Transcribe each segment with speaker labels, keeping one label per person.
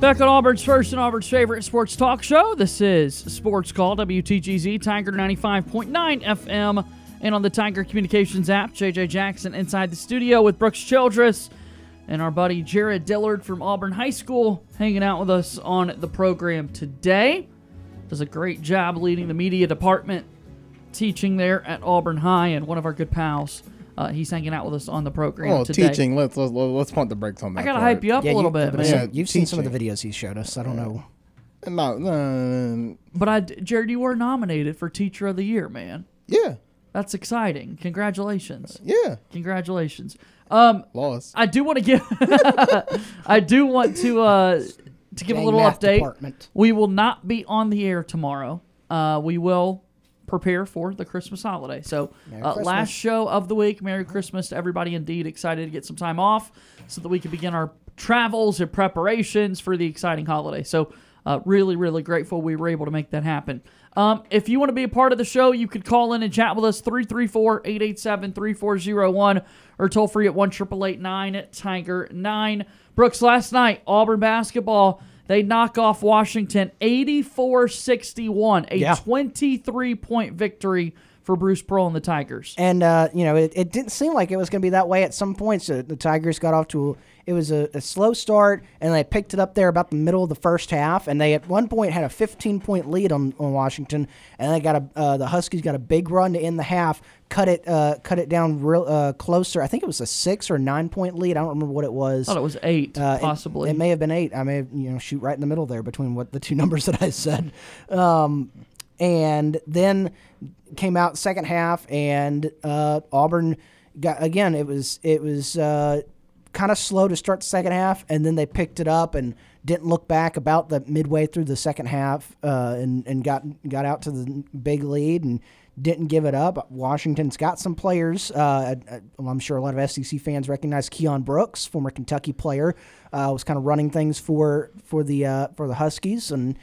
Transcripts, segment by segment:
Speaker 1: Back on Auburn's first and Auburn's favorite sports talk show. This is Sports Call, WTGZ, Tiger 95.9 FM, and on the Tiger Communications app. JJ Jackson inside the studio with Brooks Childress and our buddy Jared Dillard from Auburn High School hanging out with us on the program today. Does a great job leading the media department, teaching there at Auburn High, and one of our good pals. Uh, he's hanging out with us on the program
Speaker 2: Well,
Speaker 1: today.
Speaker 2: Oh, teaching. Let's let's let's pump the brakes on that.
Speaker 1: I gotta
Speaker 2: part.
Speaker 1: hype you up a little
Speaker 3: you,
Speaker 1: bit,
Speaker 3: but
Speaker 1: man.
Speaker 3: so
Speaker 2: Yeah,
Speaker 3: you've seen some of the videos he showed us. I don't know.
Speaker 2: No, no,
Speaker 1: But I, Jared, you were nominated for Teacher of the Year, man.
Speaker 2: yeah,
Speaker 1: That's exciting. Congratulations.
Speaker 2: yeah,
Speaker 1: Congratulations. Um,
Speaker 2: lost.
Speaker 1: I do want to give. I do want to uh, to give a
Speaker 3: Dang
Speaker 1: little
Speaker 3: math
Speaker 1: update.
Speaker 3: department.
Speaker 1: We will not be on the air tomorrow. Uh, we will prepare for the Christmas holiday. So, uh,
Speaker 3: Christmas.
Speaker 1: last show of the week. Merry Christmas to everybody. Indeed, excited to get some time off so that we can begin our travels and preparations for the exciting holiday. So, uh, really, really grateful we were able to make that happen. Um, if you want to be a part of the show, you could call in and chat with us 334 887 3401 or toll free at 1 Tiger 9. Brooks, last night, Auburn basketball, they knock off Washington 84 61, a
Speaker 3: Yeah.
Speaker 1: 23 point victory for Bruce Pearl and the Tigers.
Speaker 3: And uh, you know, it, it didn't seem like it was going to be that way. At some points, uh, the Tigers got off to it was a, a slow start, and they picked it up there about the middle of the first half. And they at one point had a 15 point lead on, on Washington, and they got a uh, the Huskies got a big run to end the half, cut it uh, cut it down real uh, closer. I think it was a six or nine point lead. I don't remember what it was.
Speaker 1: I thought it was eight,
Speaker 3: Uh, it-
Speaker 1: possibly.
Speaker 3: It, may have been eight. I may have, you know shoot right in the middle there between what the two numbers that I said. Um, and then came out second half, and uh, Auburn got again. It was it was uh, kind of slow to start the second half, and then they picked it up and didn't look back about the midway through the second half, uh, and and got got out to the big lead and didn't give it up. Washington's got some players. Uh, I- I- well, I'm sure a lot of SEC fans recognize Keon Brooks, former Kentucky player, uh, was kind of running things for for the uh, for the Huskies, and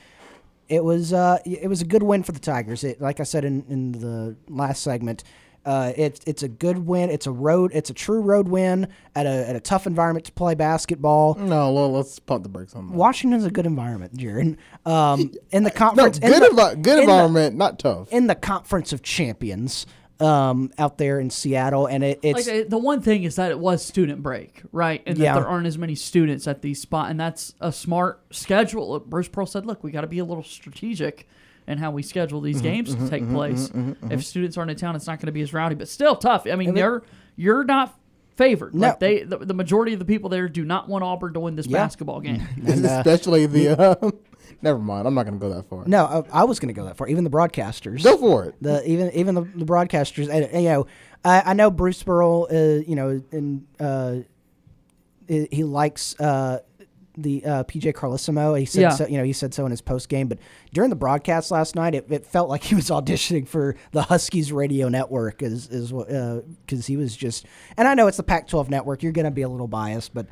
Speaker 3: it was uh, it was a good win for the Tigers. It, like I said in, in the last segment, uh, it's it's a good win. It's a road. It's a true road win at a at a tough environment to play basketball.
Speaker 2: No, well, let's pump the brakes on that.
Speaker 3: Washington's a good environment, Jared. Um, in the conference,
Speaker 2: no, good,
Speaker 3: in the,
Speaker 2: envi- good
Speaker 3: in the-
Speaker 2: environment, not tough.
Speaker 3: in the conference of champions um, out there in Seattle, and it,
Speaker 1: like
Speaker 3: it's
Speaker 1: uh, the one thing is that it was student break, right? And
Speaker 3: Yeah.
Speaker 1: that there aren't as many students at these spots, and that's a smart schedule. Bruce Pearl said, "Look, we got to be a little strategic in how we schedule
Speaker 3: Mm-hmm,
Speaker 1: these games to take place. if students aren't in town, it's not going to be as rowdy, but still tough. I mean, you're you're not favored.
Speaker 3: No.
Speaker 1: Like they, the, the majority of the people there do not want Auburn to win this
Speaker 3: Yeah.
Speaker 1: basketball game.
Speaker 2: Especially the. Um, never mind. I'm not gonna go that far.
Speaker 3: no, I, I was going to go that far. Even the broadcasters,
Speaker 2: Go for it.
Speaker 3: the even even the, the broadcasters, and, and, you know, I, I know Bruce Pearl, uh, you know, and uh, he he likes. Uh, the uh, PJ Carlissimo, he said,
Speaker 1: Yeah.
Speaker 3: so, you know, he said so in his post game, but during the broadcast last night, it, it felt like he was auditioning for the Huskies radio network, is is what because he was just, and I know it's the Pac-12 network, you're going to be a little biased, but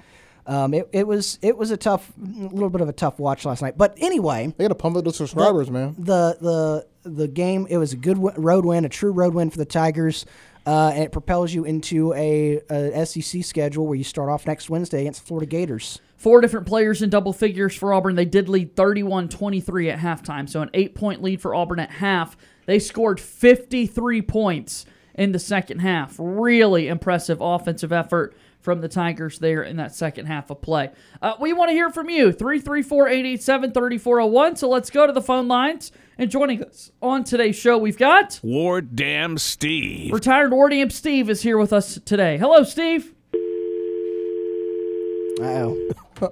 Speaker 3: um, it, it was it was a tough, a little bit of a tough watch last night, but anyway,
Speaker 2: They gotta pump up the subscribers, man.
Speaker 3: the the the game it was a good w- road win a true road win for the tigers uh, and it propels you into a, a sec schedule where you start off next wednesday against the florida gators
Speaker 1: Four different players in double figures for Auburn. They did lead 31 23 at halftime, so an eight point lead for Auburn at half. They scored 53 points in the second half. Really impressive offensive effort from the Tigers there in that second half of play. Uh, we want to hear from you 334 887 3401. So let's go to the phone lines. And joining us on today's show, we've got
Speaker 4: Ward Damn Steve.
Speaker 1: retired Ward Amp Steve is here with us today. Hello, Steve.
Speaker 3: oh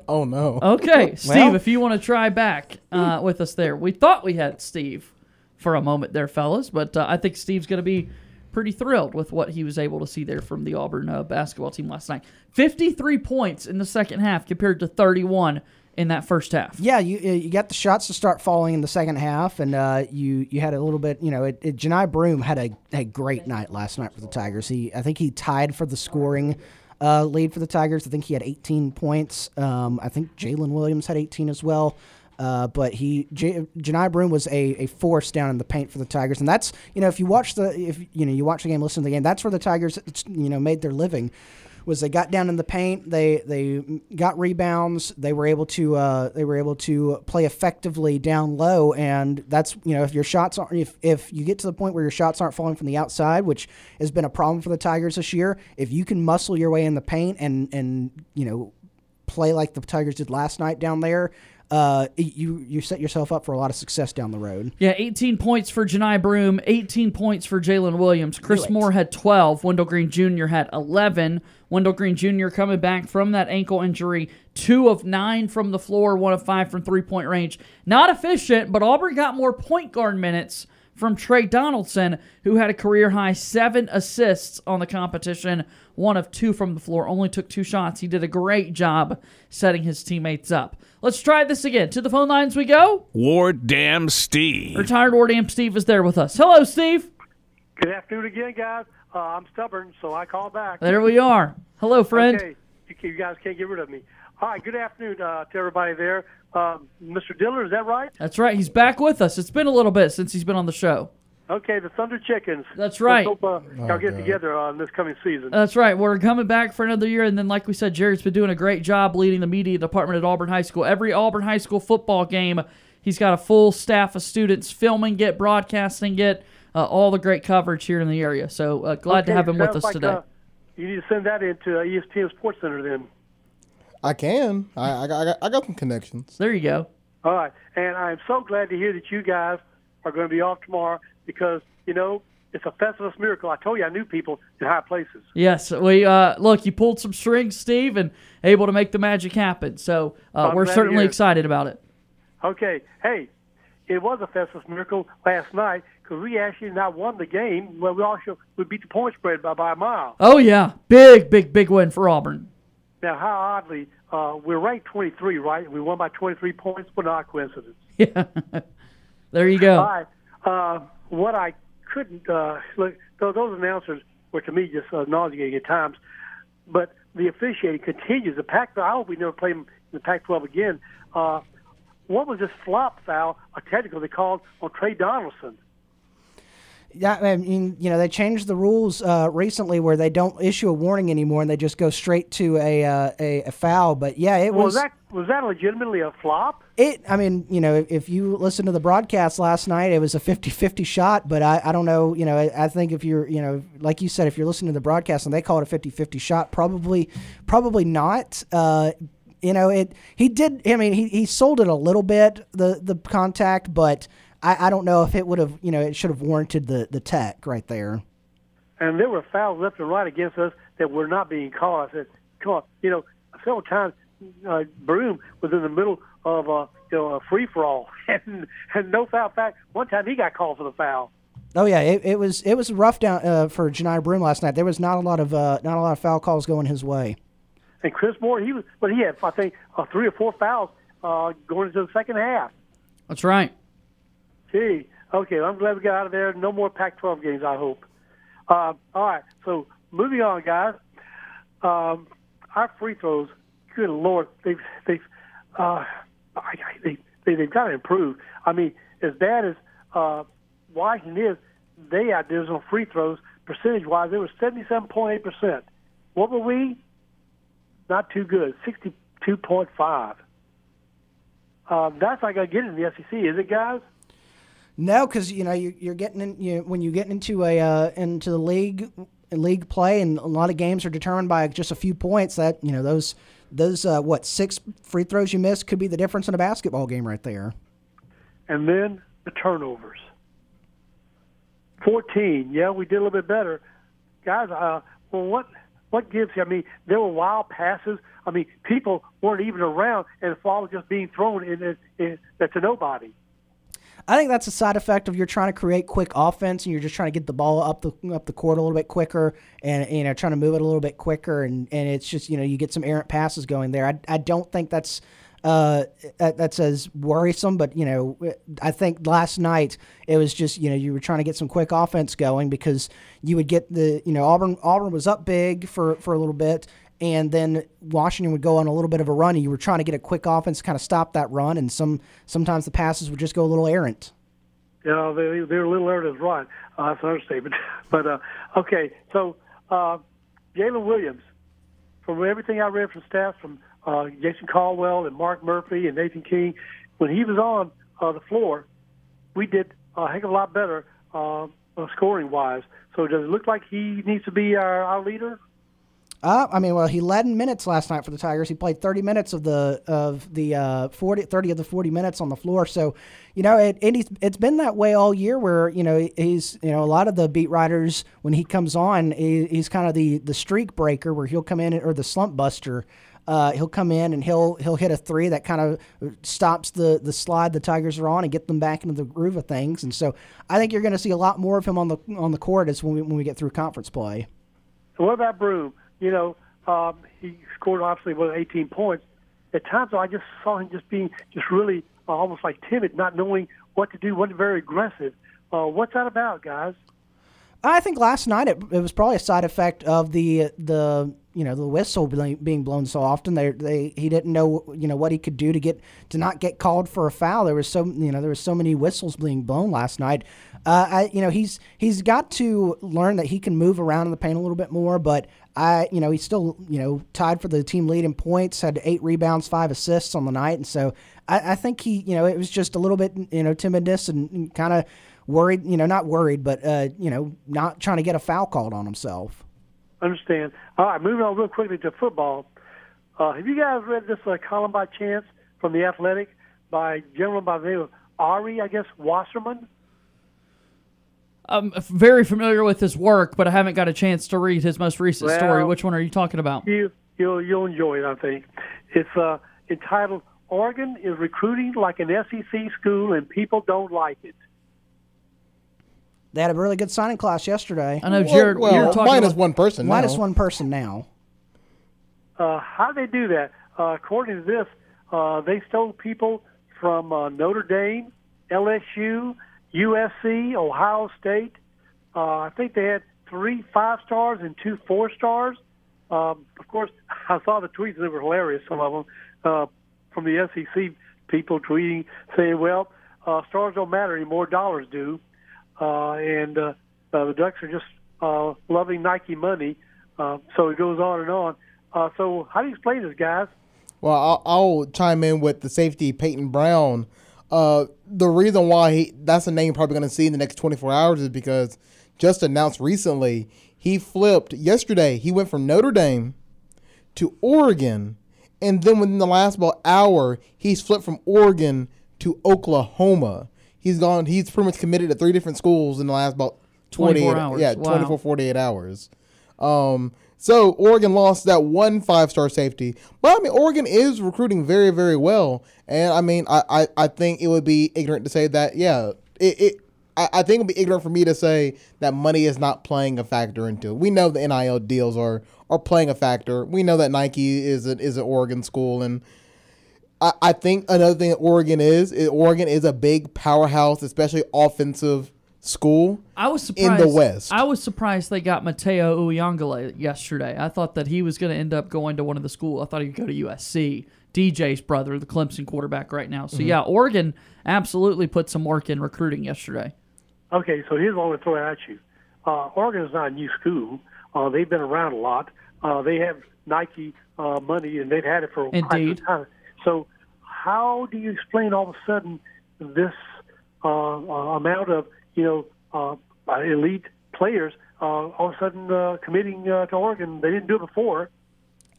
Speaker 2: Oh no.
Speaker 1: Okay, Steve,
Speaker 3: Well-
Speaker 1: if you want to try back uh, with us there, we thought we had Steve for a moment there, fellas, but uh, I think Steve's going to be pretty thrilled with what he was able to see there from the Auburn uh, basketball team last night. Fifty-three points in the second half compared to thirty-one in that first half.
Speaker 3: yeah you uh, you got the shots to start falling in the second half and uh, you you had a little bit you know it, it, Janai broom had a, a great night last night for the tigers he i think he tied for the scoring uh, lead for the tigers i think he had 18 points um, i think jalen williams had 18 as well Uh, but he J- Janai Broom was a, a force down in the paint for the Tigers, and that's you know if you watch the if you know you watch the game, listen to the game, that's where the Tigers you know made their living was they got down in the paint, they they got rebounds, they were able to uh, they were able to play effectively down low, and that's you know if your shots aren't if if you get to the point where your shots aren't falling from the outside, which has been a problem for the Tigers this year, if you can muscle your way in the paint and and you know play like the Tigers did last night down there. Uh, you you set yourself up for a lot of success down the road.
Speaker 1: Yeah, 18 points for Janai Broom, 18 points for Jalen Williams. Chris Moore had 12. Wendell Green Jr. had 11. Wendell Green Jr. coming back from that ankle injury, two of nine from the floor, one of five from three point range. Not efficient, but Auburn got more point guard minutes from Trey Donaldson, who had a career high seven assists on the competition, one of two from the floor, only took two shots. He did a great job setting his teammates up. Let's try this again. To the phone lines we go.
Speaker 4: Ward Dam Steve.
Speaker 1: Retired Ward Amp Steve is there with us. Hello, Steve.
Speaker 5: Good afternoon again, guys. Uh, I'm stubborn, so I call back.
Speaker 1: There we are. Hello, friend.
Speaker 5: Okay, you, can- you guys can't get rid of me. All right, good afternoon uh, to everybody there. Um, Mr. Diller, is that right?
Speaker 1: That's right. He's back with us. It's been a little bit since he's been on the show.
Speaker 5: Okay, the Thunder Chickens.
Speaker 1: That's right.
Speaker 5: Let's hope uh, y'all get
Speaker 2: God.
Speaker 5: together on this coming season.
Speaker 1: That's right. We're coming back for another year. And then, like we said, Jared's been doing a great job leading the media department at Auburn High School. Every Auburn High School football game, he's got a full staff of students filming it, broadcasting it, uh, all the great coverage here in the area. So uh, glad to
Speaker 5: Okay,
Speaker 1: have him with
Speaker 5: sounds
Speaker 1: us
Speaker 5: like,
Speaker 1: today.
Speaker 5: uh, you need to send that into uh, ESPN Sports Center then.
Speaker 2: I can. I, I, got- I, got, I got some connections.
Speaker 1: there you go.
Speaker 5: All right, and I'm so glad to hear that you guys are going to be off tomorrow because you know it's a Festivus miracle. I told you I knew people in high places.
Speaker 1: Yes, we uh, look. You pulled some strings, Steve, and able to make the magic happen. So uh,
Speaker 5: I'm
Speaker 1: we're
Speaker 5: glad to
Speaker 1: certainly
Speaker 5: hear it.
Speaker 1: excited about it.
Speaker 5: Okay, hey, it was a Festivus miracle last night because we actually not won the game. Well, we also we beat the point spread by by a mile.
Speaker 1: Oh yeah, big, big, big win for Auburn.
Speaker 5: Now, how oddly, uh, we're ranked 23, right? We won by 23 points, but not a coincidence.
Speaker 1: There you go.
Speaker 5: All right. Uh, what I couldn't uh, look, those, those announcers were to me just uh, nauseating at times. But the officiating continues. The Pac. I hope we never play them in the Pac-12 again. Uh, what was this flop foul, a technical they called on Trey Donaldson?
Speaker 3: Yeah, I mean, you know, they changed the rules uh, recently where they don't issue a warning anymore and they just go straight to a uh, a, a foul. But yeah, it
Speaker 5: Was
Speaker 3: was.
Speaker 5: that was that legitimately a flop?
Speaker 3: it. I mean, you know, if you listen to the broadcast last night, it was a 50-50 shot. But I, I don't know. You know, I, I think if you're, you know, like you said, if you're listening to the broadcast and they call it a 50-50 shot, probably, probably not. Uh, you know, it. He did. I mean, he, he sold it a little bit the the contact, but I, I don't know if it would have. You know, it should have warranted the the tech right there.
Speaker 5: and there were fouls left and right against us that were not being called. I said, "Come on, you know." Several times, uh, Broom was in the middle of a you know a free for all, and and no foul fact. One time he got called for the foul.
Speaker 3: Oh yeah, it, it was it was rough down uh, for Janai Broom last night. There was not a lot of uh, not a lot of foul calls going his way.
Speaker 5: And Chris Moore, he was, but he had I think uh, three or four fouls uh, going into the second half.
Speaker 1: That's right.
Speaker 5: Gee, okay. I'm glad we got out of there. No more Pac-12 games, I hope. Uh, all right. So moving on, guys. Um, our free throws, good lord, they've they've uh, I- I- they, they they've got to improve. I mean, as bad as uh, Washington is, they out there on free throws percentage-wise, they were 77.8 percent. What were we? Not too good. 62.5. Uh, that's not going to get in the SEC, is it, guys?
Speaker 3: No, because you know you, you're getting in, you, when you get into a uh, into the league league play, and a lot of games are determined by just a few points. That you know those those uh, what six free throws you miss could be the difference in a basketball game right there.
Speaker 5: and then the turnovers. 14. Yeah, we did a little bit better. Guys, uh, well, what what gives you? I mean, there were wild passes. I mean, people weren't even around, and the ball was just being thrown in, in, in, to nobody.
Speaker 3: I think that's a side effect of you're trying to create quick offense and you're just trying to get the ball up the up the court a little bit quicker and you know trying to move it a little bit quicker and and it's just you know you get some errant passes going there. I I don't think that's uh that- that's as worrisome, but you know I think last night it was just you know you were trying to get some quick offense going because you would get the you know Auburn Auburn was up big for for a little bit and then Washington would go on a little bit of a run, and you were trying to get a quick offense, to kind of stop that run, and some sometimes the passes would just go a little errant.
Speaker 5: You know, they, they were a little errant as right. Uh, that's an understatement. But, uh, okay, so uh, Jalen Williams, from everything I read from staff from uh, Jason Caldwell and Mark Murphy and Nathan King, when he was on uh, the floor, we did a heck of a lot better uh, uh, scoring wise. So does it look like he needs to be our, our leader?
Speaker 3: Uh, I mean, well, he led in minutes last night for the Tigers. He played 30 minutes of the of the uh, 40 30 of the 40 minutes on the floor. So, you know, it and he's, it's been that way all year. Where you know he's you know a lot of the beat writers when he comes on, he, he's kind of the the streak breaker where he'll come in or the slump buster. Uh, he'll come in and he'll he'll hit a three that kind of stops the the slide the Tigers are on and get them back into the groove of things. And so I think you're going to see a lot more of him on the on the court as when we when we get through conference play.
Speaker 5: So what about Broom? You know, um, he scored obviously well 18 points. At times, though, I just saw him just being just really uh, almost like timid, not knowing what to do, wasn't very aggressive. Uh, what's that about, guys?
Speaker 3: I think last night it, it was probably a side effect of the the you know the whistle bl- being blown so often. They they he didn't know you know what he could do to get to not get called for a foul. There was so you know there was so many whistles being blown last night. Uh, I, you know he's he's got to learn that he can move around in the paint a little bit more. But I you know he's still you know tied for the team lead in points. Had eight rebounds, five assists on the night, and so I, I think he you know it was just a little bit you know timidness and, and kind of worried, you know, not worried, but uh, you know, not trying to get a foul called on himself.
Speaker 5: Understand. All right, moving on real quickly to football. Uh, have you guys read this uh, column by chance from The Athletic by gentleman by the name of Ari, I guess, Wasserman?
Speaker 1: I'm very familiar with his work, but I haven't got a chance to read his most recent
Speaker 5: Well-
Speaker 1: story. Which one are you talking about?
Speaker 5: You, you'll, you'll enjoy it, I think. It's uh, entitled Oregon is Recruiting Like an SEC School and People Don't Like It.
Speaker 3: They had a really good signing class yesterday.
Speaker 1: I know Jared.
Speaker 2: well,
Speaker 1: you're talking
Speaker 2: minus
Speaker 1: about-
Speaker 2: one person.
Speaker 3: Minus
Speaker 2: now.
Speaker 3: one person now.
Speaker 5: Uh, how do they do that? Uh, according to this, uh, they stole people from uh, Notre Dame, LSU, USC, Ohio State. Uh, I think they had three five stars and two four stars. Um, of course, I saw the tweets; they were hilarious. Some of them uh, from the SEC people tweeting saying, "Well, uh, stars don't matter anymore; dollars do." uh, and uh, uh, the Ducks are just uh, loving Nike money. Uh, so it goes on and on. Uh, so how do you explain this, guys?
Speaker 2: Well, I'll, I'll chime in with the safety Peyton Brown. Uh, the reason why he, that's a name you're probably going to see in the next 24 hours is because just announced recently he flipped yesterday. He went from Notre Dame to Oregon, and then within the last about hour, he's flipped from Oregon to Oklahoma. He's gone. He's pretty much committed to three different schools in the last about 20
Speaker 1: 24 hours.
Speaker 2: Yeah,
Speaker 1: Wow.
Speaker 2: 24 48 hours. Um, so Oregon lost that one five star safety. But I mean, Oregon is recruiting very, very well. And I mean, I, I, I think it would be ignorant to say that, yeah, it, it I, I think it would be ignorant for me to say that money is not playing a factor into it. We know the NIL deals are are playing a factor. We know that Nike is an, is an Oregon school and I, I think another thing that Oregon is, is Oregon is a big powerhouse, especially offensive school.
Speaker 1: I was
Speaker 2: in the
Speaker 1: surprised
Speaker 2: West.
Speaker 1: I was surprised they got Mateo Uyangale yesterday. I thought that he was going to end up going to one of the school. I thought he'd go to USC. DJ's brother, the Clemson quarterback right now.
Speaker 2: Mm-hmm.
Speaker 1: So yeah, Oregon absolutely put some work in recruiting yesterday.
Speaker 5: Okay, so here's what I'm going to throw at you. Uh, Oregon is not a new school. Uh, they've been around a lot. Uh, they have Nike uh, money, and they've had it for quite some
Speaker 1: Indeed.
Speaker 5: time. So how do you explain all of a sudden this uh, uh, amount of, you know, uh, uh, elite players uh, all of a sudden uh, committing uh, to Oregon? They didn't do it before.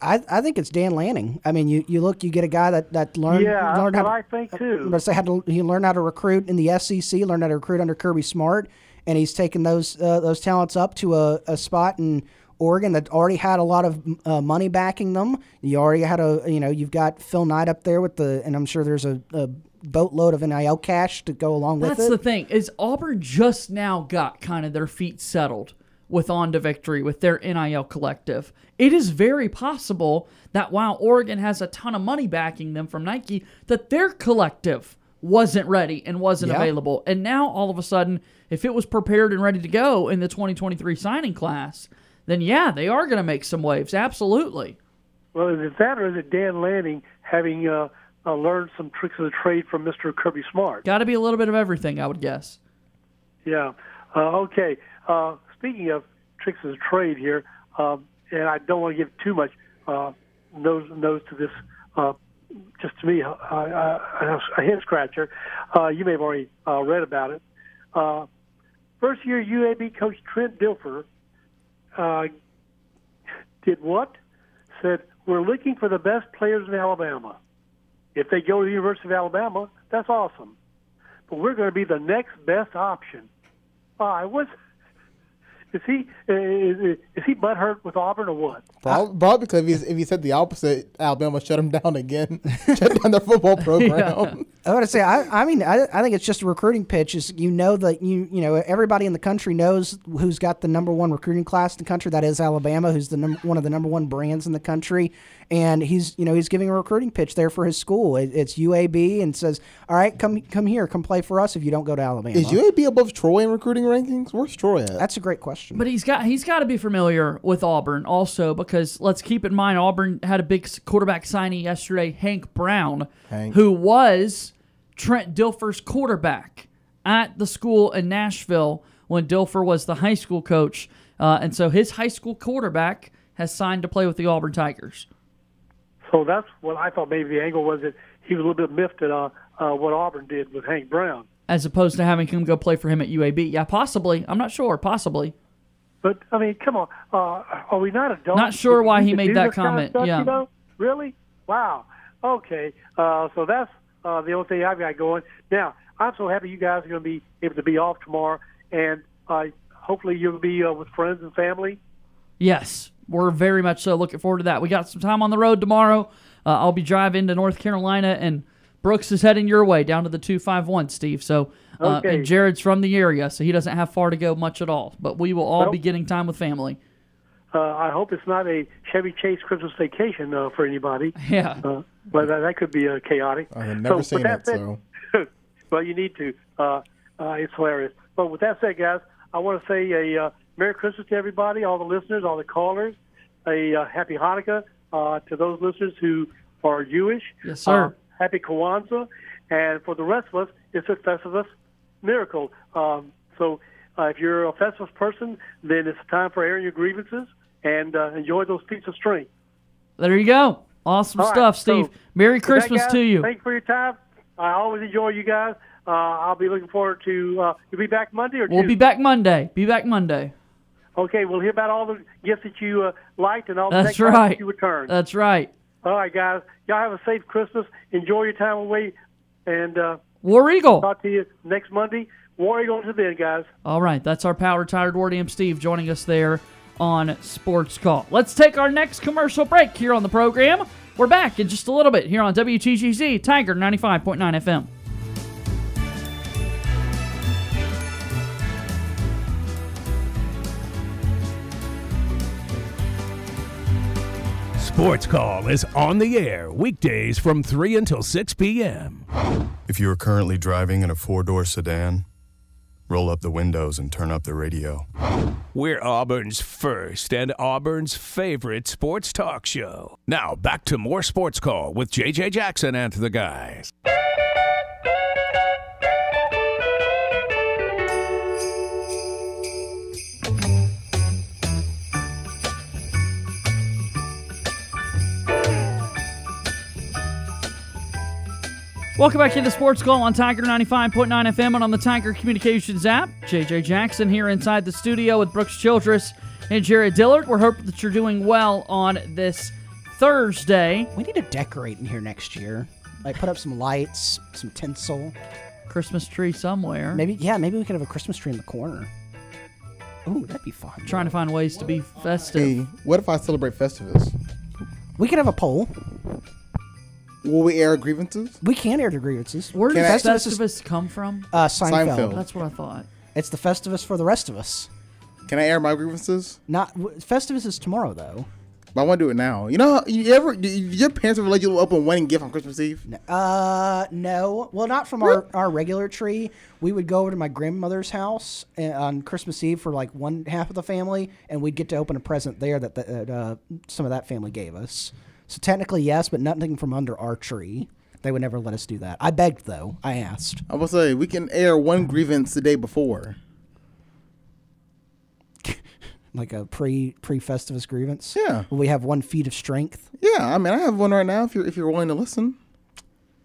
Speaker 3: I, I think it's Dan Lanning. I mean, you, you look, you get a guy that, that learned,
Speaker 5: Yeah, that's
Speaker 3: learned how
Speaker 5: what
Speaker 3: to,
Speaker 5: I think, too.
Speaker 3: But they had to, he learned how to recruit in the SEC, learned how to recruit under Kirby Smart, and he's taken those uh, those talents up to a, a spot in Oregon that already had a lot of uh, money backing them. You already had a you know you've got Phil Knight up there with the, and I'm sure there's a, a boatload of nil cash to go along with
Speaker 1: That's
Speaker 3: it.
Speaker 1: the thing is Auburn just now got kind of their feet settled with on to victory with their NIL collective. It is very possible that while Oregon has a ton of money backing them from Nike, that their collective wasn't ready and wasn't
Speaker 3: Yeah.
Speaker 1: available. And now all of a sudden, if it was prepared and ready to go in the 2023 signing class, then yeah, they are going to make some waves. Absolutely.
Speaker 5: Well, is it that or is it Dan Lanning having uh, uh, learned some tricks of the trade from Mr. Kirby Smart?
Speaker 1: Got to be a little bit of everything, I would guess.
Speaker 5: Yeah. Uh, okay. Uh, speaking of tricks of the trade here, um, and I don't want to give too much. uh, nose nose to this. Uh, just to me, uh, uh, a head scratcher. Uh, you may have already uh, read about it. Uh, first year UAB coach Trent Dilfer uh, did what? Said we're looking for the best players in Alabama. If they go to the University of Alabama, that's awesome. But we're going to be the next best option. Ah, I was. Is he is, is he butthurt with Auburn or what?
Speaker 2: Probably, probably because if he, if he said the opposite, Alabama shut him down again, shut down their football program.
Speaker 3: I want to say, I, I mean, I, I think it's just a recruiting pitch. Is you know that you you know everybody in the country knows who's got the number one recruiting class in the country. That is Alabama, who's the number, one of the number one brands in the country, and he's you know he's giving a recruiting pitch there for his school. It, it's UAB, and says, all right, come come here, come play for us if you don't go to Alabama.
Speaker 2: Is UAB above Troy in recruiting rankings? Where's Troy at?
Speaker 3: That's a great question.
Speaker 1: But he's got he's got to be familiar with Auburn also because let's keep in mind Auburn had a big s- quarterback signing yesterday, Hank Brown,
Speaker 2: Hank.
Speaker 1: who was Trent Dilfer's quarterback at the school in Nashville when Dilfer was the high school coach, uh, and so his high school quarterback has signed to play with the Auburn Tigers.
Speaker 5: So that's what I thought. Maybe the angle was that he was a little bit miffed at uh, uh, what Auburn did with Hank Brown.
Speaker 1: As opposed to having him go play for him at UAB, yeah, possibly. I'm not sure. Possibly,
Speaker 5: But I mean, come on, uh, are we not adults?
Speaker 1: Not sure why he
Speaker 5: You
Speaker 1: made
Speaker 5: do
Speaker 1: that
Speaker 5: this kind of
Speaker 1: comment,
Speaker 5: stuff,
Speaker 1: yeah.
Speaker 5: you know? really? Wow. Okay. Uh, so that's uh, the only thing I've got going. Now I'm so happy you guys are going to be able to be off tomorrow, and uh, hopefully you'll be uh, with friends and family.
Speaker 1: Yes, we're very much so looking forward to that. We got some time on the road tomorrow. Uh, I'll be driving to North Carolina, and Brooks is heading your way down to the 251, Steve. So, uh,
Speaker 5: Okay.
Speaker 1: and Jared's from the area, so he doesn't have far to go much at all. But we will all
Speaker 5: Well-
Speaker 1: be getting time with family.
Speaker 5: Uh, I hope it's not a Chevy Chase Christmas vacation uh, for anybody.
Speaker 1: Yeah.
Speaker 5: Uh, but that, that could be uh, chaotic.
Speaker 2: I've never
Speaker 5: So,
Speaker 2: seen
Speaker 5: with that
Speaker 2: it,
Speaker 5: said-
Speaker 2: so
Speaker 5: well, you need to. Uh, uh, it's hilarious. But with that said, guys, I want to say a uh, Merry Christmas to everybody, all the listeners, all the callers. A uh, Happy Hanukkah uh, to those listeners who are Jewish.
Speaker 1: Yes, sir.
Speaker 5: Uh, happy Kwanzaa. And for the rest of us, it's a Festivus miracle. Um, so uh, if you're a Festivus person, then it's time for airing your grievances and uh, enjoy those feats of strength.
Speaker 1: There you go. Awesome
Speaker 5: All right,
Speaker 1: stuff, Steve.
Speaker 5: so
Speaker 1: Merry
Speaker 5: with that,
Speaker 1: Christmas
Speaker 5: guys,
Speaker 1: to you.
Speaker 5: Thank you for your time. I always enjoy you guys. Uh, I'll be looking forward to. Uh, you'll be back Monday or
Speaker 1: We'll be
Speaker 5: Tuesday?
Speaker 1: back Monday. Be back Monday.
Speaker 5: Okay, we'll hear about all the gifts that you uh, liked and all the
Speaker 1: That's
Speaker 5: next gifts
Speaker 1: right.
Speaker 5: that you returned.
Speaker 1: That's right.
Speaker 5: all right, guys. Y'all have a safe Christmas. Enjoy your time away, and uh,
Speaker 1: War Eagle.
Speaker 5: talk to you next Monday. War Eagle until then, guys.
Speaker 1: All right, that's our Power Tired Ward AM Steve joining us there on Sports Call. Let's take our next commercial break here on the program. We're back in just a little bit here on WTGZ Tiger 95.9 FM.
Speaker 4: Sports Call is on the air weekdays from 3 until 6 p.m.
Speaker 6: If you are currently driving in a four door sedan, roll up the windows and turn up the radio.
Speaker 4: We're Auburn's first and Auburn's favorite sports talk show. Now, back to more Sports Call with JJ Jackson and the guys.
Speaker 1: Welcome back into Sports Call on Tiger 95.9 FM and on the Tiger Communications app. JJ Jackson here inside the studio with Brooks Childress and Jared Dillard. We're hoping that you're doing well on this Thursday,
Speaker 3: We need to decorate in here next year. Like put up some lights, some tinsel.
Speaker 1: Christmas tree somewhere.
Speaker 3: Maybe yeah, maybe we could have a Christmas tree in the corner. Ooh, that'd be fun.
Speaker 1: Trying to find ways to be festive.
Speaker 2: hey, what if I celebrate Festivus?
Speaker 3: We could have a poll.
Speaker 2: Will we air grievances?
Speaker 3: We can air to grievances.
Speaker 1: Where
Speaker 2: Can
Speaker 1: does
Speaker 3: I- Festivus is-
Speaker 1: Festivus come from?
Speaker 3: Uh, Seinfeld.
Speaker 2: Seinfeld.
Speaker 1: That's what I thought.
Speaker 3: It's the Festivus for the rest of us.
Speaker 2: Can I air my grievances?
Speaker 3: Not w- Festivus is tomorrow though.
Speaker 2: But I want to do it now. You know, how- you ever do you- your parents ever let you open one gift on Christmas Eve?
Speaker 3: Uh, no. Well, not from our, our regular tree. We would go over to my grandmother's house uh, on Christmas Eve for like one half of the family, and we'd get to open a present there that, that uh, some of that family gave us. So technically, yes, but nothing from under our tree. They would never let us do that. I begged though. I asked.
Speaker 2: I will say we can air one grievance the day before.
Speaker 3: like a pre pre Festivus grievance.
Speaker 2: Yeah.
Speaker 3: Will we have one feat of strength,
Speaker 2: Yeah, I mean, I have one right now. If you're if you're willing to listen,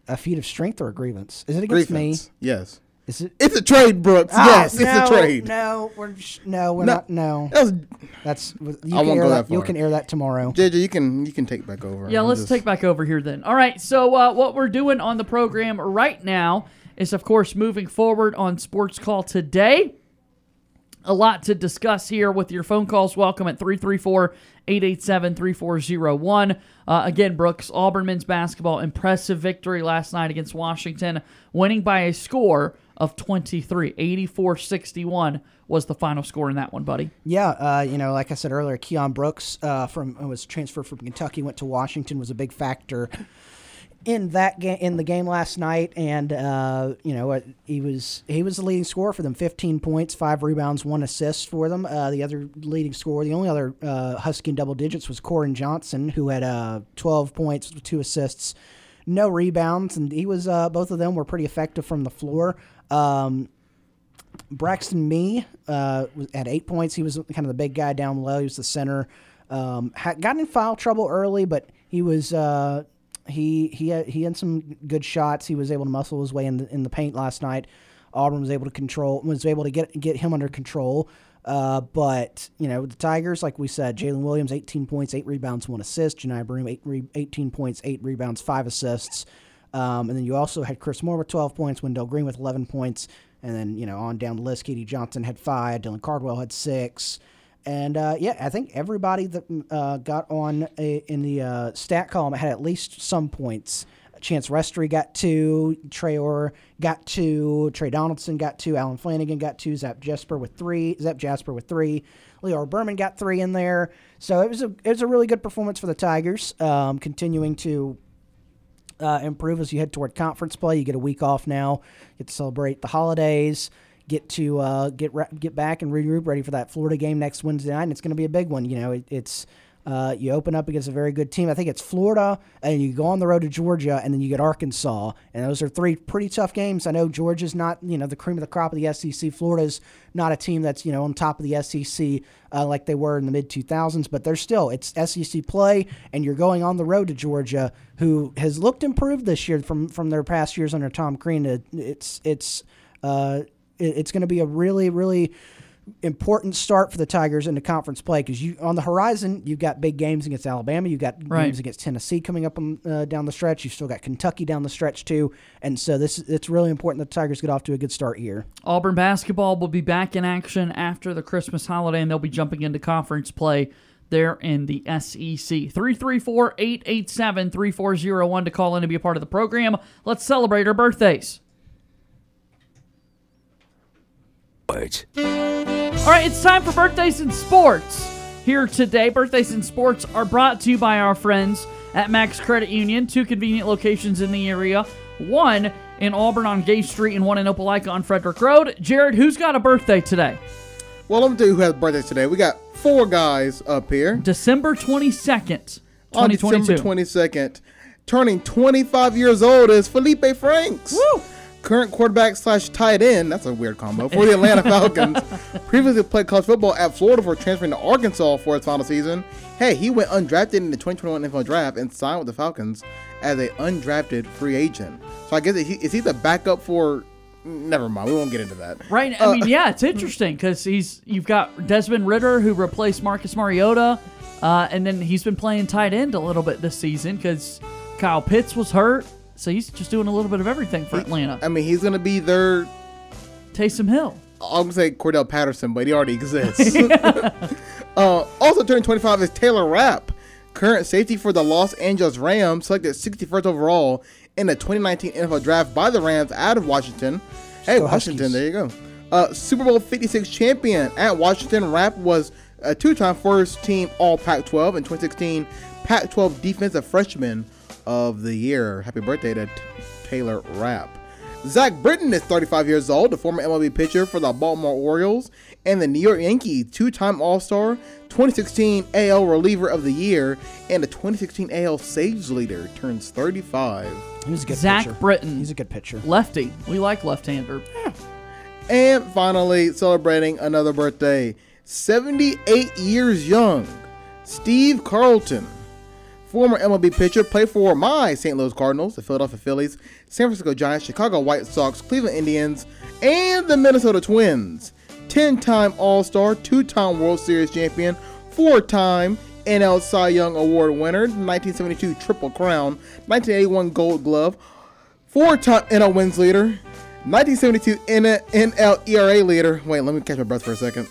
Speaker 3: a feat of strength or a grievance. Is it against
Speaker 2: Grievance.
Speaker 3: me?
Speaker 2: Yes,
Speaker 3: Is it?
Speaker 2: it's a trade, Brooks.
Speaker 3: Ah,
Speaker 2: yes, it's
Speaker 3: no,
Speaker 2: a trade.
Speaker 3: No, we're sh- no, we're
Speaker 2: No.
Speaker 3: not. No,
Speaker 2: That was-
Speaker 3: that's you can
Speaker 2: won't
Speaker 3: air
Speaker 2: go
Speaker 3: that.
Speaker 2: that
Speaker 3: you
Speaker 2: far.
Speaker 3: can air that tomorrow.
Speaker 2: JJ, you can you can take back over.
Speaker 1: Yeah,
Speaker 2: I'm
Speaker 1: let's
Speaker 2: just-
Speaker 1: take back over here then. All right, so uh, what we're doing on the program right now is, of course, moving forward on Sports Call today. A lot to discuss here with your phone calls. Welcome at 334 887 3401. Uh, Again, Brooks, Auburn men's basketball, impressive victory last night against Washington, winning by a score of 23. 84 61 was the final score in that one, buddy.
Speaker 3: Yeah, uh, you know, like I said earlier, Keon Brooks uh, from was transferred from Kentucky, went to Washington, was a big factor in that game in the game last night, and uh, you know, uh, he was he was the leading scorer for them, fifteen points, five rebounds, one assist for them. Uh, the other leading scorer, the only other uh, Husky in double digits was Corin Johnson, who had uh, twelve points, two assists, no rebounds, and he was uh, both of them were pretty effective from the floor. Um, Braxton Me uh, was at eight points. He was kind of the big guy down low. He was the center. Um, had, got in foul trouble early, but he was uh, he he had, he had some good shots. He was able to muscle his way in the, in the paint last night. Auburn was able to control was able to get get him under control. Uh, but you know the Tigers, like we said, Jalen Williams, 18 points, eight rebounds, one assist. Jani Broom, eight re- 18 points, eight rebounds, five assists. Um, and then you also had Chris Moore with 12 points, Wendell Green with 11 points, and then you know on down the list, Katie Johnson had five, Dylan Cardwell had six, and uh, yeah, I think everybody that mm, uh, got on a, in the uh, stat column had at least some points. Chance Restry got two, Trey Orr got two, Trey Donaldson got two, Alan Flanagan got two, Zap Jasper with three, Zap Jasper with three, Leo Berman got three in there. So it was a it was a really good performance for the Tigers, um, continuing to uh, improve as you head toward conference play. You get a week off now, get to celebrate the holidays, get to uh, get re- get back and regroup, ready for that Florida game next Wednesday night. And it's going to be a big one. You know, it, it's uh, you open up against a very good team. I think it's Florida, and you go on the road to Georgia, and then you get Arkansas, and those are three pretty tough games. I know Georgia's not you know the cream of the crop of the SEC. Florida's not a team that's you know on top of the SEC uh, like they were in the mid 2000s, but they're still it's SEC play, and you're going on the road to Georgia, who has looked improved this year from from their past years under Tom Crean. It- It's it's uh, it- it's going to be a really really important start for the Tigers into conference play because you on the horizon you've got big games against Alabama, you've got
Speaker 1: Right.
Speaker 3: games against Tennessee coming up on, uh, down the stretch. You've still got Kentucky down the stretch too, and so this it's really important that the Tigers get off to a good start here.
Speaker 1: Auburn basketball will be back in action after the Christmas holiday, and they'll be jumping into conference play there in the E SEC. 334 887 3401 to call in to be a part of the program. Let's celebrate our birthdays.
Speaker 4: But
Speaker 1: All right, it's time for birthdays in sports. Here today, birthdays in sports are brought to you by our friends at Max Credit Union, two convenient locations in the area, one in Auburn on Gay Street and one in Opelika on Frederick Road. Jared, who's got a birthday today?
Speaker 2: Well, let me tell you who has birthdays today. We got four guys up here.
Speaker 1: December 22nd,
Speaker 2: On
Speaker 1: 2022.
Speaker 2: December 22nd, turning 25 years old is Felipe Franks. Current quarterback slash tight end. That's a weird combo. For the Atlanta Falcons. Previously played college football at Florida before transferring to Arkansas for his final season. Hey, he went undrafted in the 2021 NFL Draft and signed with the Falcons as a undrafted free agent. So I guess he, is he the backup for. Never mind. We won't get into that.
Speaker 1: Right.
Speaker 3: Uh,
Speaker 1: I mean, yeah, it's interesting because he's you've got Desmond Ritter who replaced Marcus Mariota, uh, and then he's been playing tight end a little bit this season because Kyle Pitts was hurt, so he's just doing a little bit of everything for Atlanta.
Speaker 2: I mean, he's going to be their
Speaker 1: Taysom Hill.
Speaker 2: I'm gonna say Cordell Patterson, but he already exists. uh, also turning 25 is Taylor Rapp, current safety for the Los Angeles Rams, selected 61st overall in the 2019 NFL Draft by the Rams out of Washington. Hey,
Speaker 3: Go
Speaker 2: Washington,
Speaker 3: Huskies.
Speaker 2: there you go. Uh, Super Bowl 56 champion at Washington, Rapp was a two-time first-team All Pac-12 in 2016 Pac-12 Defensive Freshman of the Year. Happy birthday to T- Taylor Rapp. Zach Britton is 35 years old, the former MLB pitcher for the Baltimore Orioles and the New York Yankees, two time All Star, 2016 AL Reliever of the Year, and the 2016 AL Saves Leader, turns 35.
Speaker 3: He's a good
Speaker 1: Zach
Speaker 3: pitcher.
Speaker 1: Britton.
Speaker 3: He's a good pitcher.
Speaker 1: Lefty. We like left-hander.
Speaker 2: And finally, celebrating another birthday, 78 years young. Steve Carlton, former MLB pitcher, played for my St. Louis Cardinals, the Philadelphia Phillies, San Francisco Giants, Chicago White Sox, Cleveland Indians, and the Minnesota Twins. 10 time All Star, 2 time World Series champion, 4 time NL Cy Young Award winner, 1972 Triple Crown, 1981 Gold Glove, four-time NL wins leader, 1972 NL, NL ERA E leader. Wait, let me catch my breath for a second.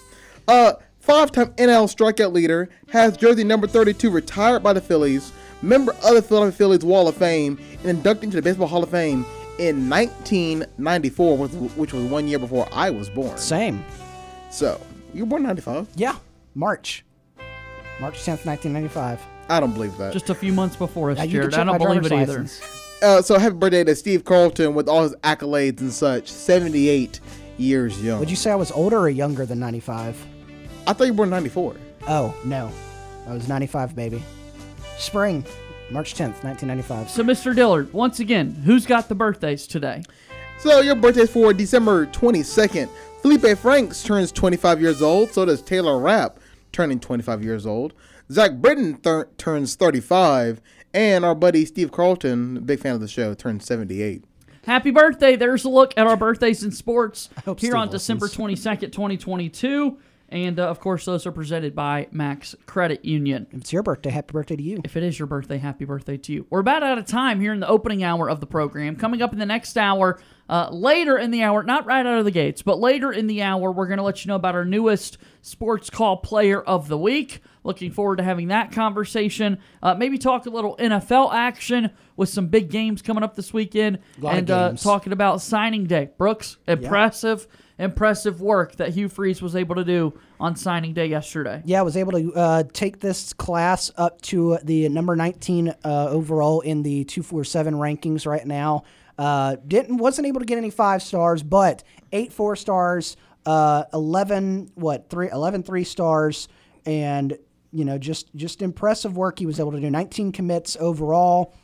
Speaker 2: Uh, five-time NL strikeout leader, has jersey number 32 retired by the Phillies, member of the Philadelphia Phillies Wall of Fame, and inducted into the Baseball Hall of Fame in 1994, which, which was one year before I was born.
Speaker 3: Same.
Speaker 2: So, you were born in 95?
Speaker 3: Yeah. March. March 10th, 1995.
Speaker 2: I don't believe that.
Speaker 1: Just a few months before us,
Speaker 3: Now, you
Speaker 1: Jared.
Speaker 3: can check
Speaker 1: I
Speaker 3: my
Speaker 1: don't believe it
Speaker 3: driver's
Speaker 1: either.
Speaker 3: license.
Speaker 2: uh, so happy birthday to Steve Carlton with all his accolades and such. 78 years young.
Speaker 3: Would you say I was older or younger than 95?
Speaker 2: I thought you were born in 94.
Speaker 3: Oh, no. I was 95, baby. Spring, March 10th, 1995.
Speaker 1: So, Mr. Dillard, once again, who's got the birthdays today?
Speaker 2: So your birthday's for December 22nd. Felipe Franks turns 25 years old. So does Taylor Rapp, turning 25 years old. Zach Britton thir- turns 35. And our buddy Steve Carlton, big fan of the show, turns 78.
Speaker 1: Happy birthday. There's a look at our birthdays in sports here
Speaker 3: hope Steve
Speaker 1: on December 22nd, 2022. And uh, of course, those are presented by Max Credit Union.
Speaker 3: If it's your birthday, happy birthday to you.
Speaker 1: If it is your birthday, happy birthday to you. We're about out of time here in the opening hour of the program. Coming up in the next hour, uh, later in the hour, not right out of the gates, but later in the hour, we're going to let you know about our newest sports call player of the week. Looking forward to having that conversation. Uh, maybe talk a little NFL action with some big games coming up this weekend,
Speaker 3: of
Speaker 1: and uh,
Speaker 3: games.
Speaker 1: talk talking about signing day. Brooks, impressive, impressive work that Hugh Freeze was able to do on signing day yesterday.
Speaker 3: Yeah, I was able to uh, take this class up to the number 19 uh, overall in the 247 rankings right now. Uh, didn't wasn't able to get any five stars, but eight four stars, uh, 11 what three 11 three stars, and you know just just impressive work he was able to do. 19 commits overall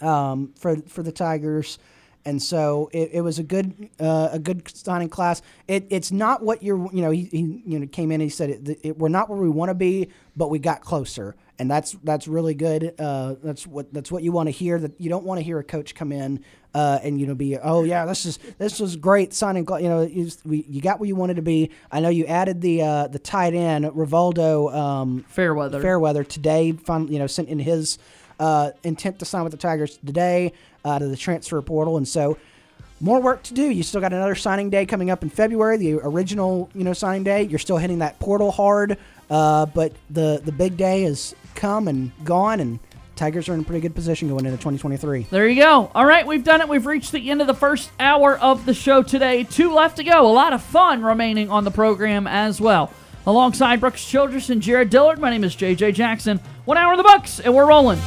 Speaker 3: um, for for the Tigers, and so it, it was a good uh, a good signing class. It, it's not what you're you know he, he you know came in and he said it, it, we're not where we want to be, but we got closer, and that's that's really good. Uh, that's what that's what you want to hear. That you don't want to hear a coach come in uh, and you know be oh yeah this is this was great signing cla-" you know you, just- we, you got where you wanted to be. I know you added the uh, the tight end Rivaldo um,
Speaker 1: Fairweather.
Speaker 3: Fairweather today, fin- you know, sent in his uh, intent to sign with the Tigers today out of the transfer portal, and so more work to do. You still got another signing day coming up in February, the original, you know, signing day. You're still hitting that portal hard, uh, but the the big day has come and gone, and Tigers are in a pretty good position going into 2023.
Speaker 1: There you go. All right, we've done it. We've reached the end of the first hour of the show today. Two left to go. A lot of fun remaining on the program as well. Alongside Brooks Childress and Jared Dillard, my name is JJ Jackson. One hour in the books, and we're rolling.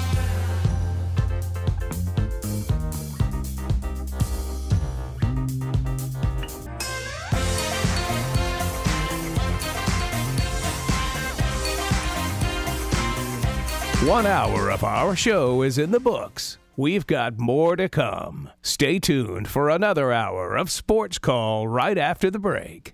Speaker 4: One hour of our show is in the books. We've got more to come. Stay tuned for another hour of Sports Call right after the break.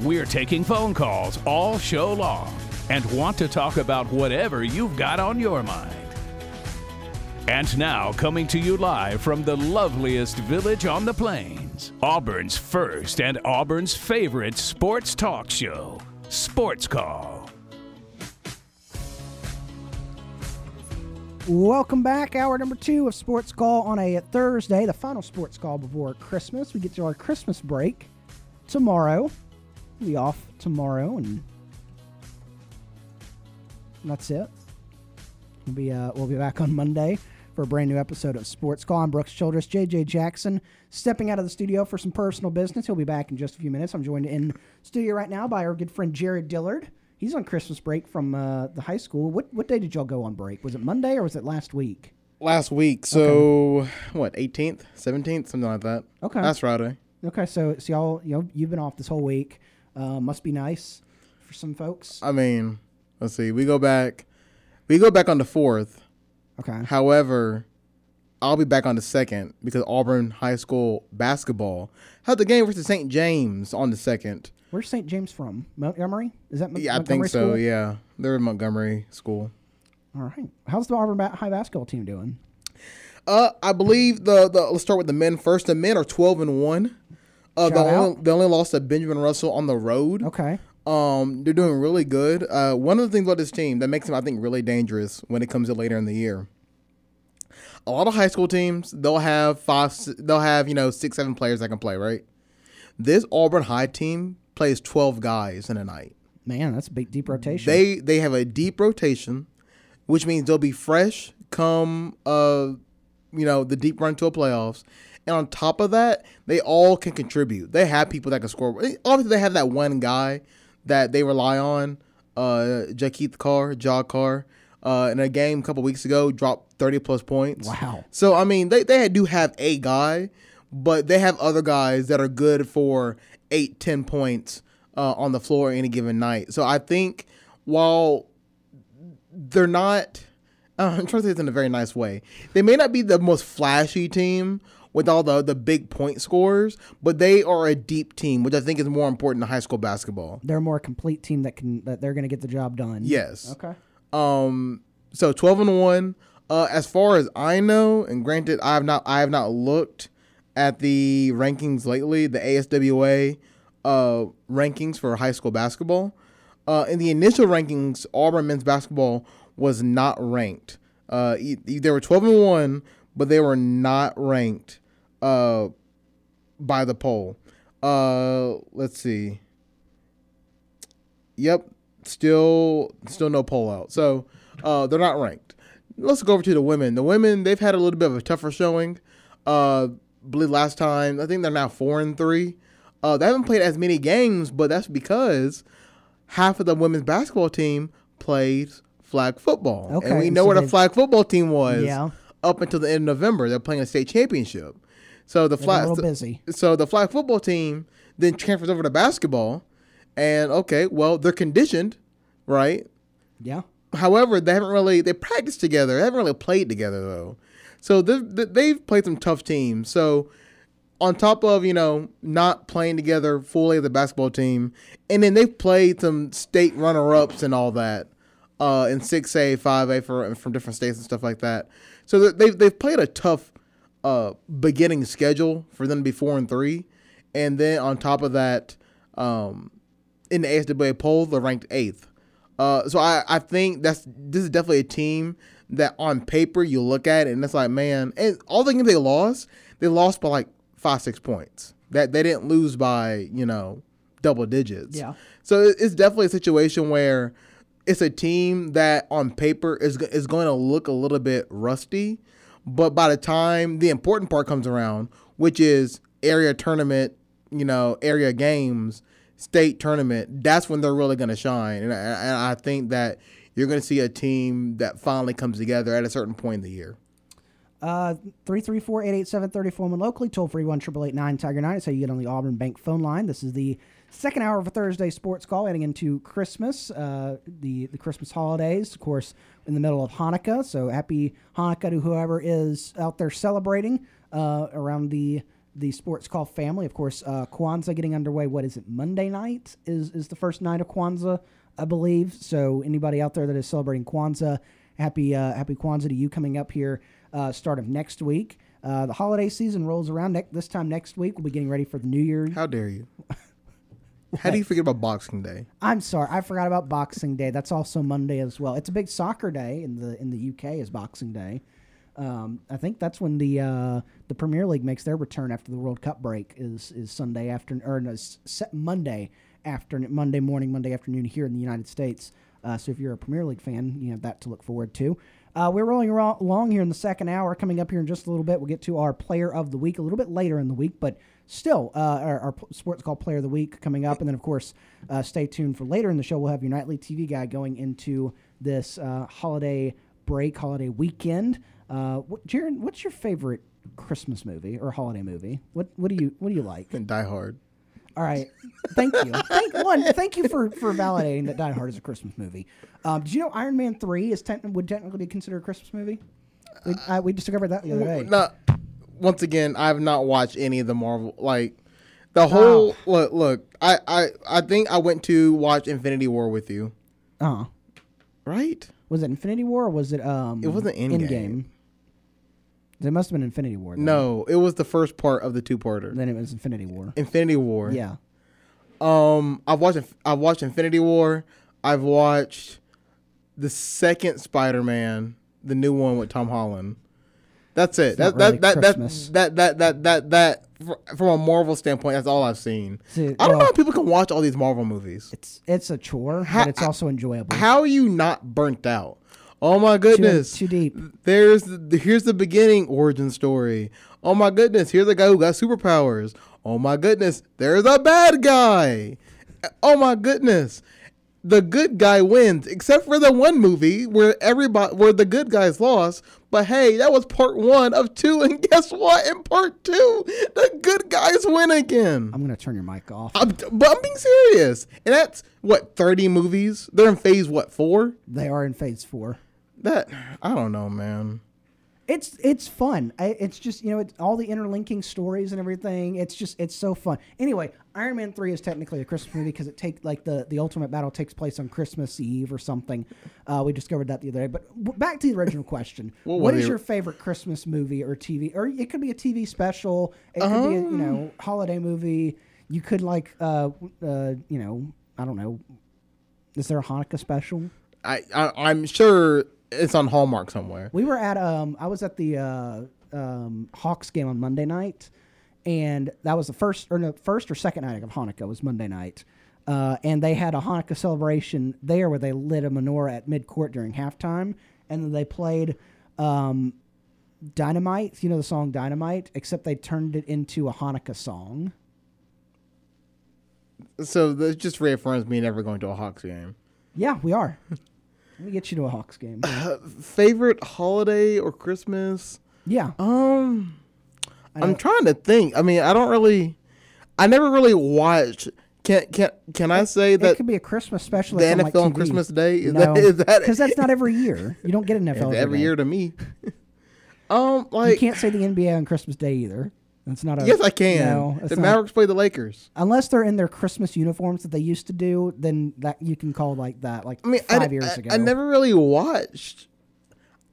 Speaker 4: We're taking phone calls all show long and want to talk about whatever you've got on your mind. And now, coming to you live from the loveliest village on the plains, Auburn's first and Auburn's favorite sports talk show, Sports Call.
Speaker 3: Welcome back, hour number two of Sports Call on a Thursday, the final Sports Call before Christmas. We get to our Christmas break tomorrow. We'll be off tomorrow, and that's it. We'll be uh, we'll be back on Monday for a brand new episode of Sports Call. I'm Brooks Childress, JJ Jackson, stepping out of the studio for some personal business. He'll be back in just a few minutes. I'm joined in studio right now by our good friend Jared Dillard. He's on Christmas break from uh, the high school. What what day did y'all go on break? Was it Monday or was it last week?
Speaker 2: Last week, so what? 18th, 17th, something like that.
Speaker 3: Okay.
Speaker 2: That's Friday.
Speaker 3: Okay, so so y'all you know, you've been off this whole week. Uh, must be nice for some folks.
Speaker 2: I mean, let's see. We go back. We go back on the fourth.
Speaker 3: Okay.
Speaker 2: However, I'll be back on the second because Auburn High School basketball had the game versus St. James on the second.
Speaker 3: Where's St. James from? Montgomery? Is that Mon-
Speaker 2: Yeah, I
Speaker 3: Montgomery
Speaker 2: think so.
Speaker 3: School?
Speaker 2: Yeah, they're in Montgomery School.
Speaker 3: All right. How's the Auburn ba- high basketball team doing?
Speaker 2: Uh, I believe the, the let's start with the men first. The men are twelve and one. Uh, they
Speaker 3: Shout
Speaker 2: only,
Speaker 3: out.
Speaker 2: they only lost to Benjamin Russell on the road.
Speaker 3: Okay.
Speaker 2: Um, they're doing really good. Uh, one of the things about this team that makes them, I think, really dangerous when it comes to later in the year. A lot of high school teams, they'll have five, s- they'll have you know six, seven players that can play, right? This Auburn High team plays twelve guys in a night.
Speaker 3: Man, that's a big deep rotation.
Speaker 2: They they have a deep rotation, which means they'll be fresh come uh you know the deep run to a playoffs. And on top of that, they all can contribute. They have people that can score. Eh, Obviously, they have that one guy that they rely on, uh, Jakeith Carr, Jaw Carr. Uh, in a game a couple weeks ago, dropped thirty plus points.
Speaker 3: Wow.
Speaker 2: So I mean, they they do have a guy, but they have other guys that are good for eight, ten points uh, on the floor any given night. So I think while they're not, uh, I'm trying to say this in a very nice way, they may not be the most flashy team with all the the big point scorers, but they are a deep team, which I think is more important in high school basketball.
Speaker 3: they're a more complete team that can that they're going to get the job done.
Speaker 2: Yes.
Speaker 3: Okay.
Speaker 2: Um. So twelve and one. Uh, as far as I know, and granted, I have not, I have not looked at the rankings lately, the ASWA uh, rankings for high school basketball. Uh, in the initial rankings, Auburn men's basketball was not ranked. Uh, e- e- they were twelve and one, but they were not ranked uh, by the poll. Uh, let's see. Yep. Still still no poll out. So uh, they're not ranked. Let's go over to the women. The women, they've had a little bit of a tougher showing. Uh believe last time, I think they're now four and three. Uh, they haven't played as many games, but that's because half of the women's basketball team plays flag football. and
Speaker 3: Okay,
Speaker 2: we know
Speaker 3: so
Speaker 2: what a
Speaker 3: they've-
Speaker 2: flag football team was
Speaker 3: Yeah.
Speaker 2: up until the end of November. They're playing a state championship. So the
Speaker 3: They're a
Speaker 2: flag
Speaker 3: little busy.
Speaker 2: so the flag football team then transfers over to basketball, and okay, well they're conditioned, right?
Speaker 3: Yeah.
Speaker 2: However, they haven't really they practiced together. They haven't really played together though, so they've, they've played some tough teams. So on top of you know not playing together fully as a basketball team, and then they've played some state runner ups and all that, uh, in six A, five A for from different states and stuff like that. So that they've they've played a tough uh beginning schedule for them to be four and three, and then on top of that, um, in the ASWA poll, they're ranked eighth. Uh, so I, I think that's this is definitely a team that on paper you look at it and it's like man, and all the games they lost, they lost by like five six points. That they didn't lose by you know double digits.
Speaker 3: Yeah.
Speaker 2: So it- it's definitely a situation where it's a team that on paper is go- is going to look a little bit rusty, but by the time the important part comes around, which is area tournament, you know, area games, state tournament, that's when they're really going to shine. And I, and I think that you're going to see a team that finally comes together at a certain point in the year.
Speaker 3: Uh, 334-887-3041 locally, toll free one triple eight nine Tiger 9. It's how you get on the Auburn Bank phone line. This is the second hour of a Thursday sports call heading into Christmas, uh, the, the Christmas holidays, of course, in the middle of Hanukkah. So happy Hanukkah to whoever is out there celebrating uh, around the the sports call family. Of course, uh, Kwanzaa getting underway. What is it? Monday night is, is the first night of Kwanzaa, I believe. So anybody out there that is celebrating Kwanzaa, happy uh, happy Kwanzaa to you coming up here uh, start of next week. Uh, the holiday season rolls around. Ne- this time next week, we'll be getting ready for the New Year.
Speaker 2: How dare you? How do you forget about Boxing Day?
Speaker 3: I'm sorry, I forgot about Boxing Day. That's also Monday as well. It's a big soccer day in the in the UK is Boxing Day. Um, I think that's when the uh, the Premier League makes their return after the World Cup break is is Sunday afternoon or no, s- s- Monday afternoon, Monday morning, Monday afternoon here in the United States. Uh, so if you're a Premier League fan, you have that to look forward to. Uh, we're rolling ro- along here in the second hour. Coming up here in just a little bit, we'll get to our player of the week a little bit later in the week, but still uh, our, our p- sports call player of the week coming up, and then of course uh, stay tuned for later in the show. We'll have your nightly TV guy going into this uh, holiday break, holiday weekend. Uh, what, Jaron, what's your favorite Christmas movie or holiday movie? What what do you what do you like?
Speaker 2: And Die Hard.
Speaker 3: All right. Thank you. Thank one. Thank you for, for validating that Die Hard is a Christmas movie. Um, did you know Iron Man three is techni- would technically be considered a Christmas movie? We, I, we just discovered that the other day.
Speaker 2: No, once again, I have not watched any of the Marvel. Like the whole look. Look, I, I, I think I went to watch Infinity War with you,
Speaker 3: Uh-huh.
Speaker 2: right?
Speaker 3: Was it Infinity War or was it um?
Speaker 2: It wasn't Endgame.
Speaker 3: It must have been Infinity War. Then.
Speaker 2: No, it was the first part of the two-parter.
Speaker 3: Then it was Infinity War.
Speaker 2: Infinity War.
Speaker 3: Yeah.
Speaker 2: Um, I've watched. I've watched Infinity War. I've watched the second Spider-Man, the new one with Tom Holland. That's it. That,
Speaker 3: not
Speaker 2: that,
Speaker 3: really
Speaker 2: that,
Speaker 3: Christmas.
Speaker 2: that, that, that, that, that, that, fr- from a Marvel standpoint, that's all I've seen.
Speaker 3: See,
Speaker 2: I don't
Speaker 3: well-
Speaker 2: know how people can watch all these Marvel movies.
Speaker 3: It's it's a chore, but it's also enjoyable.
Speaker 2: How are you not burnt out? Oh my goodness.
Speaker 3: too deep.
Speaker 2: There's the, here's the beginning origin story. Oh my goodness, here's a guy who got superpowers. Oh my goodness, there's a bad guy. Oh my goodness. The good guy wins, except for the one movie where everybody where the good guys lost. But hey, that was part one of two, and guess what? In part two, the good guys win again.
Speaker 3: I'm gonna turn your mic off.
Speaker 2: I'm, but I'm being serious. And that's what 30 movies. They're in phase what four?
Speaker 3: they are in Phase Four.
Speaker 2: That I don't know, man.
Speaker 3: It's it's fun. I, it's just you know it's all the interlinking stories and everything. It's just it's so fun. Anyway, Iron Man three is technically a Christmas movie because it take like the the ultimate battle takes place on Christmas Eve or something. Uh, we discovered that the other day. But w- back to the original question: What
Speaker 2: were
Speaker 3: is
Speaker 2: the-
Speaker 3: your favorite Christmas movie or TV? Or it could be a TV special. It could be a, you know holiday movie. You could like uh, uh you know I don't know. Is there a Hanukkah special?
Speaker 2: I, I I'm sure it's on Hallmark somewhere.
Speaker 3: We were at um I was at the uh, um Hawks game on Monday night, and that was the first or no first or second night of Hanukkah was Monday night. Uh, and they had a Hanukkah celebration there where they lit a menorah at midcourt during halftime, and then they played um, Dynamite. You know the song Dynamite, except they turned it into a Hanukkah song.
Speaker 2: So that just reaffirms me never going to a Hawks game.
Speaker 3: Yeah, we are. Let me get you to a Hawks game.
Speaker 2: Favorite holiday or Christmas?
Speaker 3: Yeah.
Speaker 2: Um, I'm trying to think. I mean, I don't really. I never really watched. Can can can I say
Speaker 3: it
Speaker 2: that
Speaker 3: could be a Christmas special.
Speaker 2: the
Speaker 3: that's
Speaker 2: NFL on
Speaker 3: TV.
Speaker 2: Christmas Day? Is
Speaker 3: no,
Speaker 2: that- is that-
Speaker 3: because that's not every year. You don't get an NFL
Speaker 2: every,
Speaker 3: day.
Speaker 2: year to me? um, like
Speaker 3: You can't say the NBA on Christmas Day either. That's not a
Speaker 2: yes, I can.
Speaker 3: No, that's
Speaker 2: the
Speaker 3: not-
Speaker 2: Mavericks play the Lakers.
Speaker 3: unless they're in their Christmas uniforms that they used to do, then that you can call like that. Like
Speaker 2: I mean, I-
Speaker 3: five
Speaker 2: I,
Speaker 3: years ago,
Speaker 2: I never really watched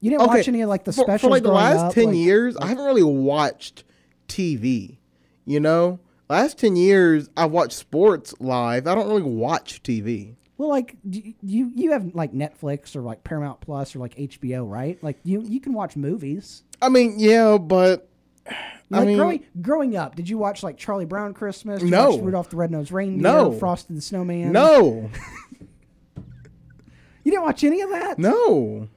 Speaker 3: You didn't watch any of like the
Speaker 2: for,
Speaker 3: specials
Speaker 2: for like the
Speaker 3: growing
Speaker 2: last
Speaker 3: up,
Speaker 2: 10
Speaker 3: like-
Speaker 2: years i haven't really watched tv you know last 10 years i watched sports live i don't really watch tv
Speaker 3: Well, like do you- you you have like Netflix or like Paramount Plus or like HBO, right? Like you you can watch movies.
Speaker 2: i mean yeah but
Speaker 3: Like
Speaker 2: mean-
Speaker 3: growing growing up, did you watch like Charlie Brown Christmas? Did you
Speaker 2: No.
Speaker 3: watch Rudolph the Red-Nosed Reindeer.
Speaker 2: No.
Speaker 3: Frosty the Snowman.
Speaker 2: no
Speaker 3: you didn't watch any of that.
Speaker 2: no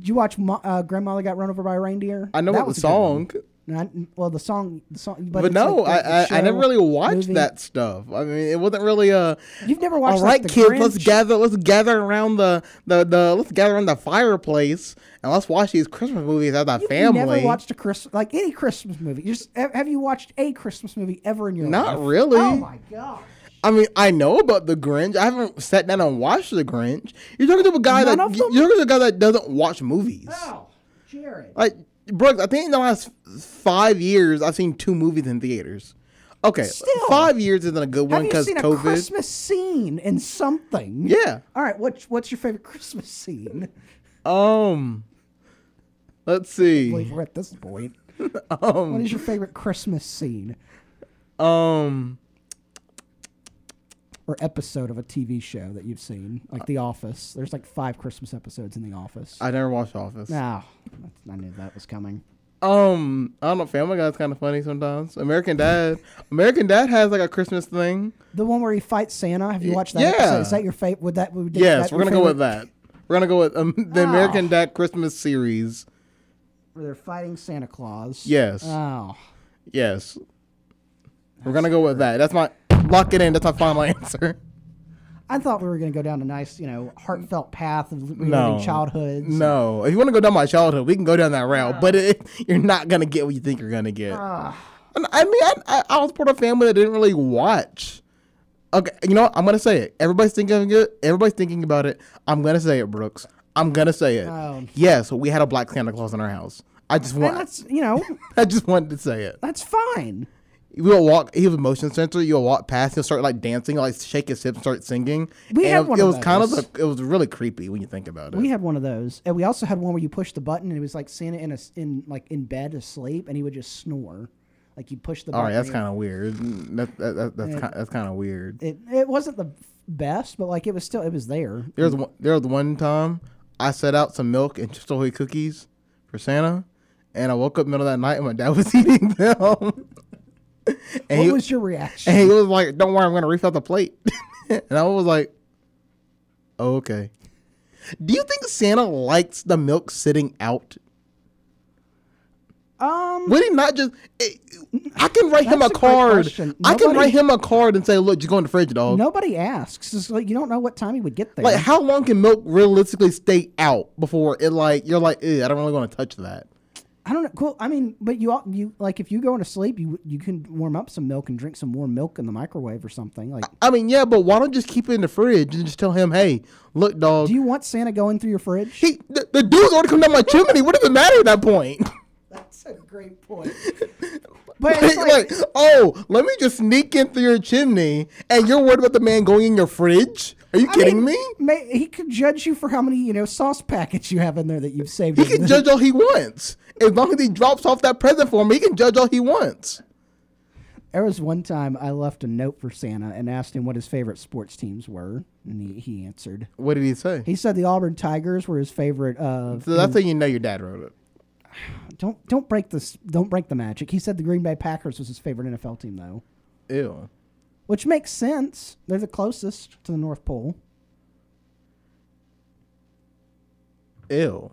Speaker 3: Did you watch Mo- uh, Grandma got run over by a reindeer?
Speaker 2: i know
Speaker 3: that
Speaker 2: what the
Speaker 3: was a good one.
Speaker 2: song
Speaker 3: No, I- well, the song, the song, but,
Speaker 2: but,
Speaker 3: it's
Speaker 2: no
Speaker 3: like the-
Speaker 2: I,
Speaker 3: the
Speaker 2: I i never
Speaker 3: show,
Speaker 2: really watched
Speaker 3: movie.
Speaker 2: that stuff i mean it wasn't really a
Speaker 3: You've never watched
Speaker 2: all right
Speaker 3: like, the
Speaker 2: kids
Speaker 3: Grinch?
Speaker 2: let's gather let's gather around the, the the let's gather around the fireplace and let's watch these christmas movies as a
Speaker 3: You've
Speaker 2: family
Speaker 3: never watched a Christmas like any Christmas movie. You just have have you watched a Christmas movie ever in your life?
Speaker 2: not really
Speaker 3: Oh my god!
Speaker 2: I mean, I know about the Grinch. I haven't sat down and watched the Grinch. You're talking to a guy
Speaker 3: None
Speaker 2: that
Speaker 3: of them?
Speaker 2: you're talking to a guy that doesn't watch movies.
Speaker 3: Oh, Jared.
Speaker 2: Like Brooks, I think in the last five years, I've seen two movies in theaters. Okay,
Speaker 3: Still.
Speaker 2: five years isn't a good one
Speaker 3: Have you
Speaker 2: because
Speaker 3: seen a
Speaker 2: COVID.
Speaker 3: Christmas scene in something?
Speaker 2: Yeah.
Speaker 3: All right. What's what's your favorite Christmas scene?
Speaker 2: Um, let's
Speaker 3: Believe
Speaker 2: see.
Speaker 3: we're at this point. Um, what is your favorite Christmas scene
Speaker 2: Um,
Speaker 3: or episode of a TV show that you've seen, like The Office? There's like five Christmas episodes in The Office.
Speaker 2: I never watched Office.
Speaker 3: No, I knew that was coming.
Speaker 2: Um, I don't know. Family Guy's kind of funny sometimes. American Dad. American Dad has like a Christmas thing.
Speaker 3: The one where he fights Santa. Have you watched that?
Speaker 2: yeah.
Speaker 3: Episode? Is that your favorite? Would that would
Speaker 2: Yes,
Speaker 3: that
Speaker 2: we're
Speaker 3: your
Speaker 2: gonna go with
Speaker 3: favorite? Ah.
Speaker 2: that. We're gonna go with um, the American Dad Christmas series.
Speaker 3: Ah. Oh. Where they're fighting Santa Claus.
Speaker 2: Yes.
Speaker 3: Oh,
Speaker 2: yes. We're gonna go with that. That's my lock it in. That's my final answer.
Speaker 3: I thought we were going to go down a nice, you know, heartfelt path of reliving
Speaker 2: No.
Speaker 3: childhoods.
Speaker 2: No, if you want to go down my childhood, we can go down that route. But it, you're not gonna get what you think you're gonna get.
Speaker 3: Ah.
Speaker 2: And I mean, I, I, I was part of a family that didn't really watch. Okay, you know what? I'm gonna say it. Everybody's thinking it. Everybody's thinking about it. I'm gonna say it, Brooks. I'm gonna say it.
Speaker 3: Oh.
Speaker 2: Yes, we had a black Santa Claus in our house. I just
Speaker 3: And
Speaker 2: want.
Speaker 3: that's, you know,
Speaker 2: I just wanted to say it.
Speaker 3: that's fine.
Speaker 2: We'll walk. He was motion sensor. You'll walk past. He'll start like dancing, like shake his hips, start singing.
Speaker 3: We
Speaker 2: and
Speaker 3: had
Speaker 2: it,
Speaker 3: one
Speaker 2: it
Speaker 3: of
Speaker 2: was kind of
Speaker 3: those.
Speaker 2: a, it was really creepy when you think about it.
Speaker 3: We had one of those, and we also had one where you push the button and it was like Santa in a s- in like in bed asleep, and he would just snore, like you push the.
Speaker 2: All right,
Speaker 3: button.
Speaker 2: Oh, that's
Speaker 3: and-
Speaker 2: kind of weird. Mm, That, that, that, that's kind, that's kind of weird.
Speaker 3: It it wasn't the best, but like it was still it was there.
Speaker 2: There was one, there was one time I set out some milk and stole his cookies for Santa, and I woke up middle of that night and my dad was eating them. and,
Speaker 3: what
Speaker 2: he,
Speaker 3: was your reaction?
Speaker 2: and he was like, "Don't worry, I'm gonna refill the plate." and I was like, oh, "Okay." Do you think Santa likes the milk sitting out?
Speaker 3: um,
Speaker 2: Would he not just? It, I can write him a
Speaker 3: That's a great
Speaker 2: card.
Speaker 3: question.
Speaker 2: I can
Speaker 3: Nobody-
Speaker 2: write him a card and say, "Look, you go in the fridge, dog."
Speaker 3: nobody asks. It's like you don't know what time he would get there.
Speaker 2: Like, how long can milk realistically stay out before it like you're like, Ew, I don't really want to touch that.
Speaker 3: I don't know. Cool. I mean, but you all, you like if you go into sleep, you you can warm up some milk and drink some warm milk in the microwave or something. Like,
Speaker 2: I mean, yeah, but why don't you just keep it in the fridge and just tell him, hey, look, dog,
Speaker 3: do you want Santa going through your fridge?
Speaker 2: he, the, the dude's already come down my chimney. What does it matter at that point?
Speaker 3: That's a great point. but
Speaker 2: like,
Speaker 3: it's like,
Speaker 2: oh, let me just sneak in through your chimney, and you're worried about the man going in your fridge? Are you
Speaker 3: I
Speaker 2: kidding
Speaker 3: mean,
Speaker 2: me?
Speaker 3: May, he could judge you for how many you know sauce packets you have in there that you've saved.
Speaker 2: He
Speaker 3: in
Speaker 2: can
Speaker 3: the-
Speaker 2: judge all he wants. As long as he drops off that present for me, he can judge all he wants.
Speaker 3: There was one time I left a note for Santa and asked him what his favorite sports teams were, and he, he answered.
Speaker 2: What did he say?
Speaker 3: He said the Auburn Tigers were his favorite. Uh,
Speaker 2: so that's how you know your dad wrote it.
Speaker 3: don't don't break this. Don't break the magic. He said the Green Bay Packers was his favorite NFL team though,
Speaker 2: Ew.
Speaker 3: which makes sense. They're the closest to the North Pole.
Speaker 2: Ew.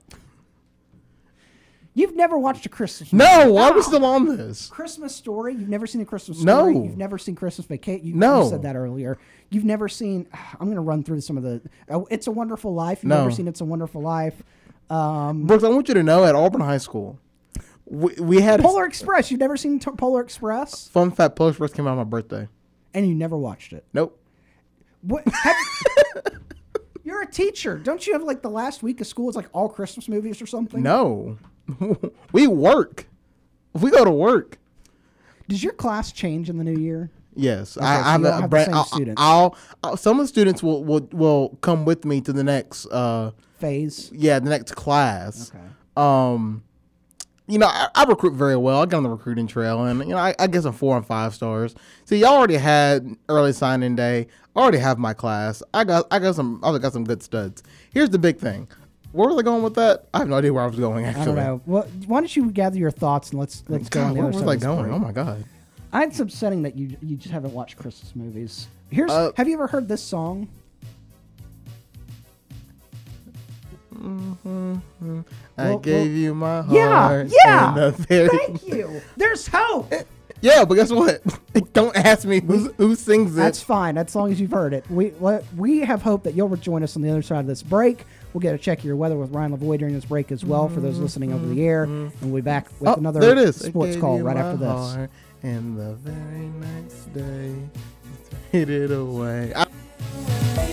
Speaker 3: You've never watched a Christmas
Speaker 2: No, why are we still on this?
Speaker 3: Christmas Story. You've never seen a Christmas
Speaker 2: No.
Speaker 3: Story. You've never seen Christmas Vacation. You,
Speaker 2: No.
Speaker 3: you said that earlier. You've never seen. I'm going to run through some of the. Oh, it's a Wonderful Life. You've
Speaker 2: No.
Speaker 3: never seen It's a Wonderful Life. Um,
Speaker 2: Brooks, I want you to know at Auburn High School, we, we had
Speaker 3: Polar Express. You've never seen T- Polar Express,
Speaker 2: Fun Fat Polar Express came out on my birthday.
Speaker 3: and you never watched it.
Speaker 2: Nope.
Speaker 3: What? Have, you're a teacher. Don't you have like the last week of school? It's like all Christmas movies or something.
Speaker 2: No. we work. We go to work.
Speaker 3: Does your class change in the new year?
Speaker 2: Yes,
Speaker 3: so
Speaker 2: I, I have
Speaker 3: you
Speaker 2: a,
Speaker 3: don't have the
Speaker 2: brand.
Speaker 3: same
Speaker 2: I'll,
Speaker 3: students.
Speaker 2: I'll, I'll- some of the students will, will will come with me to the next uh
Speaker 3: Phase.
Speaker 2: yeah the next class. Um, you know I, I recruit very well. I get on the recruiting trail, and you know I, I guess I'm four and five stars. See, y'all already had early signing day. I already have my class. I got I got some I got some good studs. Here's the big thing. Where was I going with that? I have no idea where I was going. Actually,
Speaker 3: I don't know. Well, why don't you gather your thoughts and let's let's go on
Speaker 2: God,
Speaker 3: the
Speaker 2: where
Speaker 3: other
Speaker 2: was
Speaker 3: side
Speaker 2: I
Speaker 3: of this
Speaker 2: going?
Speaker 3: break.
Speaker 2: Oh my god.
Speaker 3: I- It's upsetting that you you just haven't watched Christmas movies. Here's
Speaker 2: Uh,
Speaker 3: have you ever heard this song?
Speaker 2: I
Speaker 3: Well,
Speaker 2: gave you my heart.
Speaker 3: Yeah, yeah.
Speaker 2: and a very-
Speaker 3: Thank you. There's hope.
Speaker 2: Yeah, but guess what? Don't ask me who, who sings it.
Speaker 3: That's fine. As long as you've heard it, we let- we have hope that you'll join us on the other side of this break. We'll get a check of your weather with Ryan Lavoie during this break as well for those listening over the air, and we'll be back
Speaker 2: Mm-hmm.
Speaker 3: with
Speaker 2: Oh,
Speaker 3: another
Speaker 2: there it is. I
Speaker 3: sports
Speaker 2: gave
Speaker 3: call
Speaker 2: you
Speaker 3: right
Speaker 2: my
Speaker 3: after this.
Speaker 2: heart, And the very next day, hit it away. I-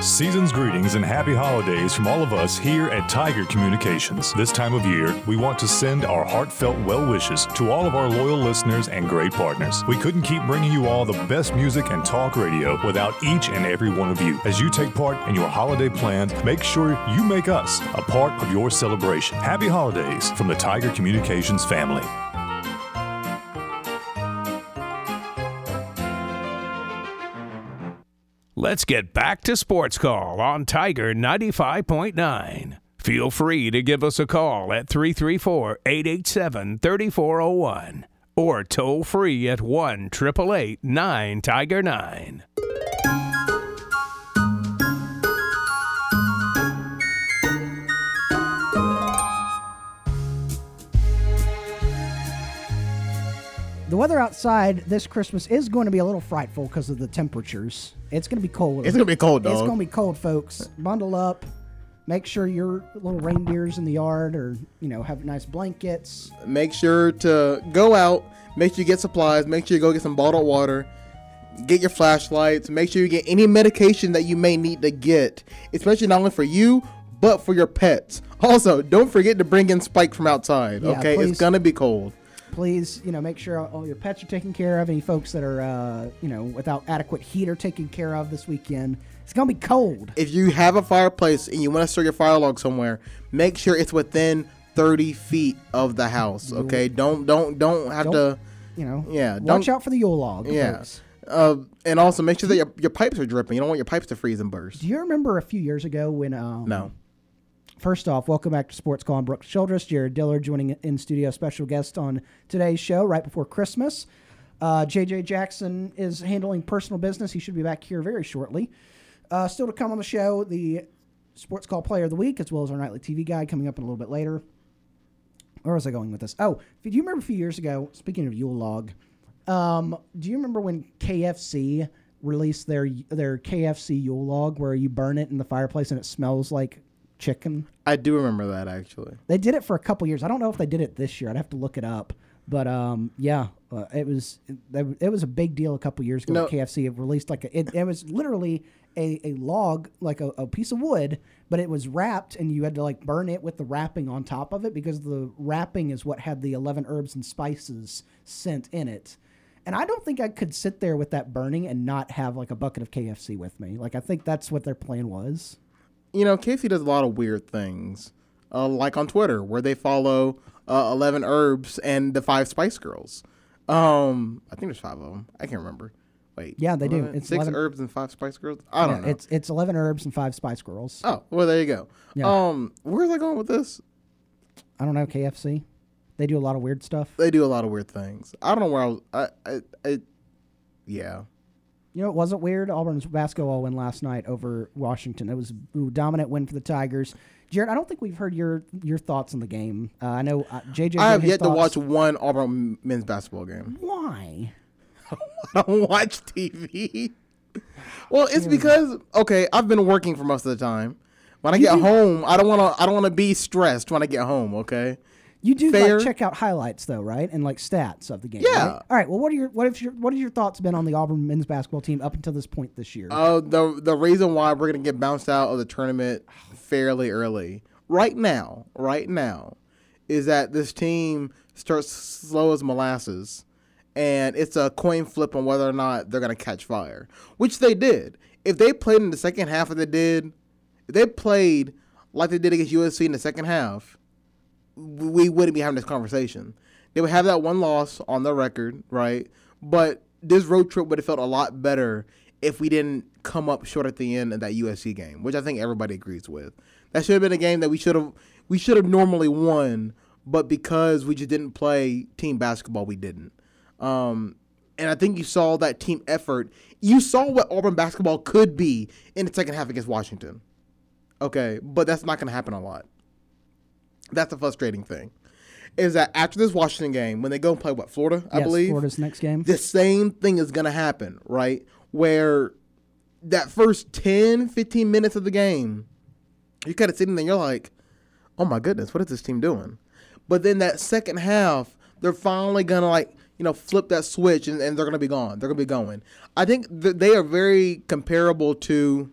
Speaker 7: Season's greetings and happy holidays from all of us here at Tiger Communications. This time of year, we want to send our heartfelt well wishes to all of our loyal listeners and great partners. We couldn't keep bringing you all the best music and talk radio without each and every one of you. As you take part in your holiday plans, make sure you make us a part of your celebration. Happy holidays from the Tiger Communications family.
Speaker 4: Let's get back to Sports Call on Tiger 95.9. Feel free to give us a call at 334 887 3401 or toll free at 1 888 9 Tiger 9.
Speaker 3: The weather outside this Christmas is going to be a little frightful because of the temperatures. It's going to be cold.
Speaker 2: It's gonna be cold, dog.
Speaker 3: It's going to be cold, folks. Bundle up. Make sure your little reindeer's in the yard or, you know, have nice blankets.
Speaker 2: Make sure to go out. Make sure you get supplies. Make sure you go get some bottled water. Get your flashlights. Make sure you get any medication that you may need to get, especially not only for you but for your pets. Also, don't forget to bring in Spike from outside.
Speaker 3: Yeah,
Speaker 2: okay,
Speaker 3: please.
Speaker 2: it's gonna be cold.
Speaker 3: Please, you know, make sure all your pets are taken care of. Any folks that are, uh, you know, without adequate heat are taken care of this weekend. It's going to be cold.
Speaker 2: If you have a fireplace and you want to store your fire log somewhere, make sure it's within 30 feet of the house. Okay, don't don't don't have
Speaker 3: Don't-
Speaker 2: to.
Speaker 3: You know,
Speaker 2: Yeah,
Speaker 3: Watch
Speaker 2: don't-
Speaker 3: out for the Yule log.
Speaker 2: Yeah.
Speaker 3: Folks.
Speaker 2: Uh, and also make sure that your, your pipes are dripping. You don't want your pipes to freeze and burst.
Speaker 3: Do you remember a few years ago when? Um,
Speaker 2: No.
Speaker 3: First off, welcome back to Sports Call. I'm Brooks Childress, Jared Diller, joining in studio special guest on today's show right before Christmas. Uh, JJ Jackson is handling personal business. He should be back here very shortly. Uh, still to come on the show, the Sports Call Player of the Week, as well as our nightly TV guide coming up in a little bit later. Where was I going with this? Oh, do you remember a few years ago, speaking of Yule log, um, do you remember when KFC released their their KFC Yule log where you burn it in the fireplace and it smells like chicken?
Speaker 2: I do remember that actually.
Speaker 3: They did it for a couple years. I don't know if they did it this year. I'd have to look it up. But um, yeah, uh, it was it, it was a big deal a couple years ago.
Speaker 2: No.
Speaker 3: at KFC it released like a, it, it was literally a, a log, like a, a piece of wood, but it was wrapped, and you had to like burn it with the wrapping on top of it because the wrapping is what had the eleven herbs and spices scent in it. And I don't think I could sit there with that burning and not have like a bucket of KFC with me. Like I think that's what their plan was.
Speaker 2: you know, Casey does a lot of weird things, uh, like on Twitter, where they follow uh, Eleven Herbs and the Five Spice Girls. Um, I think there's five of them. I can't remember. Wait,
Speaker 3: Yeah, they do.
Speaker 2: wasn't it
Speaker 3: It's
Speaker 2: six
Speaker 3: 11
Speaker 2: herbs and five Spice Girls. I don't
Speaker 3: Yeah,
Speaker 2: know.
Speaker 3: It's it's eleven herbs and five spice girls.
Speaker 2: oh, well, there you go.
Speaker 3: Yeah.
Speaker 2: Um, where's I going with this?
Speaker 3: I don't know KFC. They do a lot of weird stuff.
Speaker 2: They do a lot of weird things. I don't know where I was. I, I, I yeah.
Speaker 3: You know, it wasn't weird. Auburn's basketball win last night over Washington. It was a dominant win for the Tigers. Jared, I don't think we've heard your your thoughts on the game. Uh, I know uh, JJ.
Speaker 2: I have
Speaker 3: his
Speaker 2: yet to
Speaker 3: thoughts.
Speaker 2: watch one Auburn men's basketball game.
Speaker 3: Why?
Speaker 2: I don't watch TV. Well, it's because okay, I've been working for most of the time. When I get home, I don't want to. I don't want to be stressed when I get home. Okay.
Speaker 3: You do
Speaker 2: Fair.
Speaker 3: like check out highlights though, right? And like stats of the game.
Speaker 2: Yeah.
Speaker 3: right? All right. Well, what are your what if your what have your thoughts been on the Auburn men's basketball team up until this point this year?
Speaker 2: Uh, the the reason why we're gonna get bounced out of the tournament fairly early, right now, right now, is that this team starts slow as molasses, and it's a coin flip on whether or not they're gonna catch fire, which they did. If they played in the second half, that they did, if they played like they did against USC in the second half, we wouldn't be having this conversation. They would have that one loss on their record, right? But this road trip would have felt a lot better if we didn't come up short at the end of that USC game, which I think everybody agrees with. That should have been a game that we should have we should have normally won, but because we just didn't play team basketball, we didn't. Um, and I think you saw that team effort. You saw what Auburn basketball could be in the second half against Washington. Okay, but that's not going to happen a lot. That's the frustrating thing. Is that after this Washington game, when they go and play what Florida, I
Speaker 3: Yes,
Speaker 2: believe
Speaker 3: Florida's next game.
Speaker 2: the same thing is going to happen, right? Where that first 10, 15 minutes of the game, you're kind of sitting there, you're like, oh my goodness, what is this team doing? But then that second half, they're finally going to like, you know, flip that switch and, and they're going to be gone. They're going to be going. I think that they are very comparable to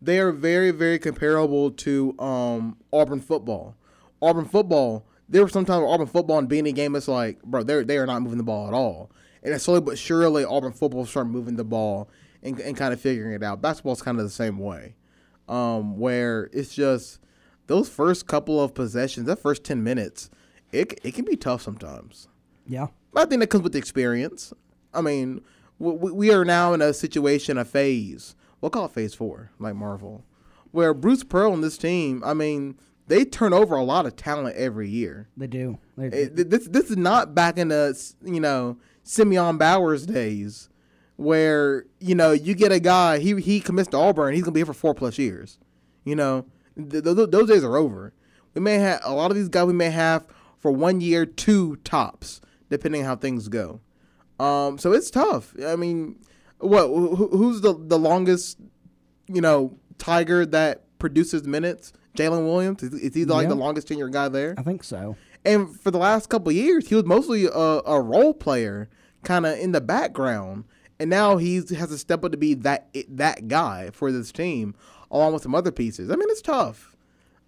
Speaker 2: they are very, very comparable to um, Auburn football. Auburn football, there were sometimes Auburn football and being in a game, it's like, bro, they're, they are not moving the ball at all. And it's slowly but surely, Auburn football start moving the ball and, and kind of figuring it out. Basketball's kind of the same way, um, where it's just those first couple of possessions, that first 10 minutes, it, it can be tough sometimes.
Speaker 3: Yeah.
Speaker 2: I think that comes with experience. I mean, we, we are now in a situation, a phase. We'll call it phase four, like Marvel, where Bruce Pearl and this team, I mean, they turn over a lot of talent every year.
Speaker 3: They do. They,
Speaker 2: It- th- this this is not back in the you know Simeon Bowers days, where you know you get a guy he he commits to Auburn, he's gonna be here for four plus years. You know, th- th- th- those days are over. We may have a lot of these guys we may have for one year, two tops, depending how things go. Um, so it's tough. I mean, what who, who's the the longest you know tiger that produces minutes? Jalen Williams is, is he like the
Speaker 3: Yeah.
Speaker 2: longest tenured guy there?
Speaker 3: I think so.
Speaker 2: And for the last couple of years, he was mostly a, a role player, kind of in the background. And now he's has to step up to be that that guy for this team, along with some other pieces. I mean, it's tough.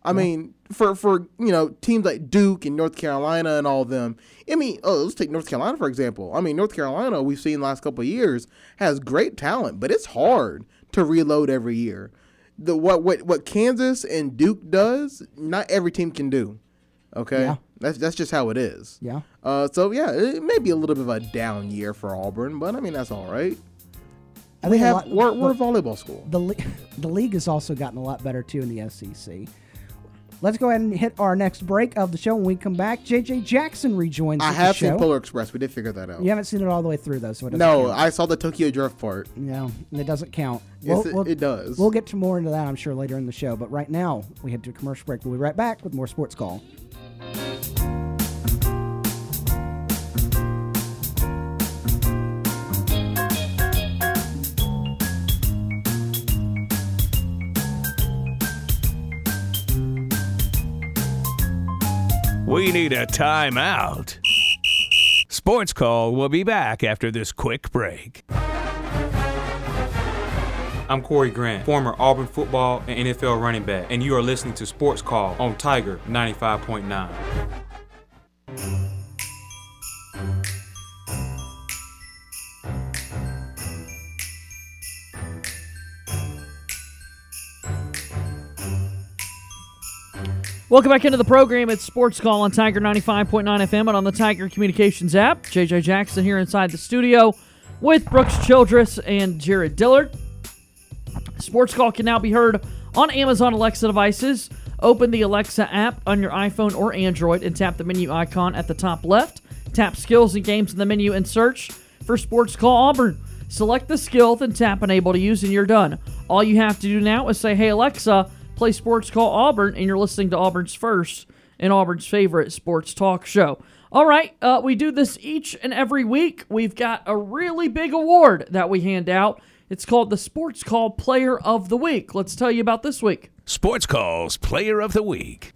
Speaker 2: I mean, for for you know teams like Duke and North Carolina and all them. I mean, oh, let's take North Carolina for example. I mean, North Carolina we've seen the last couple of years has great talent, but it's hard to reload every year. The what what what Kansas and Duke does, not every team can do. Okay,
Speaker 3: Yeah.
Speaker 2: that's that's just how it is.
Speaker 3: Yeah.
Speaker 2: Uh, so yeah, it may be a little bit of a down year for Auburn, but I mean that's all right.
Speaker 3: I
Speaker 2: We
Speaker 3: think a
Speaker 2: have
Speaker 3: lot-
Speaker 2: we're, we're a
Speaker 3: the-
Speaker 2: volleyball school.
Speaker 3: the le- the league has also gotten a lot better too in the SEC. Let's go ahead and hit our next break of the show. When we come back, JJ Jackson rejoins.
Speaker 2: I
Speaker 3: the
Speaker 2: have
Speaker 3: show.
Speaker 2: seen Polar Express. We did figure that out.
Speaker 3: You haven't seen it all the way through though, so it doesn't
Speaker 2: No,
Speaker 3: count.
Speaker 2: I saw the Tokyo Drift part.
Speaker 3: no, it doesn't count.
Speaker 2: Yes, it- it does.
Speaker 3: We'll get to more into that, I'm sure, later in the show. But right now, we head to a commercial break. We'll be right back with more Sports Call.
Speaker 4: We need a timeout. Sports Call will be back after this quick break.
Speaker 8: I'm Corey Grant, former Auburn football and NFL running back, and you are listening to Sports Call on Tiger 95.9.
Speaker 1: Welcome back into the program. It's Sports Call on Tiger 95.9 FM and on the Tiger Communications app. JJ Jackson here inside the studio with Brooks Childress and Jared Dillard. Sports Call can now be heard on Amazon Alexa devices. Open the Alexa app on your iPhone or Android and tap the menu icon at the top left. Tap Skills and Games in the menu and search for Sports Call Auburn. Select the skill, then tap Enable to use, and you're done. All you have to do now is say, Hey Alexa, play Sports Call Auburn, and you're listening to Auburn's first and Auburn's favorite sports talk show. All right, uh, we do this each and every week. We've got a really big award that we hand out. It's called the Sports Call Player of the Week. Let's tell you about this week.
Speaker 4: Sports Call's Player of the Week.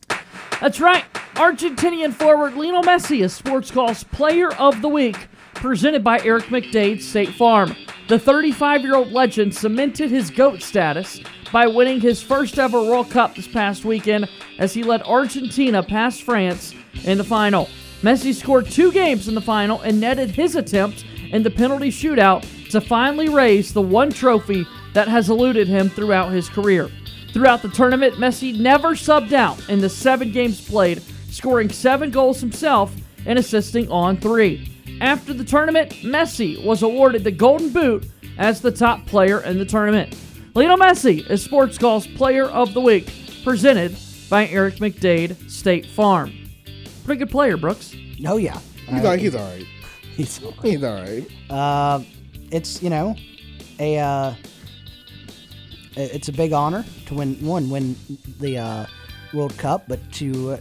Speaker 1: That's right. Argentinian forward Lionel Messi is Sports Call's Player of the Week, presented by Eric McDade State Farm. The 35 year old legend cemented his GOAT status by winning his first ever World Cup this past weekend as he led Argentina past France in the final. Messi scored two games in the final and netted his attempt in the penalty shootout to finally raise the one trophy that has eluded him throughout his career. Throughout the tournament, Messi never subbed out in the seven games played, scoring seven goals himself and assisting on three. After the tournament, Messi was awarded the Golden Boot as the top player in the tournament. Lionel Messi is Sports Call's Player of the Week, presented by Eric McDade State Farm. Pretty good player, Brooks.
Speaker 3: Oh yeah,
Speaker 2: He's all right. He's all right.
Speaker 3: He's-
Speaker 2: He's all right.
Speaker 3: uh, it's you know a uh, it- it's a big honor to win one win the uh, World Cup, but to uh,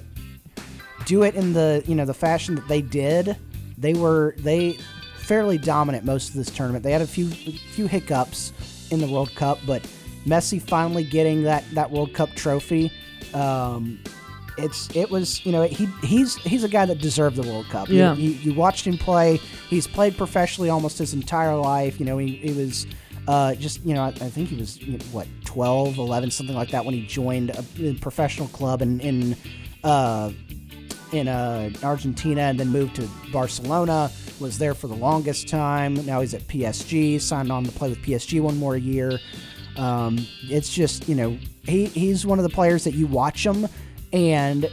Speaker 3: do it in the you know the fashion that they did, they were they fairly dominant most of this tournament. They had a few few hiccups in the World Cup, but Messi finally getting that that World Cup trophy. Um, it's it was you know he he's he's a guy that deserved the World Cup. You-
Speaker 1: Yeah.
Speaker 3: you, you watched him play. He's played professionally almost his entire life. You know, he, he was uh, just, you know, I, I think he was, you know, what, 12, 11, something like that when he joined a, a professional club in in uh, in uh, Argentina and then moved to Barcelona. Was there for the longest time. Now he's at PSG. Signed on to play with PSG one more year. Um, it's just you know he he's one of the players that you watch him and.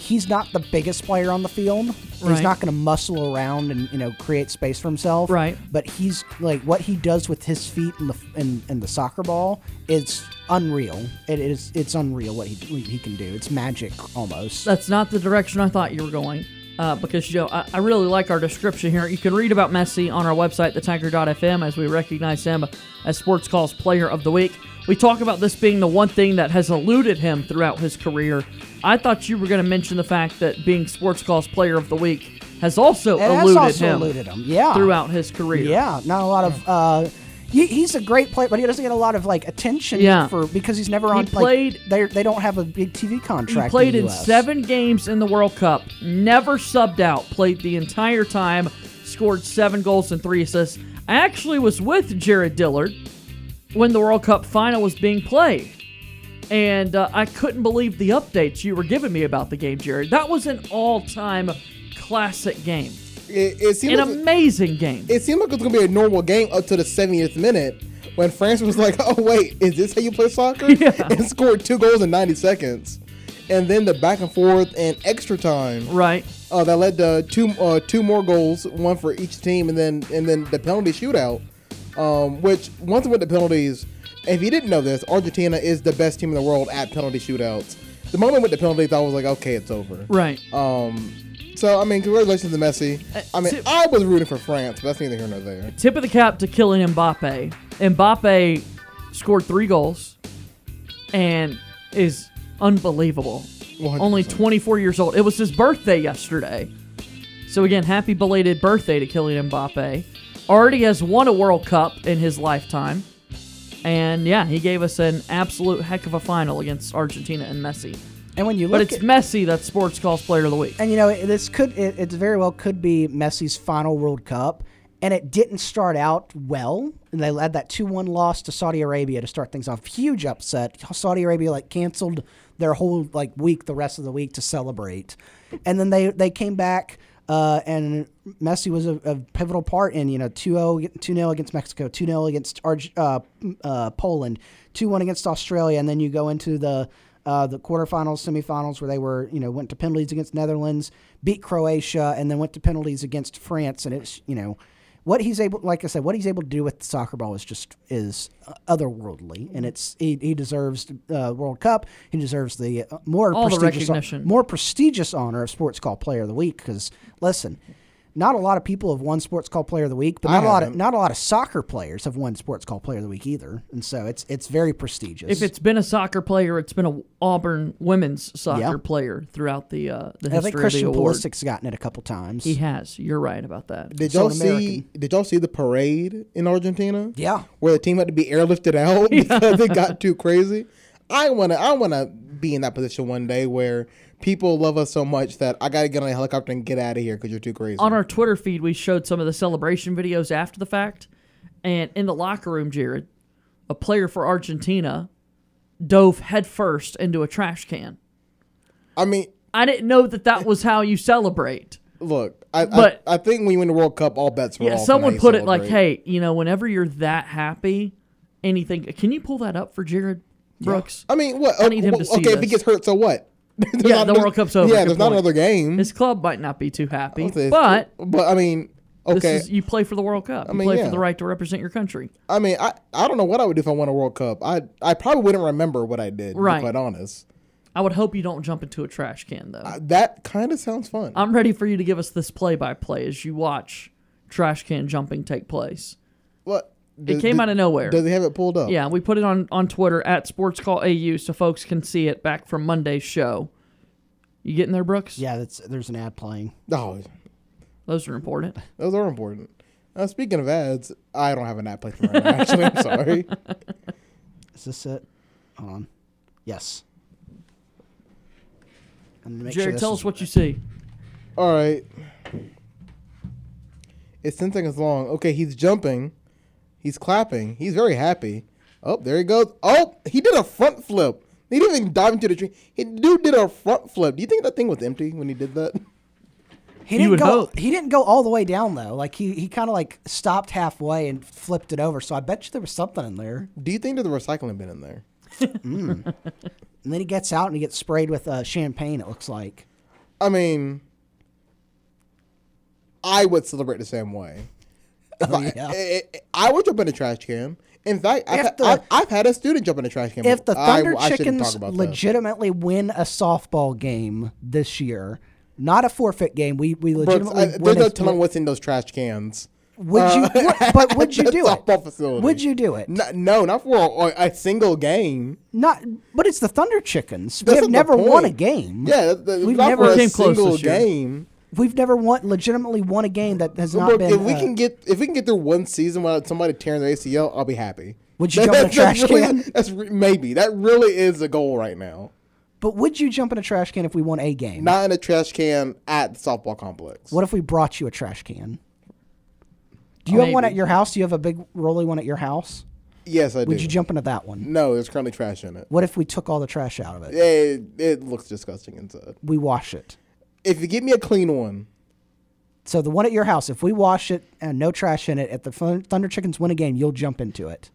Speaker 3: He's not the biggest player on the field. He's
Speaker 1: Right.
Speaker 3: not going to muscle around and you know create space for himself
Speaker 1: Right.
Speaker 3: but he's like what he does with his feet and the and, and the soccer ball it's unreal it is it's unreal what he what he can do it's magic almost
Speaker 1: That's not the direction I thought you were going. Uh, because, Joe, I, I really like our description here. You can read about Messi on our website, thetiger.fm, as we recognize him as Sports Call's Player of the Week. We talk about this being the one thing that has eluded him throughout his career. I thought you were going to mention the fact that being Sports Call's Player of the Week has also
Speaker 3: It has
Speaker 1: eluded
Speaker 3: also
Speaker 1: him
Speaker 3: eluded him, yeah.
Speaker 1: throughout his career.
Speaker 3: yeah not a lot of uh he, he's a great player but he doesn't get a lot of like attention
Speaker 1: Yeah.
Speaker 3: for because he's never on
Speaker 1: played-
Speaker 3: like, they they don't have a big tv contract
Speaker 1: He played
Speaker 3: in,
Speaker 1: in,
Speaker 3: the US.
Speaker 1: seven games in the World Cup, never subbed out, played the entire time, scored seven goals and three assists. I actually was with Jared Dillard when the World Cup final was being played. And uh, I couldn't believe the updates you were giving me about the game, Jared. That was an all time classic game,
Speaker 2: It, it seemed
Speaker 1: an
Speaker 2: like,
Speaker 1: amazing game.
Speaker 2: it seemed like it was gonna be a normal game up to the 70th minute when France was like, "Oh wait, is this how you play soccer?" and scored two goals in 90 seconds, and then the back and forth and extra time.
Speaker 1: Right.
Speaker 2: Uh, that led to two uh, two more goals, one for each team, and then and then the penalty shootout. Um, which once with the penalties, if you didn't know this, Argentina is the best team in the world at penalty shootouts. The moment with the penalties, I was like, okay, it's over.
Speaker 1: Right.
Speaker 2: So I mean, congratulations to Messi. I mean,
Speaker 1: to-
Speaker 2: I was rooting for France, but that's neither here nor there.
Speaker 1: Tip of the cap to Kylian Mbappe. Mbappe scored three goals and is unbelievable.
Speaker 2: 100%.
Speaker 1: Only 24 years old. It was his birthday yesterday. So, again, happy belated birthday to Kylian Mbappe. Already has won a World Cup in his lifetime. And yeah, he gave us an absolute heck of a final against Argentina and Messi.
Speaker 3: and when you look
Speaker 1: But it's
Speaker 3: at,
Speaker 1: Messi that's Sports Calls Player of the Week.
Speaker 3: and you know this could it, it very well could be Messi's final World Cup, and it didn't start out well. And they had that two one loss to Saudi Arabia to start things off, huge upset. Saudi Arabia like canceled their whole like week, the rest of the week to celebrate, and then they they came back. Uh, and Messi was a, a pivotal part in, you know, 2-0, 2-0 against Mexico, 2-0 against Arge- uh, uh, Poland, 2-1 against Australia, and then you go into the uh, the quarterfinals, semifinals, where they were, you know, went to penalties against Netherlands, beat Croatia, and then went to penalties against France. And it's, you know, what he's able, like I said, what he's able to do with the soccer ball is just is otherworldly, and it's he, he deserves uh, World Cup. He deserves the uh, more
Speaker 1: All the
Speaker 3: prestigious,
Speaker 1: recognition.
Speaker 3: more prestigious honor of Sports Call Player of the Week. Because listen. Not a lot of people have won Sports Call Player of the Week, but
Speaker 2: I
Speaker 3: not a lot of
Speaker 2: haven't.
Speaker 3: not a lot of soccer players have won Sports Call Player of the Week either, and so it's it's very prestigious.
Speaker 1: If it's been a soccer player, it's been a Auburn women's soccer
Speaker 3: Yeah.
Speaker 1: player throughout the uh, the
Speaker 3: I
Speaker 1: history
Speaker 3: think Christian
Speaker 1: of the award.
Speaker 3: Pulisic's gotten it a couple times.
Speaker 1: He has. You're right about that.
Speaker 2: Did
Speaker 3: So
Speaker 2: y'all
Speaker 3: an
Speaker 2: see?
Speaker 3: American.
Speaker 2: Did y'all see the parade in Argentina?
Speaker 3: Yeah.
Speaker 2: where the team had to be airlifted out because it got too crazy. I wanna, I wanna be in that position one day where people love us so much that I gotta get on a helicopter and get out of here because you're too crazy.
Speaker 1: On our Twitter feed, we showed some of the celebration videos after the fact, and in the locker room, Jared, a player for Argentina, dove headfirst into a trash can.
Speaker 2: I mean,
Speaker 1: I didn't know that that was how you celebrate.
Speaker 2: look, I,
Speaker 1: But-
Speaker 2: I, I think when you win the World Cup, all bets are
Speaker 1: Yeah,
Speaker 2: off. on how
Speaker 1: someone
Speaker 2: you
Speaker 1: put it like, "Hey,
Speaker 2: celebrate.
Speaker 1: you know, whenever you're that happy, anything." Can you pull that up for Jared Brooks?
Speaker 2: I mean, what? uh,
Speaker 1: I need him
Speaker 2: okay,
Speaker 1: to see
Speaker 2: if he
Speaker 1: this.
Speaker 2: gets hurt, so what? There's
Speaker 1: Yeah,
Speaker 2: not-
Speaker 1: the World Cup's over.
Speaker 2: Yeah,
Speaker 1: Good
Speaker 2: there's not
Speaker 1: point.
Speaker 2: another game.
Speaker 1: His club might not be too happy,
Speaker 2: This-
Speaker 1: but
Speaker 2: but I mean,
Speaker 1: this
Speaker 2: okay,
Speaker 1: is you play for the World Cup. You
Speaker 2: mean,
Speaker 1: play
Speaker 2: yeah.
Speaker 1: for the right to represent your country.
Speaker 2: I mean, I, I don't know what I would do if I won a World Cup. I I probably wouldn't remember what I did. To
Speaker 1: Right.
Speaker 2: be quite honest,
Speaker 1: I would hope you don't jump into a trash can though.
Speaker 2: that kind of sounds fun.
Speaker 1: I'm ready for you to give us this play by play as you watch trash can jumping take place.
Speaker 2: what? Does-
Speaker 1: came
Speaker 2: does-
Speaker 1: out of nowhere.
Speaker 2: Does he have it pulled up?
Speaker 1: Yeah, we put it on, on Twitter at Sports Call AU so folks can see it back from Monday's show. You getting there, Brooks?
Speaker 3: yeah, that's there's an ad playing.
Speaker 2: Oh,
Speaker 1: Those are important.
Speaker 2: those are important. Uh, speaking of ads, I don't have an ad placement right now. Actually, I'm sorry.
Speaker 3: Is this it? Hold on. Yes. I need to make sure
Speaker 1: Jared,
Speaker 3: this
Speaker 1: tell
Speaker 3: is-
Speaker 1: us what you see.
Speaker 2: All right. It's ten seconds long. Okay, he's jumping. He's clapping. He's very happy. Oh, there he goes. Oh, he did a front flip. He didn't even dive into the tree. He dude did a front flip. Do you think that thing was empty when he did that?
Speaker 3: He
Speaker 1: You
Speaker 3: didn't
Speaker 1: would
Speaker 3: go.
Speaker 1: hope.
Speaker 3: He didn't go all the way down though. Like he, he kind of like stopped halfway and flipped it over. So I bet you there was something in there.
Speaker 2: Do you think there's a recycling bin in there?
Speaker 3: And then he gets out and he gets sprayed with uh, champagne. It looks like.
Speaker 2: I mean, I would celebrate the same way. If I,
Speaker 3: yeah.
Speaker 2: I, I would jump in a trash can. In fact, I've,
Speaker 3: If
Speaker 2: ha-
Speaker 3: the-
Speaker 2: I've, I've had a student jump in a trash can.
Speaker 3: If the
Speaker 2: before. I-
Speaker 3: Thunder
Speaker 2: I shouldn't
Speaker 3: Chickens
Speaker 2: talk about that.
Speaker 3: legitimately win a softball game this year, not a forfeit game, we we
Speaker 2: Brooks,
Speaker 3: legitimately
Speaker 2: I-
Speaker 3: win
Speaker 2: there's no
Speaker 3: a-
Speaker 2: telling what's in those trash cans.
Speaker 3: Would you? would- but would you
Speaker 2: Uh, That's
Speaker 3: do
Speaker 2: a
Speaker 3: it?
Speaker 2: softball facility.
Speaker 3: Would you do it?
Speaker 2: No, no not for a, a single game.
Speaker 3: Not. But it's the Thunder Chickens.
Speaker 2: That's
Speaker 3: we have
Speaker 2: not the
Speaker 3: never won a
Speaker 2: point.
Speaker 3: game.
Speaker 2: Yeah, that- that-
Speaker 3: We've
Speaker 2: not
Speaker 3: never
Speaker 2: for a
Speaker 1: came close
Speaker 2: single
Speaker 1: this year.
Speaker 2: game.
Speaker 3: We've never won legitimately won a game that has not
Speaker 2: Brooke,
Speaker 3: been.
Speaker 2: if we
Speaker 3: uh,
Speaker 2: can get if we can get through one season without somebody tearing their ACL, I'll be happy.
Speaker 3: Would you jump in a trash
Speaker 2: really,
Speaker 3: can?
Speaker 2: That's re- maybe that really is the goal right now.
Speaker 3: but would you jump in a trash can if we won a game?
Speaker 2: Not in a trash can at the softball complex.
Speaker 3: What if we brought you a trash can? Do you have one
Speaker 1: Maybe.
Speaker 3: at your house? Do you have a big rolly one at your house?
Speaker 2: Yes, I do.
Speaker 3: Would you jump into that one?
Speaker 2: No, there's currently trash in it.
Speaker 3: What if we took all the trash out of it?
Speaker 2: It, it looks disgusting inside.
Speaker 3: We wash it.
Speaker 2: If you give me a clean one,
Speaker 3: So the one at your house, if we wash it and no trash in it, if the Thun- Thunder Chickens win a game, you'll jump into it.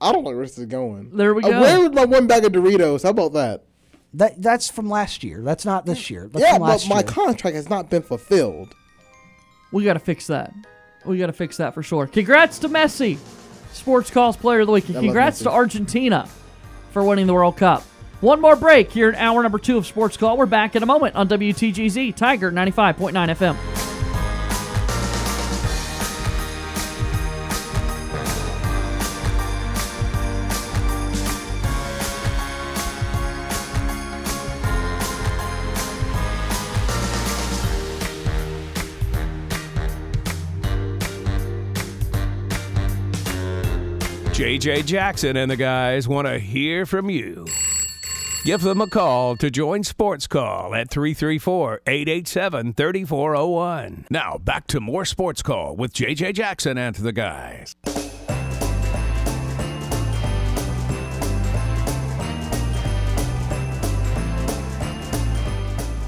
Speaker 2: I don't know where this is going.
Speaker 1: There we
Speaker 2: Uh,
Speaker 1: go.
Speaker 2: where was my one bag of Doritos? How about that?
Speaker 3: That that's from last year. That's not this year. That's
Speaker 2: yeah,
Speaker 3: from
Speaker 2: but
Speaker 3: last
Speaker 2: my
Speaker 3: year.
Speaker 2: contract has not been fulfilled.
Speaker 1: We got to fix that. We got to fix that for sure. Congrats to Messi, Sports Calls Player of the Week. And
Speaker 2: love
Speaker 1: congrats
Speaker 2: Messi.
Speaker 1: to Argentina for winning the World Cup. One more break here in hour number two of Sports Call. We're back in a moment on WTGZ Tiger 95.9 FM.
Speaker 4: JJ Jackson and the guys want to hear from you. Give them a call to join Sports Call at 334 887 3401. Now, back to more Sports Call with JJ Jackson and the guys.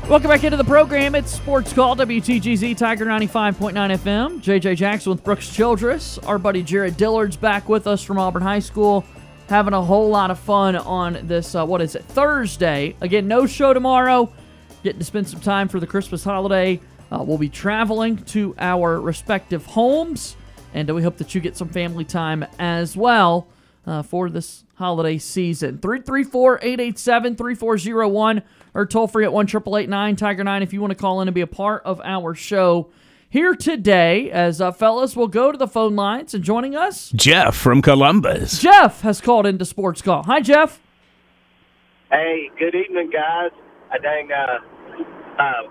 Speaker 1: Welcome back into the program. It's Sports Call, WTGZ Tiger 95.9 FM. JJ Jackson with Brooks Childress. Our buddy Jared Dillard's back with us from Auburn High School. Having a whole lot of fun on this, uh, what is it, Thursday. Again, no show tomorrow. Getting to spend some time for the Christmas holiday. Uh, we'll be traveling to our respective homes, and we hope that you get some family time as well uh, for this holiday season. 334 887 3401 or toll free at 1 Tiger 9 if you want to call in and be a part of our show here today. As uh, fellas, we'll go to the phone lines and joining us,
Speaker 4: Jeff from Columbus.
Speaker 1: Jeff has called into Sports Call. Hi, Jeff.
Speaker 9: Hey, good evening, guys. I dang, uh, uh,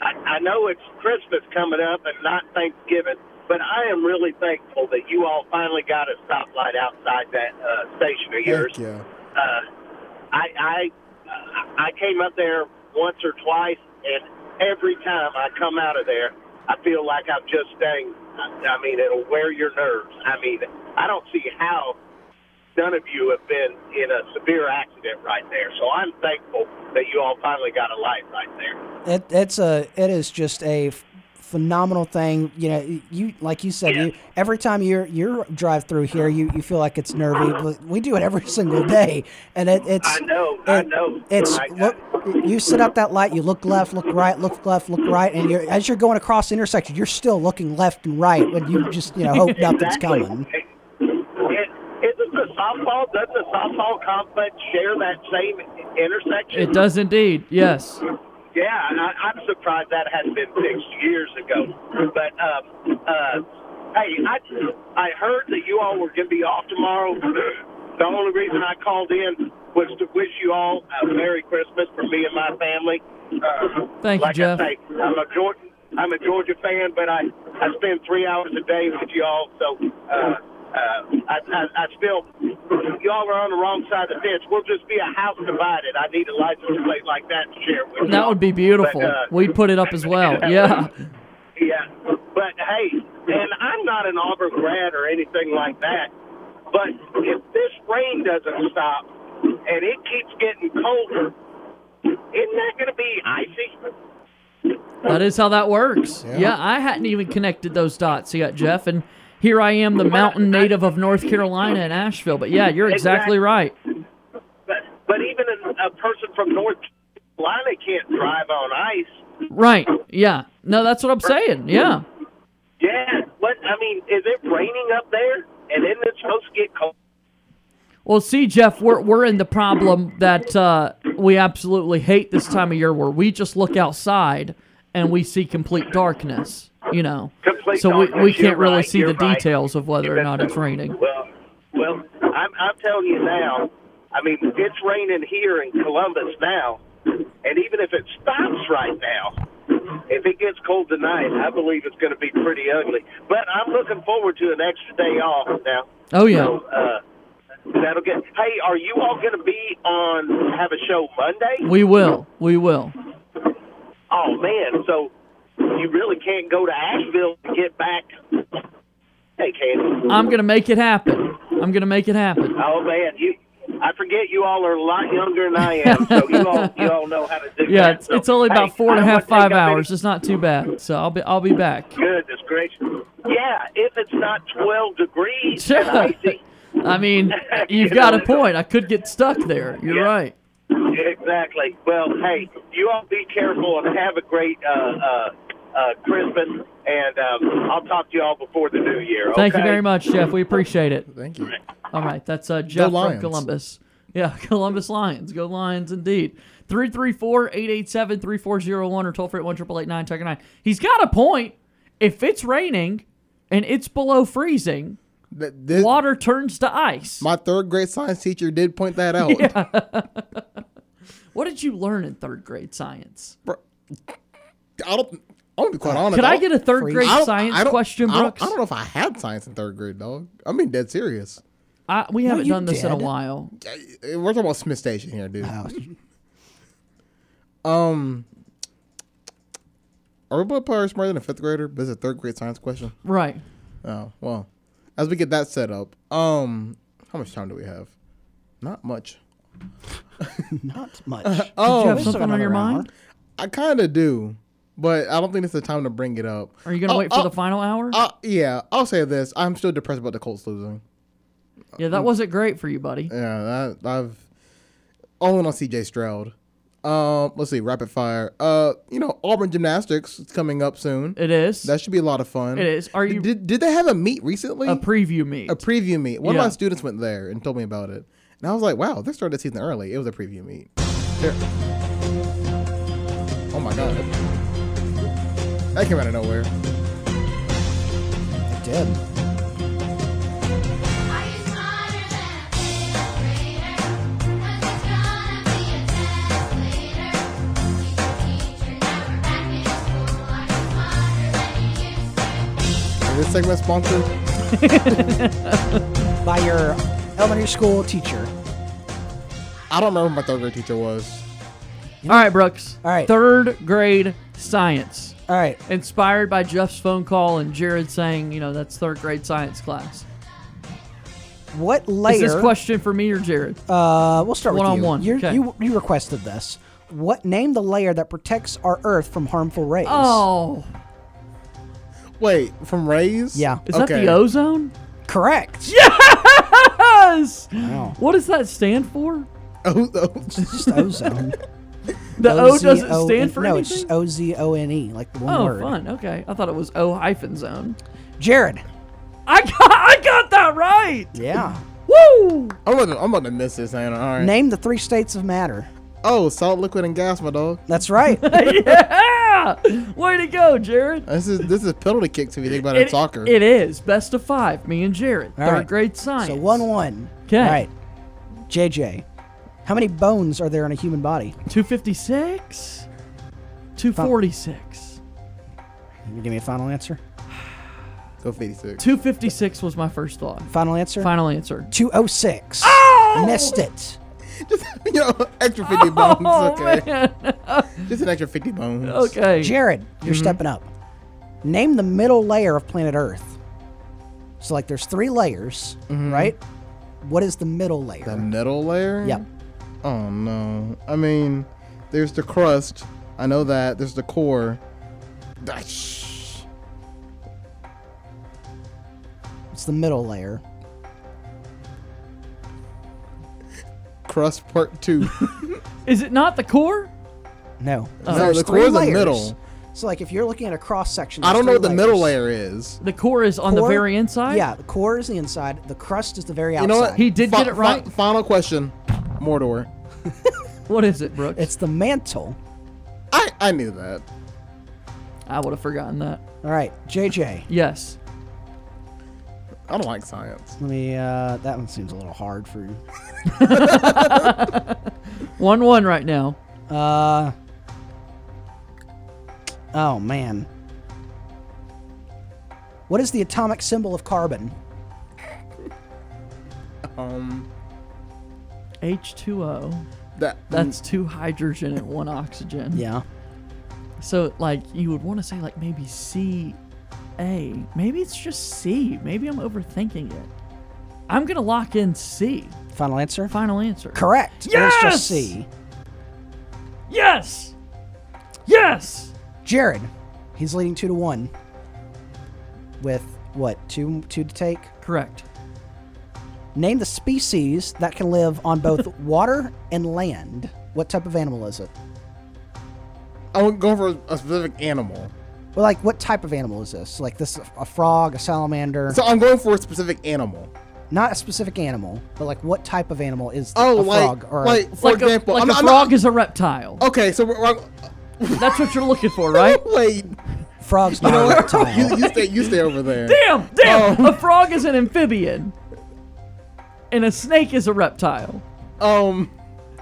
Speaker 9: I, I know it's Christmas coming up and not Thanksgiving, but I am really thankful that you all finally got a stoplight outside that uh, station of yours.
Speaker 2: Heck yeah.
Speaker 9: Uh, I, I, I came up there once or twice, and every time I come out of there, I feel like I'm just staying. I mean, it'll wear your nerves. I mean, I don't see how none of you have been in a severe accident right there. So I'm thankful that you all finally got a light right there.
Speaker 3: It, it's a it is just a f- phenomenal thing. You know, you like you said, you every time you're you drive through here, you, you feel like it's nervy. but We do it every single day, and it, it's
Speaker 9: I know, I know. uh,
Speaker 3: It's
Speaker 9: I-
Speaker 3: look, you sit up that light, you look left, look right, look left, look right, and you're as you're going across the intersection, you're still looking left and right, and you just you know hope nothing's
Speaker 9: Exactly.
Speaker 3: coming.
Speaker 9: It, isn't the softball, doesn't the softball complex share that same intersection?
Speaker 1: It does indeed. Yes.
Speaker 9: Yeah, and I, I'm surprised that hadn't been fixed years ago. But um, uh, hey, I I heard that you all were going to be off tomorrow. The only reason I called in was to wish you all a Merry Christmas from me and my family. Uh,
Speaker 1: Thank you,
Speaker 9: like
Speaker 1: Jeff.
Speaker 9: I say, I'm a Georgia, I'm a Georgia fan, but I I spend three hours a day with you all, so. Uh, uh, I, I, I still, y'all are on the wrong side of the fence. We'll just be a house divided. I need a license plate like that to share with you.
Speaker 1: That would be beautiful.
Speaker 9: But, uh,
Speaker 1: We'd put it up as well. Yeah.
Speaker 9: Yeah, but hey, and I'm not an Auburn grad or anything like that, But if this rain doesn't stop and it keeps getting colder, isn't that going to be icy?
Speaker 1: That is how that works. Yeah. I hadn't even connected those dots yet, Jeff. And here I am, the mountain native of North Carolina in Asheville. But yeah, you're exactly
Speaker 9: Exactly.
Speaker 1: right.
Speaker 9: But, but even a, a person from North Carolina can't drive on ice.
Speaker 1: Right. Yeah. No, that's what I'm saying. Yeah.
Speaker 9: Yeah, what I mean, is it raining up there? And isn't it supposed to get cold?
Speaker 1: Well, see, Jeff, we're, we're in the problem that uh, we absolutely hate this time of year where we just look outside and we see complete darkness, you know.
Speaker 9: Complete
Speaker 1: so we, we
Speaker 9: darkness,
Speaker 1: can't
Speaker 9: you're
Speaker 1: really
Speaker 9: right,
Speaker 1: see the
Speaker 9: you're right.
Speaker 1: details of whether or not it's raining.
Speaker 9: Well, well, I'm, I'm telling you now. I mean, it's raining here in Columbus now, and even if it stops right now, if it gets cold tonight, I believe it's going to be pretty ugly. But I'm looking forward to an extra day off now.
Speaker 1: Oh, yeah.
Speaker 9: So, uh, that'll get. Hey, are you all going to be on have a show Monday?
Speaker 1: We will. We will.
Speaker 9: Oh man, so you really can't go to Asheville to get back. Hey, can you?
Speaker 1: I'm going to make it happen. I'm going to make it happen.
Speaker 9: Oh man, you. I forget you all are a lot younger than I am, so you all you all know how to do
Speaker 1: Yeah,
Speaker 9: that.
Speaker 1: it's, it's only about
Speaker 9: Hey,
Speaker 1: four and a
Speaker 9: I don't
Speaker 1: half,
Speaker 9: wanna
Speaker 1: five
Speaker 9: take up any-
Speaker 1: hours. It's not too bad. So I'll be I'll be back.
Speaker 9: Goodness gracious! Yeah, if it's not twelve degrees,
Speaker 1: Sure.
Speaker 9: and icy,
Speaker 1: I mean, you've
Speaker 9: You
Speaker 1: got a
Speaker 9: know.
Speaker 1: point. I could get stuck there. You're right.
Speaker 9: exactly. Well, hey, you all be careful and have a great uh, uh, uh, Christmas, and um, I'll talk to you all before the new year.
Speaker 1: Thank you
Speaker 9: okay?
Speaker 1: very much, Jeff. We appreciate it.
Speaker 2: Thank you.
Speaker 1: All right, that's uh, Jeff from
Speaker 2: Lions.
Speaker 1: Columbus. Yeah, Columbus Lions. Go Lions indeed. 334-887-3401 or toll free at 1 888 9 He's got a point. If it's raining and it's below freezing,
Speaker 2: Th- this-
Speaker 1: water turns to ice.
Speaker 2: my third grade science teacher did point that out.
Speaker 1: What did you learn in third grade science?
Speaker 2: I don't. I'm gonna be quite honest.
Speaker 1: Could I
Speaker 2: don't-
Speaker 1: get a third grade
Speaker 2: I don't-
Speaker 1: science
Speaker 2: I don't-
Speaker 1: question,
Speaker 2: I don't-
Speaker 1: Brooks?
Speaker 2: I don't know if I had science in third grade, dog. I'm being dead serious.
Speaker 1: I, we haven't
Speaker 3: you
Speaker 1: done this in a
Speaker 3: did.
Speaker 1: while.
Speaker 2: Eh, We're talking about Smith Station here, dude. Um, are we both probably smarter than a fifth grader? But it's a third grade science question.
Speaker 1: Right.
Speaker 2: Oh well, as we get that set up, um, how much time do we have? Not much.
Speaker 3: Not much.
Speaker 2: Oh,
Speaker 1: Did you have
Speaker 3: we still got
Speaker 1: something on your
Speaker 3: another hour.
Speaker 1: mind?
Speaker 2: I kind of do, but I don't think it's the time to bring it up.
Speaker 1: Are you going to
Speaker 2: Oh,
Speaker 1: wait for
Speaker 2: oh,
Speaker 1: the final hour?
Speaker 2: Uh, yeah, I'll say this. I'm still depressed about the Colts losing.
Speaker 1: yeah, that wasn't great for you, buddy.
Speaker 2: Yeah, that, I've only on CJ Stroud. Um, let's see, rapid fire. Uh, you know, Auburn gymnastics is coming up soon.
Speaker 1: It is.
Speaker 2: That should be a lot of fun.
Speaker 1: It is. Are you-
Speaker 2: Did, did they have a meet recently?
Speaker 1: a preview meet.
Speaker 2: a preview meet. One
Speaker 1: Yeah.
Speaker 2: of my students went there and told me about it, and I was like, "Wow, they started the season early." It was a preview meet. There- Oh my god, that came out of nowhere.
Speaker 3: It did.
Speaker 2: And this segment sponsored.
Speaker 3: By your elementary school teacher.
Speaker 2: I don't remember who my third grade teacher was.
Speaker 1: All right, Brooks.
Speaker 3: All right.
Speaker 1: Third grade science.
Speaker 3: All right.
Speaker 1: Inspired by Jeff's phone call and Jared saying, you know, that's third grade science class.
Speaker 3: What
Speaker 1: Is
Speaker 3: layer?
Speaker 1: this question for me or Jared?
Speaker 3: uh, we'll start with you.
Speaker 1: One-on-one,
Speaker 3: You're-
Speaker 1: okay.
Speaker 3: You you requested this. What name the layer that protects our Earth from harmful rays?
Speaker 1: oh,
Speaker 2: Wait, from Rays?
Speaker 3: Yeah.
Speaker 1: is that the ozone?
Speaker 3: correct. Yeah.
Speaker 1: Yes.
Speaker 3: Wow.
Speaker 1: What does that stand for?
Speaker 2: Oh, oh,
Speaker 3: It's just ozone.
Speaker 1: The O
Speaker 3: E,
Speaker 1: doesn't
Speaker 3: O-Z-O-N-
Speaker 1: stand for
Speaker 3: no, it's
Speaker 1: anything.
Speaker 3: just O Z O N E, like the one
Speaker 1: oh,
Speaker 3: word.
Speaker 1: fun. Okay, I thought it was O hyphen zone.
Speaker 3: Jared.
Speaker 1: I got, I got that right.
Speaker 3: Yeah.
Speaker 1: Woo!
Speaker 2: I'm about to, I'm about to miss this, Hannah. All right.
Speaker 3: Name the three states of matter.
Speaker 2: oh, solid, liquid, and gas, my dog.
Speaker 3: That's right.
Speaker 1: yeah! Way to go, Jared.
Speaker 2: This is this is penalty kicks if you think about it, in soccer.
Speaker 1: it is best of five. Me and Jared,
Speaker 3: All
Speaker 1: third
Speaker 3: right.
Speaker 1: grade science.
Speaker 3: so one one.
Speaker 1: 'Kay.
Speaker 3: All right. JJ. How many bones are there in a human body?
Speaker 1: 256? 246.
Speaker 3: Can you give me a final answer?
Speaker 2: Go 56.
Speaker 1: 256 was my first thought.
Speaker 3: Final answer?
Speaker 1: Final Oh! answer.
Speaker 3: 206. Missed it.
Speaker 2: Yo, extra 50
Speaker 1: Oh,
Speaker 2: bones. Okay.
Speaker 1: man.
Speaker 2: Just an extra 50 bones.
Speaker 1: Okay.
Speaker 3: Jared, you're
Speaker 2: Mm-hmm.
Speaker 3: stepping up. Name the middle layer of planet Earth. So, like, there's three layers, right? What is the middle layer?
Speaker 2: Mm-hmm. The middle layer?
Speaker 3: Yep.
Speaker 2: Oh no. I mean, there's the crust. I know that. There's the core. That's
Speaker 3: It's the middle layer.
Speaker 2: crust part two.
Speaker 1: Is it not the core?
Speaker 3: No.
Speaker 2: Oh. No, the core is the middle.
Speaker 3: So like if you're looking at a cross section,
Speaker 2: I don't know what the middle layer is.
Speaker 1: The core is on the very inside?
Speaker 3: Yeah, the core is the inside. The crust is the very outside.
Speaker 2: You know what?
Speaker 1: He did
Speaker 2: Fi-
Speaker 1: get it
Speaker 2: fi-
Speaker 1: right.
Speaker 2: final question, Mordor.
Speaker 1: What is it, Brooks?
Speaker 3: It's the mantle.
Speaker 2: I I knew that.
Speaker 1: I would have forgotten that.
Speaker 3: All right, JJ.
Speaker 1: Yes.
Speaker 2: I don't like science.
Speaker 3: Let me. Uh, that one seems a little hard for you.
Speaker 1: 1 1 right now.
Speaker 3: Uh. Oh man. What is the atomic symbol of carbon?
Speaker 2: Um,
Speaker 1: H2O.
Speaker 2: that
Speaker 1: That's two hydrogen and one oxygen.
Speaker 3: Yeah.
Speaker 1: So, like, you would want to say, like, maybe C A. Maybe it's just C. Maybe I'm overthinking it. I'm going to lock in C.
Speaker 3: Final answer.
Speaker 1: Final answer.
Speaker 3: Correct. It's
Speaker 1: Yes!
Speaker 3: just C.
Speaker 1: Yes! Yes!
Speaker 3: Jared, he's leading two to one. With what two two to take?
Speaker 1: Correct.
Speaker 3: Name the species that can live on both water and land. What type of animal is it?
Speaker 2: I'm going for a, a specific animal.
Speaker 3: Well, like what type of animal is this? Like this a frog, a salamander?
Speaker 2: So I'm going for a specific animal.
Speaker 3: Not a specific animal, but like what type of animal is
Speaker 2: Oh,
Speaker 3: a
Speaker 2: like
Speaker 3: frog or
Speaker 2: like for
Speaker 1: like
Speaker 2: example,
Speaker 1: a, like
Speaker 2: I'm
Speaker 1: a
Speaker 2: not- I'm
Speaker 1: frog
Speaker 2: not- Oh.
Speaker 1: is a reptile.
Speaker 2: okay, so we're, we're-
Speaker 1: That's what you're looking for, right?
Speaker 2: wait.
Speaker 3: a frog's not a reptile?
Speaker 2: You, you stay you stay over there.
Speaker 1: damn, damn!
Speaker 2: Oh.
Speaker 1: A frog is an amphibian, and a snake is a reptile.
Speaker 2: Um.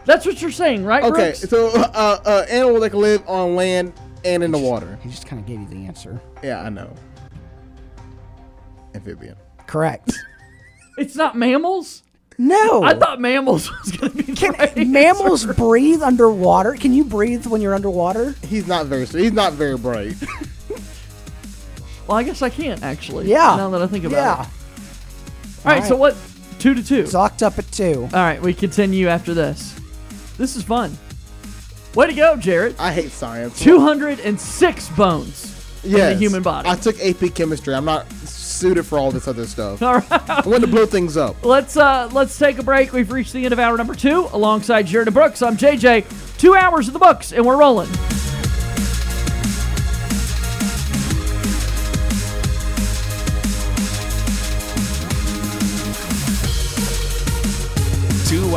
Speaker 1: That's what you're saying, right?
Speaker 2: Okay,
Speaker 1: Brooks?
Speaker 2: so uh, uh, animal that can live on land and in the water.
Speaker 3: he just kind of gave you the answer.
Speaker 2: Yeah, I know. Amphibian.
Speaker 3: Correct.
Speaker 1: it's not mammals.
Speaker 3: No.
Speaker 1: I thought mammals was gonna be
Speaker 3: can
Speaker 1: the right
Speaker 3: mammals
Speaker 1: answer.
Speaker 3: breathe underwater? Can you breathe when you're underwater?
Speaker 2: He's not very. He's not very bright.
Speaker 1: Well, I guess I can't actually.
Speaker 3: Yeah.
Speaker 1: Now that I think about
Speaker 3: yeah.
Speaker 1: it. All right, So
Speaker 3: Alright.
Speaker 1: what? Two to two.
Speaker 3: It's locked up at two.
Speaker 1: All right. We continue after this. This is fun. Way to go, Jarrett.
Speaker 2: I hate science.
Speaker 1: 206 bones.
Speaker 2: Yes.
Speaker 1: human body.
Speaker 2: I took AP chemistry. I'm not suited for all this other stuff.
Speaker 1: All right.
Speaker 2: I want to blow things up.
Speaker 1: Let's uh let's take a break. We've reached the end of hour number two. Alongside Jared and Brooks, I'm JJ. Two hours of the books, and we're rolling.
Speaker 4: Two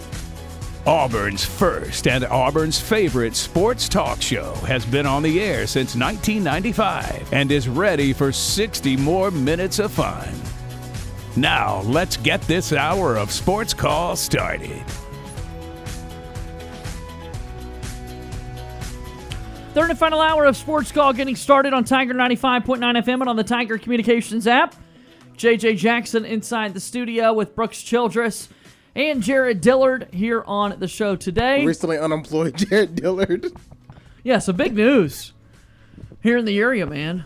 Speaker 4: Auburn's first and Auburn's favorite sports talk show has been on the air since 1995 and is ready for 60 more minutes of fun. Now, let's get this hour of sports call started.
Speaker 1: 3rd and final hour of Sports Call getting started on Tiger 95.9 FM and on the Tiger Communications app. JJ Jackson inside the studio with Brooks Childress and Jared Dillard here on the show today.
Speaker 2: Recently unemployed Jared Dillard.
Speaker 1: Yeah, so big news here in the area, man.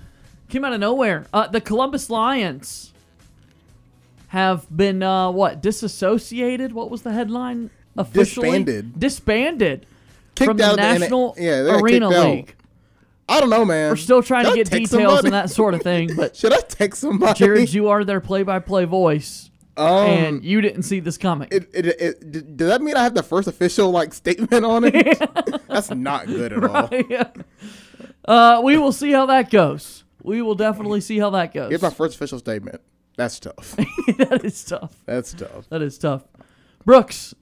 Speaker 1: Came out of nowhere. Uh, the Columbus Lions have been uh, what disassociated? What was the headline? Officially
Speaker 2: Disbanded.
Speaker 1: Disbanded
Speaker 2: Kicked
Speaker 1: from the
Speaker 2: out of
Speaker 1: National
Speaker 2: the N- yeah, they got
Speaker 1: Arena
Speaker 2: kicked out.
Speaker 1: League.
Speaker 2: I don't know, man.
Speaker 1: We're still trying to
Speaker 2: Should I
Speaker 1: get
Speaker 2: text
Speaker 1: details
Speaker 2: somebody?
Speaker 1: and that sort of thing, but
Speaker 2: Should I text somebody?
Speaker 1: Jared, you are their play-by-play voice,
Speaker 2: um,
Speaker 1: and you didn't see this coming.
Speaker 2: it, it, it, d- does that mean I have the first official like statement on it? That's not good at all.
Speaker 1: uh, we will see how that goes. We will definitely see how that goes.
Speaker 2: Here's my first official statement. That's tough.
Speaker 1: that is tough.
Speaker 2: That's tough.
Speaker 1: That is tough. Brooks,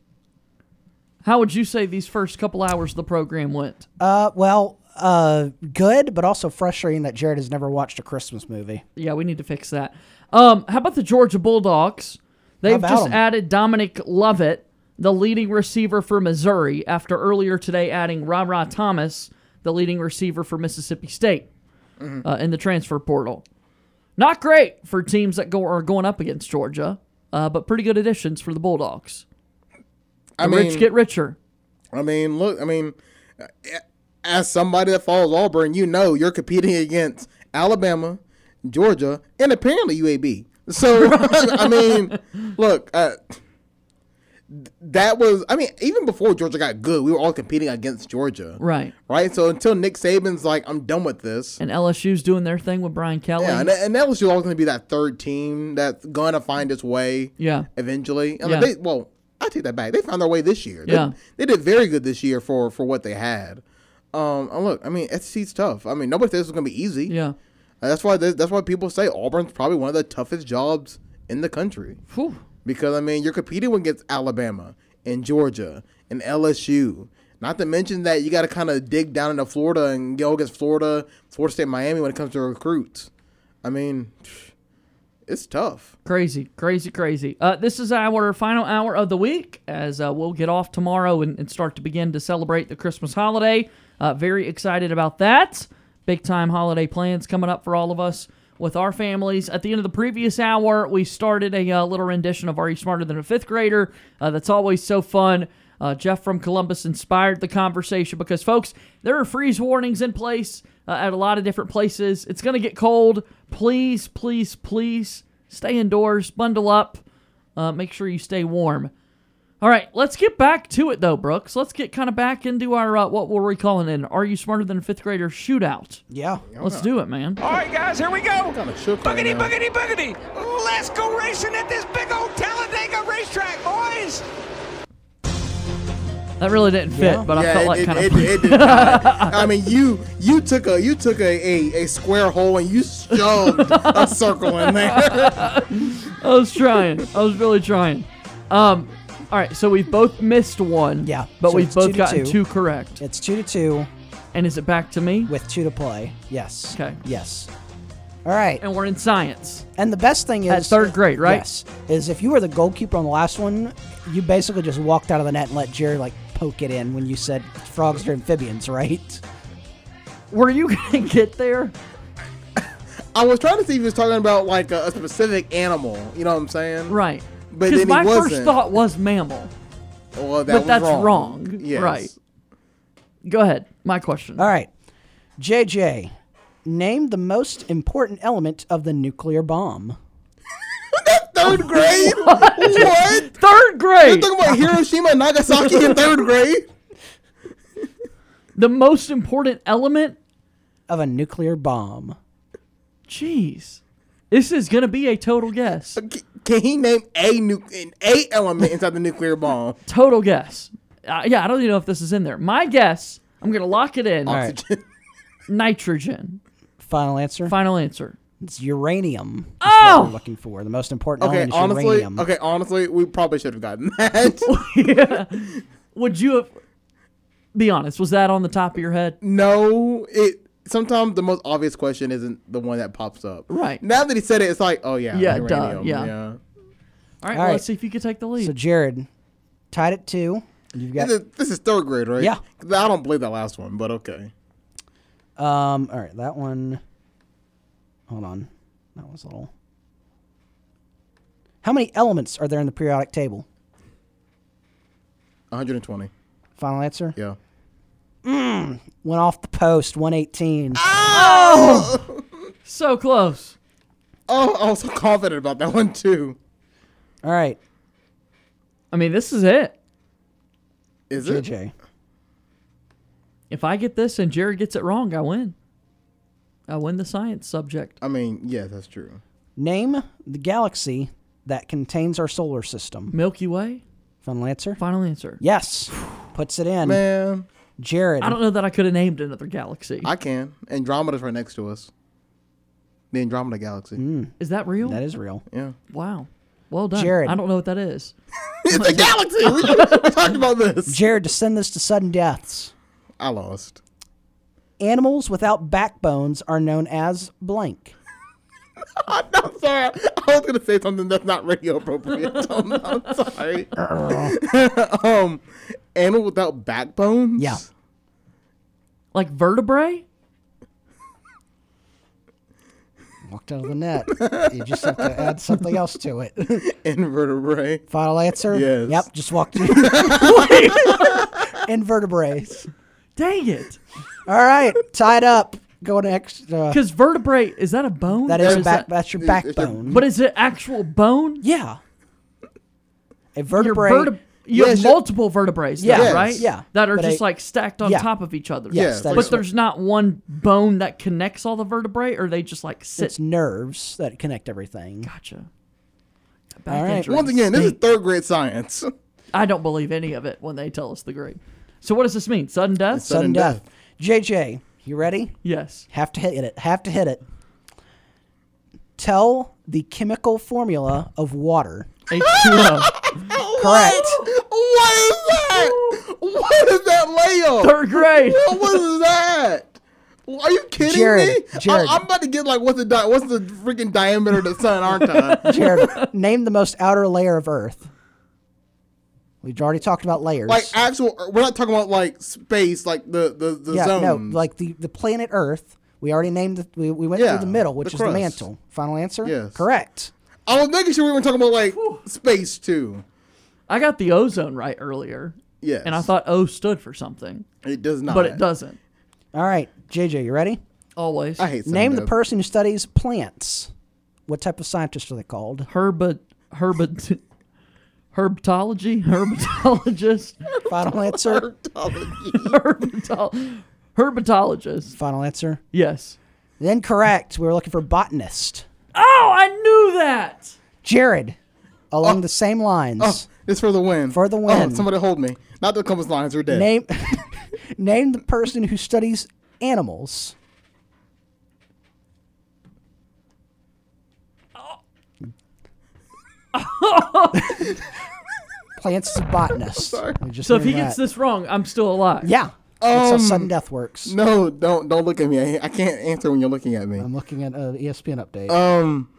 Speaker 1: how would you say these first couple hours of the program went?
Speaker 3: Uh, well, uh, good, but also frustrating that Jared has never watched a Christmas movie.
Speaker 1: Yeah, we need to fix that. Um, how about the Georgia Bulldogs? They've
Speaker 3: about
Speaker 1: just
Speaker 3: 'em?
Speaker 1: added Dominic Lovett the leading receiver for Missouri after earlier today adding Ra Ra Thomas, the leading receiver for Mississippi State
Speaker 2: Mm-hmm.
Speaker 10: Mhm.
Speaker 1: uh, in the transfer portal. Not great for teams that go are going up against Georgia, uh, but pretty good additions for the Bulldogs.
Speaker 2: I
Speaker 1: The rich
Speaker 2: mean-
Speaker 1: get richer.
Speaker 2: I mean, look, I mean, as somebody that follows Auburn, you know you're competing against Alabama, Georgia, and apparently UAB. So, I mean, look, uh, th- that was, I mean, even before Georgia got good, we were all competing against Georgia.
Speaker 1: Right.
Speaker 2: Right? So until Nick Saban's like, I'm done with this.
Speaker 1: And LSU's doing their thing with Brian Kelly.
Speaker 2: Yeah, and, and LSU is always going to be that third team that's going to find its way
Speaker 1: Yeah.
Speaker 2: eventually. I mean,
Speaker 1: Yeah.
Speaker 2: they, well, I take that back. They found their way this year. They,
Speaker 1: Yeah.
Speaker 2: they did very good this year for for what they had. Um, and look, I mean, SEC's tough. I mean, nobody says it's going to be easy.
Speaker 1: Yeah.
Speaker 2: And that's why that's why people say Auburn's probably one of the toughest jobs in the country.
Speaker 1: Whew.
Speaker 2: Because I mean, you're competing against Alabama and Georgia and LSU. Not to mention that you got to kind of dig down into Florida and go against Florida, Florida State, Miami when it comes to recruits. I mean, it's tough.
Speaker 1: Crazy, crazy, crazy. Uh, this is our final hour of the week as uh, we'll get off tomorrow and, and start to begin to celebrate the Christmas holiday. Uh, very excited about that. Big time holiday plans coming up for all of us with our families. At the end of the previous hour, we started a uh, little rendition of Are You Smarter Than a Fifth Grader? Uh, that's always so fun. Uh, Jeff from Columbus inspired the conversation because, folks, there are freeze warnings in place uh, at a lot of different places. It's going to get cold. Please, please, please stay indoors, bundle up, uh, make sure you stay warm. All right, let's get back to it though, Brooks. Let's get kind of back into our uh, what were we calling it? an Are you smarter than a fifth grader shootout?
Speaker 3: Yeah,
Speaker 1: let's do it, man.
Speaker 4: All right, guys, here we go.
Speaker 1: right
Speaker 4: Boogity,
Speaker 1: now.
Speaker 4: boogity, boogity. Let's go racing at this big old Talladega racetrack, boys.
Speaker 1: That really didn't fit, but I
Speaker 2: Yeah,
Speaker 1: felt
Speaker 2: it-
Speaker 1: like
Speaker 2: it-
Speaker 1: kind
Speaker 2: it-
Speaker 1: of.
Speaker 2: it did not. I mean, you you took a you took a, a, a square hole and you shoved a circle in there.
Speaker 1: I was trying. I was really trying. Um, all right, so we've both missed one. Yeah, but
Speaker 3: so
Speaker 1: we've
Speaker 3: it's two
Speaker 1: both
Speaker 3: to
Speaker 1: gotten
Speaker 3: two.
Speaker 1: two correct.
Speaker 3: It's two to two.
Speaker 1: And is it back to me?
Speaker 3: With two to play. Yes.
Speaker 1: Okay.
Speaker 3: Yes. All right.
Speaker 1: And we're in science.
Speaker 3: And the best thing is
Speaker 1: At third grade, right?
Speaker 3: Yes. Is if you were the goalkeeper on the last one, you basically just walked out of the net and let Jerry like poke it in when you said frogs are amphibians, right?
Speaker 1: Were you gonna get there?
Speaker 2: I was trying to see if he was talking about like a, a specific animal. You know what I'm saying?
Speaker 1: Right.
Speaker 2: But
Speaker 1: 'Cause
Speaker 2: then
Speaker 1: my
Speaker 2: he wasn't.
Speaker 1: first thought was mammal.
Speaker 2: Well, that
Speaker 1: but
Speaker 2: was
Speaker 1: that's
Speaker 2: wrong.
Speaker 1: wrong.
Speaker 2: Yes.
Speaker 1: Right. Go ahead. My question. All
Speaker 3: right. JJ, name the most important element of the nuclear bomb.
Speaker 2: Third grade? what?
Speaker 1: Third grade?
Speaker 2: You're talking about Hiroshima and Nagasaki in third grade?
Speaker 1: The most important element
Speaker 3: of a nuclear bomb.
Speaker 1: Jeez. This is going to be a total guess.
Speaker 2: Can he name a nu- an a element inside the nuclear bomb?
Speaker 1: Total guess. Uh, yeah, I don't even know if this is in there. My guess, I'm going to lock it in.
Speaker 3: Oxygen.
Speaker 1: Nitrogen.
Speaker 3: Final answer.
Speaker 1: Final answer.
Speaker 3: It's uranium. is what we're
Speaker 1: Oh!
Speaker 3: looking for the most important
Speaker 2: Okay,
Speaker 3: element is
Speaker 2: honestly,
Speaker 3: uranium.
Speaker 2: okay, honestly, we probably should have gotten that.
Speaker 1: Oh! Would you have? Be honest. Was that on the top of your head?
Speaker 2: No. It sometimes the most obvious question isn't the one that pops up.
Speaker 1: Right.
Speaker 2: Now that he said it, it's like, oh yeah,
Speaker 1: Yeah, duh,
Speaker 2: uranium,
Speaker 1: yeah. All right, well,
Speaker 3: right.
Speaker 1: let's see if you can take the lead.
Speaker 3: So Jared tied at two. You've got
Speaker 2: This is- this is third grade, right?
Speaker 3: Yeah.
Speaker 2: I don't believe that last one, but okay.
Speaker 3: um. All right, that one. Hold on, that was a little. How many elements are there in the periodic table?
Speaker 2: 120.
Speaker 3: Final answer.
Speaker 2: Yeah.
Speaker 3: Mm, went off the post. One eighteen.
Speaker 1: Oh! so close.
Speaker 2: Oh, I was so confident about that one too.
Speaker 3: All right.
Speaker 1: I mean, this is it.
Speaker 2: Is
Speaker 3: it? JJ.
Speaker 1: If I get this and Jared gets it wrong, I win. I win the science subject.
Speaker 2: I mean, yeah, that's true.
Speaker 3: Name the galaxy that contains our solar system.
Speaker 1: Milky Way.
Speaker 3: Final answer.
Speaker 1: Final answer.
Speaker 3: Yes. Puts it in.
Speaker 2: Man.
Speaker 3: Jared.
Speaker 1: I don't know that I could have named another galaxy.
Speaker 2: I can. Andromeda's right next to us. The Andromeda Galaxy.
Speaker 1: Is that real?
Speaker 3: That is real.
Speaker 2: Yeah.
Speaker 1: Wow. Well done.
Speaker 3: Jared.
Speaker 1: I don't know what that is.
Speaker 2: it's a galaxy. We, we talked about this.
Speaker 3: Jared, to send this to sudden deaths.
Speaker 2: I lost.
Speaker 3: Animals without backbones are known as blank.
Speaker 2: I'm sorry. I was gonna say something that's not radio appropriate. I'm, I'm sorry. um, animal without backbones. Yeah.
Speaker 1: Like vertebrae.
Speaker 3: Walked out of the net. You just have to add something else to it.
Speaker 2: Invertebrate.
Speaker 3: Final answer.
Speaker 2: Yes.
Speaker 3: Yep. Just walked. Invertebrates.
Speaker 1: Dang it!
Speaker 3: All right, tied up. Go next. Uh,
Speaker 1: Because vertebrae is that a bone?
Speaker 3: That
Speaker 1: Or
Speaker 3: is, a back,
Speaker 1: that-
Speaker 3: that's your backbone.
Speaker 1: But is it actual bone?
Speaker 3: Yeah. A vertebrae.
Speaker 1: Your verteb- you have
Speaker 3: Yes, your-
Speaker 1: multiple vertebrae, though,
Speaker 3: Yes.
Speaker 1: right?
Speaker 3: Yeah.
Speaker 1: That are
Speaker 3: But
Speaker 1: just
Speaker 3: I-
Speaker 1: like stacked on
Speaker 3: Yeah.
Speaker 1: top of each other.
Speaker 3: Yes, Yeah, that is
Speaker 1: but
Speaker 3: what-
Speaker 1: there's not one bone that connects all the vertebrae, or they just like sit.
Speaker 3: It's nerves that connect everything. Gotcha.
Speaker 1: back
Speaker 3: all right.
Speaker 1: injuries.
Speaker 2: Once again, this is third grade science.
Speaker 1: I don't believe any of it when they tell us the grade. So what does this mean? Sudden death.
Speaker 3: Sudden death. JJ, you ready?
Speaker 1: Yes.
Speaker 3: Have to hit it. Have to hit it. Tell the chemical formula of water.
Speaker 1: H2O.
Speaker 3: Correct.
Speaker 2: What is that? What is that layup?
Speaker 1: Third grade.
Speaker 2: What was that? Are you kidding
Speaker 3: Jared,
Speaker 2: me?
Speaker 3: Jared.
Speaker 2: I, am about to get like what's the di- what's the freaking diameter of the sun, aren't I?
Speaker 3: Jared, name the most outer layer of Earth. We've already talked about layers.
Speaker 2: like actual. We're not talking about like space, like the the the
Speaker 3: yeah,
Speaker 2: zones.
Speaker 3: no, like the, the planet Earth. We already named the, we, we went
Speaker 2: Yeah,
Speaker 3: through the middle, which
Speaker 2: the
Speaker 3: is the
Speaker 2: crust.
Speaker 3: mantle. Final answer?
Speaker 2: Yes.
Speaker 3: Correct.
Speaker 2: I was making sure we were talking about like space too.
Speaker 1: I got the ozone right earlier.
Speaker 2: Yes.
Speaker 1: And I thought O stood for something,
Speaker 2: It does not.
Speaker 1: but it doesn't.
Speaker 3: All right, JJ, you ready?
Speaker 1: Always.
Speaker 2: I hate
Speaker 3: Name
Speaker 2: sudden
Speaker 3: the
Speaker 2: death.
Speaker 3: person who studies plants. What type of scientist are they called?
Speaker 1: Herba, herba, herbtology, herbatologist,
Speaker 3: Final answer.
Speaker 1: herbatol, herbatologist.
Speaker 3: Final answer.
Speaker 1: Yes.
Speaker 3: Then correct. We were looking for botanist.
Speaker 1: Oh, I knew that.
Speaker 3: Jared, along the same lines.
Speaker 2: Oh, it's for the win.
Speaker 3: For the
Speaker 2: Oh,
Speaker 3: win.
Speaker 2: somebody hold me. Not the compass lines are dead.
Speaker 3: Name name the person who studies animals. Plants is a botanist. We just
Speaker 1: So if
Speaker 3: knew
Speaker 1: he gets
Speaker 3: that.
Speaker 1: this wrong, I'm still alive.
Speaker 3: yeah, that's how
Speaker 2: Um,
Speaker 3: sudden death works.
Speaker 2: No, don't don't look at me. I, I can't answer when you're looking at me.
Speaker 3: I'm looking at E an ESPN update.
Speaker 2: Um,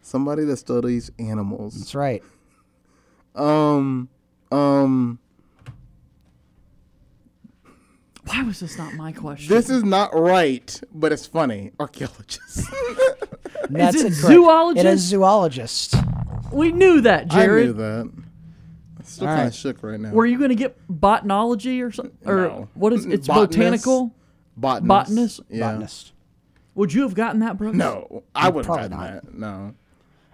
Speaker 2: somebody that studies animals.
Speaker 3: That's right.
Speaker 2: Um, um,
Speaker 1: Why was this not my question?
Speaker 2: this is not right, but it's funny. Archaeologists.
Speaker 1: it
Speaker 3: That's incorrect. It is
Speaker 1: zoologist?
Speaker 3: zoologist.
Speaker 1: we knew that,
Speaker 2: I
Speaker 1: Jared.
Speaker 2: knew that. I'm still
Speaker 3: All
Speaker 2: kind
Speaker 3: right.
Speaker 2: of shook right now.
Speaker 1: Were you going to get botanology or something? Or
Speaker 2: No.
Speaker 1: what is it's
Speaker 2: Botanist.
Speaker 1: botanical?
Speaker 2: botanist?
Speaker 1: botanist?
Speaker 2: Yeah.
Speaker 3: Botanist.
Speaker 1: Would you have gotten that, Brooks?
Speaker 2: No, I would have
Speaker 3: Probably
Speaker 2: gotten
Speaker 3: not.
Speaker 2: that. No.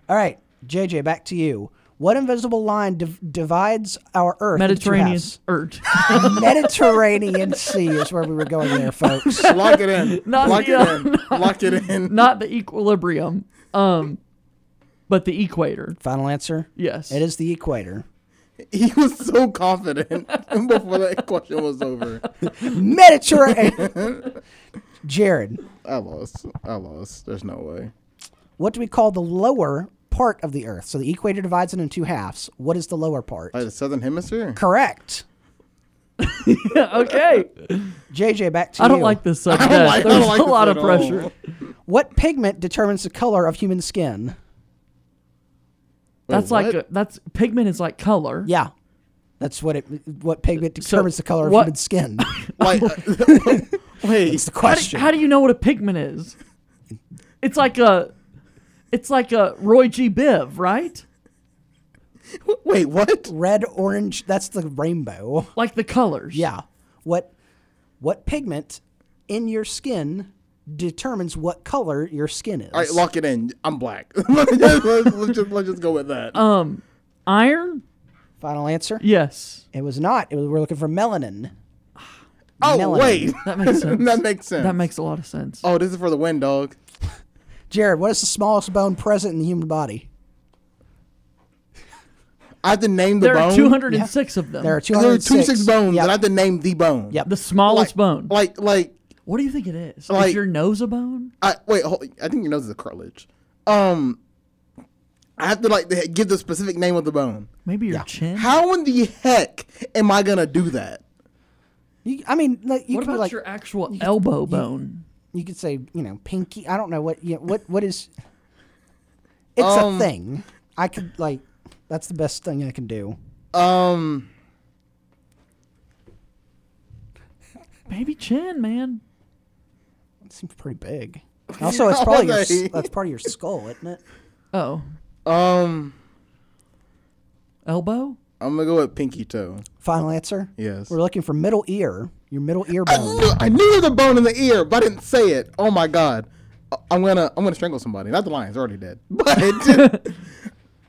Speaker 3: All right, JJ, back to you. What invisible line div- divides our Earth? into two
Speaker 1: Mediterranean
Speaker 3: halves?
Speaker 1: Earth.
Speaker 3: Mediterranean Sea is where we were going there, folks.
Speaker 2: Lock it in.
Speaker 1: Not
Speaker 2: Lock
Speaker 1: the-
Speaker 2: it in. Lock it in.
Speaker 1: not the equilibrium, um, but the equator.
Speaker 3: Final answer?
Speaker 1: Yes.
Speaker 3: It is the equator.
Speaker 2: He was so confident before that question was over.
Speaker 3: Mediterranean. Jared,
Speaker 2: I lost. I lost. There's no way.
Speaker 3: what do we call the lower part of the Earth? So the equator divides it in two halves. What is the lower part?
Speaker 2: Like the southern hemisphere.
Speaker 3: Correct.
Speaker 1: okay.
Speaker 3: JJ, back to
Speaker 1: I
Speaker 3: you.
Speaker 1: don't like this subject.
Speaker 2: don't like- I don't
Speaker 1: There's
Speaker 2: like
Speaker 1: a
Speaker 2: this
Speaker 1: lot
Speaker 2: at
Speaker 1: of pressure.
Speaker 2: all.
Speaker 3: What pigment determines the color of human skin?
Speaker 1: That's like
Speaker 2: what?
Speaker 1: a, that's pigment is like color.
Speaker 3: Yeah. That's what it. What pigment determines the color of
Speaker 1: what-
Speaker 3: human skin?
Speaker 2: Like, uh, wait.
Speaker 3: It's the
Speaker 1: How do,
Speaker 3: question.
Speaker 1: how do you know what a pigment is? It's like a, it's like a Roy G. Biv, right?
Speaker 2: Wait, what?
Speaker 3: Red, orange. That's the rainbow.
Speaker 1: Like the colors.
Speaker 3: Yeah. What what pigment in your skin determines what color your skin is?
Speaker 2: All right, lock it in. I'm black. let's, just, let's, just, let's just go with that.
Speaker 1: Um, Iron.
Speaker 3: Final answer?
Speaker 1: Yes.
Speaker 3: It was not. It was, we're looking for melanin.
Speaker 2: oh,
Speaker 3: melanin.
Speaker 2: wait.
Speaker 1: That makes sense.
Speaker 2: that makes sense.
Speaker 1: That makes a lot of sense.
Speaker 2: Oh, this is for the win, dog.
Speaker 3: Jared, what is the smallest bone present in the human body?
Speaker 2: I have to name the
Speaker 1: there
Speaker 2: bone.
Speaker 1: are 206 of them.
Speaker 3: There are
Speaker 2: There are
Speaker 3: 206.
Speaker 2: two six bones,
Speaker 3: Yep.
Speaker 2: and I have to name the bone.
Speaker 3: Yep.
Speaker 1: the smallest
Speaker 2: Like,
Speaker 1: bone.
Speaker 2: Like, like,
Speaker 1: what do you think it is?
Speaker 2: like-
Speaker 1: is your nose a bone?
Speaker 2: I wait. Hold, I think your nose is a cartilage. Um, I have to like give the specific name of the bone.
Speaker 1: Maybe your chin.
Speaker 2: How in the heck am I gonna do that?
Speaker 3: You- I mean, like, you
Speaker 1: what
Speaker 3: could be
Speaker 1: about
Speaker 3: like
Speaker 1: your actual elbow bone?
Speaker 3: you could say you know pinky. I don't know what you know, what what is. It's
Speaker 2: Um,
Speaker 3: a thing. I could like. That's the best thing I can do.
Speaker 2: Um,
Speaker 1: Baby chin, man.
Speaker 3: It seems pretty big. Also, it's probably your, s-
Speaker 2: Hey.
Speaker 3: that's part of your skull, isn't it?
Speaker 1: Oh,
Speaker 2: um,
Speaker 1: elbow.
Speaker 2: I'm gonna go with pinky toe.
Speaker 3: Final answer.
Speaker 2: Yes.
Speaker 3: We're looking for middle ear. Your middle ear
Speaker 2: I
Speaker 3: bone.
Speaker 2: knew, I knew the bone in the ear, but I didn't say it. Oh my god, I- I'm gonna I'm gonna strangle somebody. Not the lion's already dead, but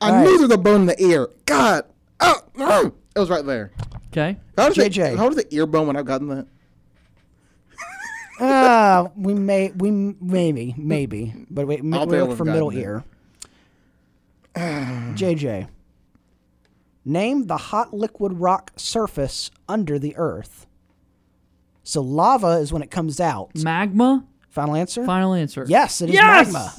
Speaker 2: I knew there's a bone in the ear. God, oh, no. it was right there.
Speaker 1: Okay.
Speaker 2: How does
Speaker 3: JJ.
Speaker 2: The, how does the ear bone when I've gotten that?
Speaker 3: Ah, we may, we m- maybe, maybe, but wait,
Speaker 2: I'll be
Speaker 3: we're
Speaker 2: able
Speaker 3: looking
Speaker 2: to
Speaker 3: for
Speaker 2: guide
Speaker 3: middle
Speaker 2: me.
Speaker 3: ear. JJ, name the hot liquid rock surface under the Earth. So lava is when it comes out.
Speaker 1: Magma.
Speaker 3: Final answer.
Speaker 1: Final answer.
Speaker 3: Yes, it is
Speaker 1: Yes!
Speaker 3: magma.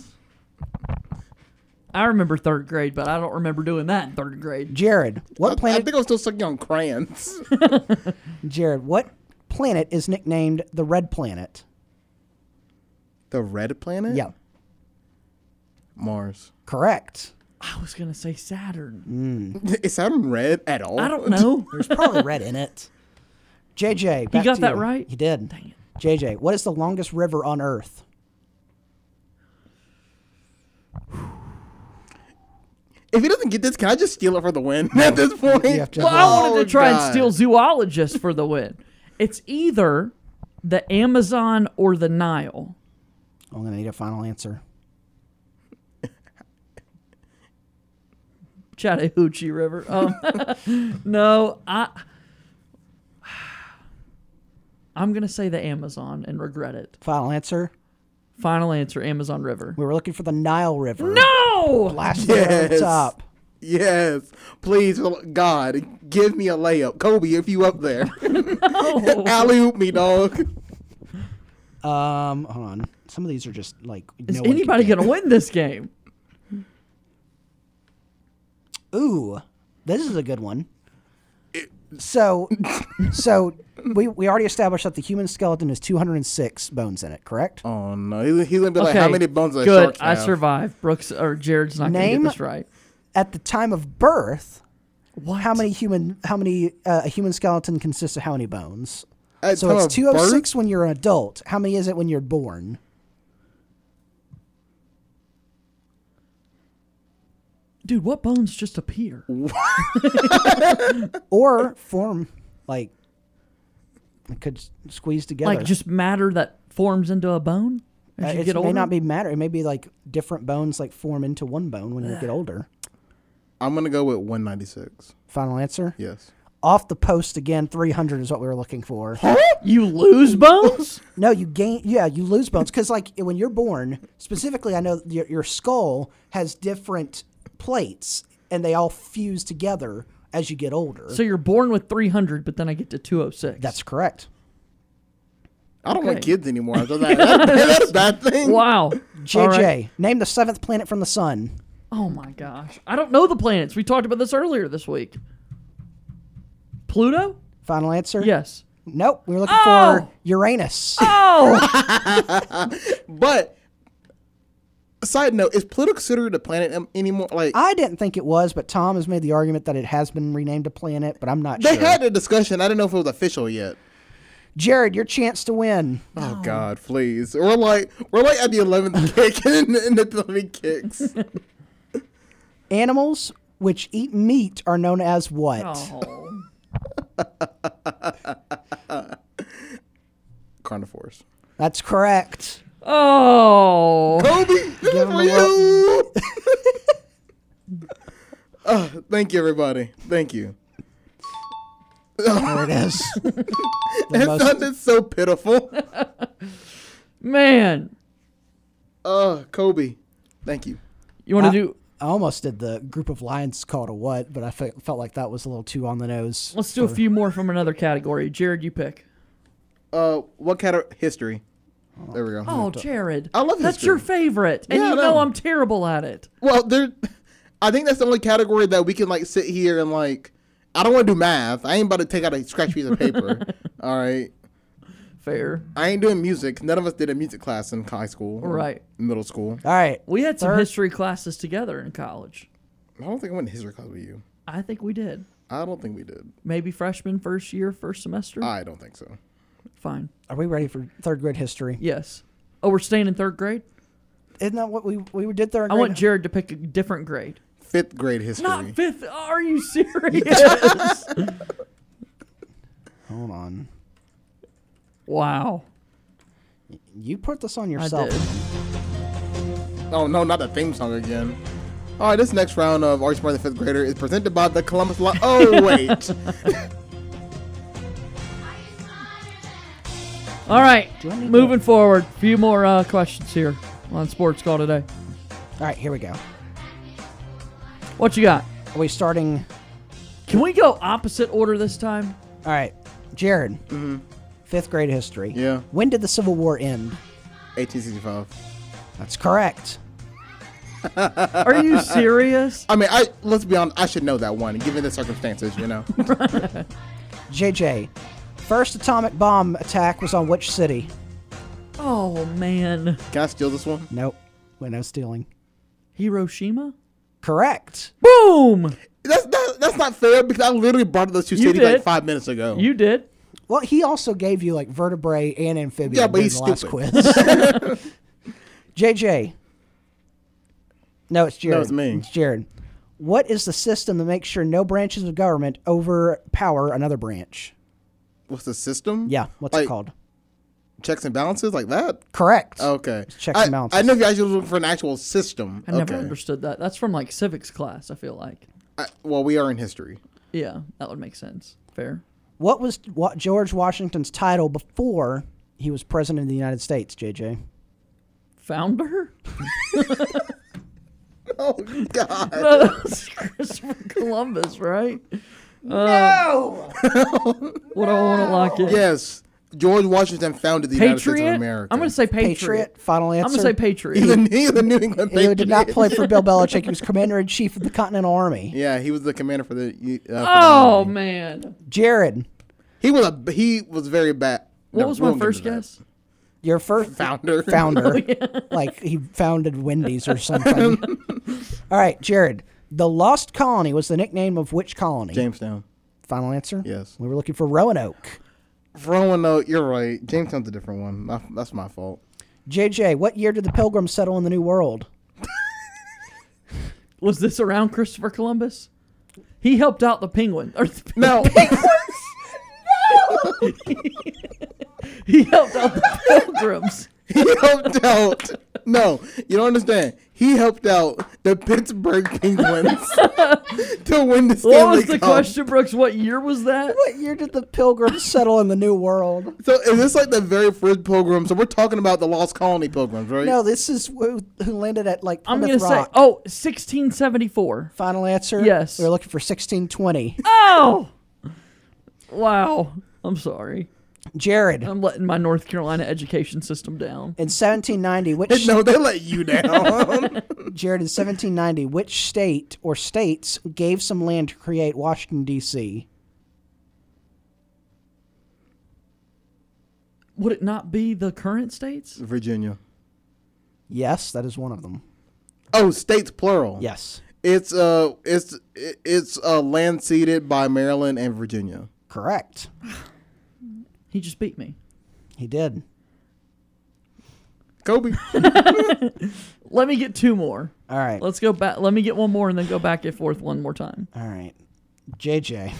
Speaker 1: I remember third grade, but I don't remember doing that in third grade.
Speaker 3: Jared, what
Speaker 2: I
Speaker 3: planet?
Speaker 2: think I'm still sucking on crayons.
Speaker 3: Jared, what planet is nicknamed the Red Planet?
Speaker 2: the red planet?
Speaker 3: Yeah,
Speaker 2: Mars.
Speaker 3: correct.
Speaker 1: I was gonna say Saturn.
Speaker 2: Is Saturn red at all?
Speaker 1: I don't know.
Speaker 3: There's probably red in it. JJ, back
Speaker 1: got
Speaker 3: to
Speaker 1: that
Speaker 3: you.
Speaker 1: right?
Speaker 3: He did.
Speaker 1: Dang it.
Speaker 3: JJ, what is the longest river on Earth?
Speaker 2: If he doesn't get this, can I just steal it for the win at this point?
Speaker 3: You have to-
Speaker 1: Well, I wanted
Speaker 2: Oh,
Speaker 1: to try
Speaker 2: God.
Speaker 1: and steal zoologists for the win. It's either the Amazon or the Nile.
Speaker 3: Oh, I'm gonna need a final answer.
Speaker 1: Chattahoochee River. Um, no, I. I'm gonna say the Amazon and regret it.
Speaker 3: Final answer.
Speaker 1: Final answer: Amazon River.
Speaker 3: We were looking for the Nile River.
Speaker 1: No,
Speaker 3: Last year on the
Speaker 2: Yes.
Speaker 3: top.
Speaker 2: Yes. Please, for the- God, give me a layup. Kobe, if you up there. Alley oop me, dog.
Speaker 3: Um, hold on. Some of these are just like
Speaker 1: is
Speaker 3: no one can
Speaker 1: anybody
Speaker 3: get.
Speaker 1: gonna win this game?
Speaker 3: Ooh, this is a good one. So, so we we already established that the human skeleton has 206 bones in it. Correct.
Speaker 2: Oh, no. He- He's going to be like, how many bones does a
Speaker 1: good.
Speaker 2: shark
Speaker 1: I
Speaker 2: have?
Speaker 1: survived. Brooks or Jared's not
Speaker 3: Name-
Speaker 1: gonna get this right.
Speaker 3: At the time of birth, how many human how many uh, a human skeleton consists of how many bones?
Speaker 2: At
Speaker 3: so
Speaker 2: time
Speaker 3: it's
Speaker 2: of
Speaker 3: 206 when you're an adult. How many is it when you're born?
Speaker 1: Dude, what bones just appear?
Speaker 3: or form like it could s- squeeze together.
Speaker 1: Like just matter that forms into a bone
Speaker 3: Uh,
Speaker 1: as you
Speaker 3: it's-
Speaker 1: get
Speaker 3: it
Speaker 1: older.
Speaker 3: may not be matter. It may be like different bones like form into one bone when you get older.
Speaker 2: I'm going to go with 196.
Speaker 3: Final answer.
Speaker 2: Yes.
Speaker 3: Off the post again. Three hundred is what we were looking for.
Speaker 1: you lose bones.
Speaker 3: No, you gain. Yeah, you lose bones because like when you're born, specifically, I know your, your skull has different plates and they all fuse together as you get older.
Speaker 1: so you're born with 300, but then I get to 206.
Speaker 3: That's correct.
Speaker 2: I don't want
Speaker 1: Okay.
Speaker 2: kids anymore. After that. That- that's a bad thing.
Speaker 1: wow. All
Speaker 3: JJ,
Speaker 1: right.
Speaker 3: name the seventh planet from the sun.
Speaker 1: Oh my gosh. I don't know the planets. We talked about this earlier this week. Pluto?
Speaker 3: Final answer.
Speaker 1: Yes.
Speaker 3: Nope. We were looking
Speaker 1: Oh!
Speaker 3: for Uranus.
Speaker 1: Oh,
Speaker 2: But, side note, is Pluto considered a planet am- anymore? Like,
Speaker 3: I didn't think it was, but Tom has made the argument that it has been renamed a planet, but I'm not
Speaker 2: they
Speaker 3: sure.
Speaker 2: had a discussion. I didn't know if it was official yet.
Speaker 3: Jared, your chance to win.
Speaker 2: Oh God, please! We're like we're like at the eleventh kick, and then the three kicks.
Speaker 3: Animals which eat meat are known as what?
Speaker 1: Oh.
Speaker 2: Carnivores.
Speaker 3: That's correct.
Speaker 1: Oh.
Speaker 2: Kobe, this is
Speaker 3: him
Speaker 2: for
Speaker 3: a
Speaker 2: you. Uh, thank you, everybody. Thank you.
Speaker 3: There it is.
Speaker 2: It
Speaker 3: most-
Speaker 2: sounded so pitiful.
Speaker 1: Man.
Speaker 2: Uh, Kobe, thank you.
Speaker 1: You want to
Speaker 3: Uh,
Speaker 1: do
Speaker 3: I almost did the group of lions call to what, but I fe- felt like that was a little too on the nose.
Speaker 1: Let's do a few more from another category. Jared, you pick.
Speaker 2: Uh, what kind of history? There we go.
Speaker 1: Oh, Jared.
Speaker 2: I love
Speaker 1: That's
Speaker 2: history.
Speaker 1: your favorite. And
Speaker 2: Yeah, I
Speaker 1: you know
Speaker 2: know.
Speaker 1: I'm terrible at it.
Speaker 2: Well, there. I think that's the only category that we can like sit here and like. I don't want to do math. I ain't about to take out a scratch piece of paper. All right.
Speaker 1: Fair.
Speaker 2: I ain't doing music. None of us did a music class in high school, or
Speaker 1: Right.
Speaker 2: Middle school.
Speaker 3: All right.
Speaker 1: We had some
Speaker 3: Third-
Speaker 1: history classes together in college.
Speaker 2: I don't think I went to history class with you.
Speaker 1: I think we did.
Speaker 2: I don't think we did.
Speaker 1: Maybe freshman first year, first semester.
Speaker 2: I don't think so.
Speaker 1: Fine.
Speaker 3: Are we ready for third grade history?
Speaker 1: Yes. Oh, we're staying in third grade.
Speaker 3: Isn't that what we we did third grade?
Speaker 1: I want Jared to pick a different grade.
Speaker 2: Fifth grade history.
Speaker 1: Not fifth. Are you serious?
Speaker 3: Hold on.
Speaker 1: wow.
Speaker 3: You put this on
Speaker 1: I
Speaker 3: yourself.
Speaker 1: did.
Speaker 2: Oh no, not the theme song again. All right, this next round of Are You Smarter Than Fifth Grader is presented by the Columbus Law. Oh wait,
Speaker 1: All right.
Speaker 3: Do I need
Speaker 1: Moving forward. Few more uh, questions here on Sports Call today.
Speaker 3: All right, here we go.
Speaker 1: What you got?
Speaker 3: Are we starting?
Speaker 1: Can we go opposite order this time?
Speaker 3: All right, Jared. Fifth grade history.
Speaker 2: Yeah.
Speaker 3: When did the Civil War end?
Speaker 2: 1865.
Speaker 3: That's correct.
Speaker 1: Are you serious?
Speaker 2: I mean, I let's be honest. I should know that one, given the circumstances. You know,
Speaker 3: JJ. First atomic bomb attack was on which city?
Speaker 1: Oh man.
Speaker 2: can I steal this one?
Speaker 3: Nope. Wait, no stealing.
Speaker 1: Hiroshima.
Speaker 3: Correct.
Speaker 1: Boom.
Speaker 2: That's that, that's not fair because I literally brought up those two
Speaker 1: You
Speaker 2: cities like
Speaker 1: did.
Speaker 2: five minutes ago.
Speaker 1: You did.
Speaker 3: Well, he also gave you like vertebrae and amphibian.
Speaker 2: Yeah, but
Speaker 3: in
Speaker 2: he's
Speaker 3: the last
Speaker 2: stupid.
Speaker 3: quiz. JJ. No, it's Jared.
Speaker 2: it's me.
Speaker 3: It's Jared. What is the system that makes sure no branches of government overpower another branch?
Speaker 2: What's the system?
Speaker 3: Yeah, what's
Speaker 2: Like,
Speaker 3: it called?
Speaker 2: Checks and balances like that.
Speaker 3: Correct.
Speaker 2: Okay.
Speaker 3: checks
Speaker 2: I,
Speaker 3: and balances.
Speaker 2: I know if you actually looking for an actual system.
Speaker 1: I never
Speaker 2: okay.
Speaker 1: understood that. That's from like civics class. I feel like.
Speaker 2: I, well, we are in history.
Speaker 1: Yeah, that would make sense. Fair.
Speaker 3: What was what George Washington's title before he was president of the United States, JJ?
Speaker 1: Founder?
Speaker 2: Oh God.
Speaker 1: That's Christopher Columbus, right? no. what do I want to lock in?
Speaker 2: yes, George Washington founded the United States
Speaker 1: Patriot.
Speaker 2: of America.
Speaker 1: I'm gonna say patriot.
Speaker 3: Patriot. Final answer.
Speaker 1: I'm gonna say
Speaker 2: He's the,
Speaker 1: patriot.
Speaker 2: he's the New England
Speaker 3: He
Speaker 2: Patriots.
Speaker 3: did not play for Bill Belichick. He was commander in chief of the Continental Army.
Speaker 2: Yeah, he was the commander for the. Uh, for the
Speaker 1: oh
Speaker 2: Army.
Speaker 1: man,
Speaker 3: Jared,
Speaker 2: he was a he was very bad.
Speaker 1: what
Speaker 2: No,
Speaker 1: was
Speaker 2: we
Speaker 1: my
Speaker 2: won't get
Speaker 1: first
Speaker 2: into that.
Speaker 1: guess?
Speaker 3: your first
Speaker 2: Founder.
Speaker 3: founder, Oh, like he founded Wendy's or something. All right, Jared. The Lost Colony was the nickname of which colony?
Speaker 2: Jamestown.
Speaker 3: Final answer.
Speaker 2: Yes.
Speaker 3: We were looking for Roanoke.
Speaker 2: Roanoke, you're right. Jamestown's a different one. My- That's my fault.
Speaker 3: JJ, what year did the Pilgrims settle in the New World?
Speaker 1: Was this around Christopher Columbus? He helped out the penguin. Or the,
Speaker 2: No,
Speaker 1: he helped out the pilgrims.
Speaker 2: he helped out. No, you don't understand. He helped out the Pittsburgh Penguins to win the Stanley
Speaker 1: What was the
Speaker 2: Cup.
Speaker 1: question, Brooks? What year was that?
Speaker 3: What year did the Pilgrims settle in the New World?
Speaker 2: So is this like the very first pilgrim? So we're talking about the Lost Colony pilgrims, right?
Speaker 3: No, this is who, who landed at like
Speaker 1: I'm
Speaker 3: Plymouth
Speaker 1: gonna
Speaker 3: Rock.
Speaker 1: say oh 1674.
Speaker 3: Final answer.
Speaker 1: Yes.
Speaker 3: we were looking for 1620.
Speaker 1: Oh, wow. I'm sorry.
Speaker 3: Jared, in
Speaker 1: I'm letting my North Carolina education system down.
Speaker 3: 1790, which
Speaker 2: No, they let you down.
Speaker 3: Jared in 1790, which state or states gave some land to create Washington D.C.
Speaker 1: Would it not be the current states?
Speaker 2: Virginia.
Speaker 3: Yes, that is one of them.
Speaker 2: Oh, states plural.
Speaker 3: Yes,
Speaker 2: It's uh, it's it- it's uh, land ceded by Maryland and Virginia.
Speaker 3: correct.
Speaker 1: He just beat me.
Speaker 3: He did.
Speaker 2: Kobe.
Speaker 1: Let me get two more.
Speaker 3: All right.
Speaker 1: Let's go back. Let me get one more and then go back and forth one more time.
Speaker 3: All right. JJ,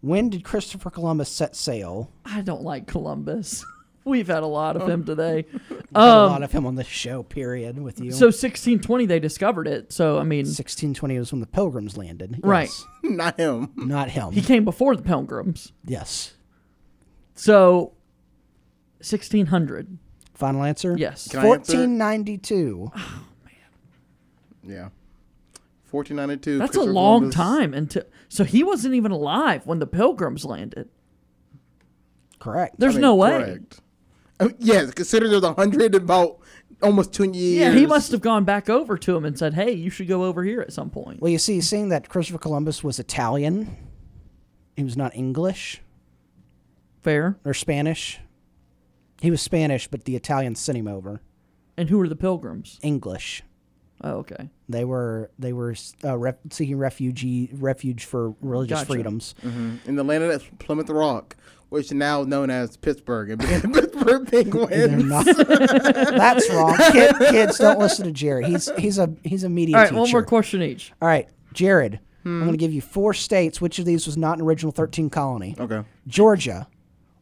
Speaker 3: when did Christopher Columbus set sail?
Speaker 1: I don't like Columbus. We've had a lot of him today.
Speaker 3: a lot of him on the show. Period. With you.
Speaker 1: Um, So 1620, they discovered it. So, I mean,
Speaker 3: 1620 was when the Pilgrims landed.
Speaker 1: Right.
Speaker 3: Yes.
Speaker 2: Not him.
Speaker 3: Not him.
Speaker 1: he came before the Pilgrims.
Speaker 3: yes.
Speaker 1: So 1600.
Speaker 3: Final answer?
Speaker 1: Yes.
Speaker 2: Can I answer?
Speaker 3: 1492.
Speaker 2: Yeah. 1492.
Speaker 1: That's a
Speaker 2: Christopher
Speaker 1: long
Speaker 2: Columbus.
Speaker 1: time until. So he wasn't even alive when the Pilgrims landed.
Speaker 3: Correct.
Speaker 1: There's
Speaker 2: I mean,
Speaker 1: no way.
Speaker 2: correct. Uh, Yeah, consider there's a hundred about almost two years.
Speaker 1: Yeah, he must have gone back over to him and said, "Hey, you should go over here at some point."
Speaker 3: Well, you see, seeing that Christopher Columbus was Italian, he was not English.
Speaker 1: Fair.
Speaker 3: Or Spanish. He was Spanish, but the Italians sent him over.
Speaker 1: And who were the Pilgrims?
Speaker 3: English.
Speaker 1: Oh, okay.
Speaker 3: They were they were uh, ref- seeking refugee refuge for religious
Speaker 2: Gotcha.
Speaker 3: freedoms.
Speaker 1: Mm-hmm.
Speaker 2: In the land of that's Plymouth Rock, which is now known as Pittsburgh, and being the Pittsburgh Penguins.
Speaker 3: That's wrong. Kid, kids, don't listen to Jared. He's he's a he's a media
Speaker 1: All right,
Speaker 3: teacher.
Speaker 1: one more question each.
Speaker 3: All right, Jared.
Speaker 1: Hmm.
Speaker 3: I'm going to give you four states. Which of these was not an original 13 colony?
Speaker 2: Okay.
Speaker 3: Georgia,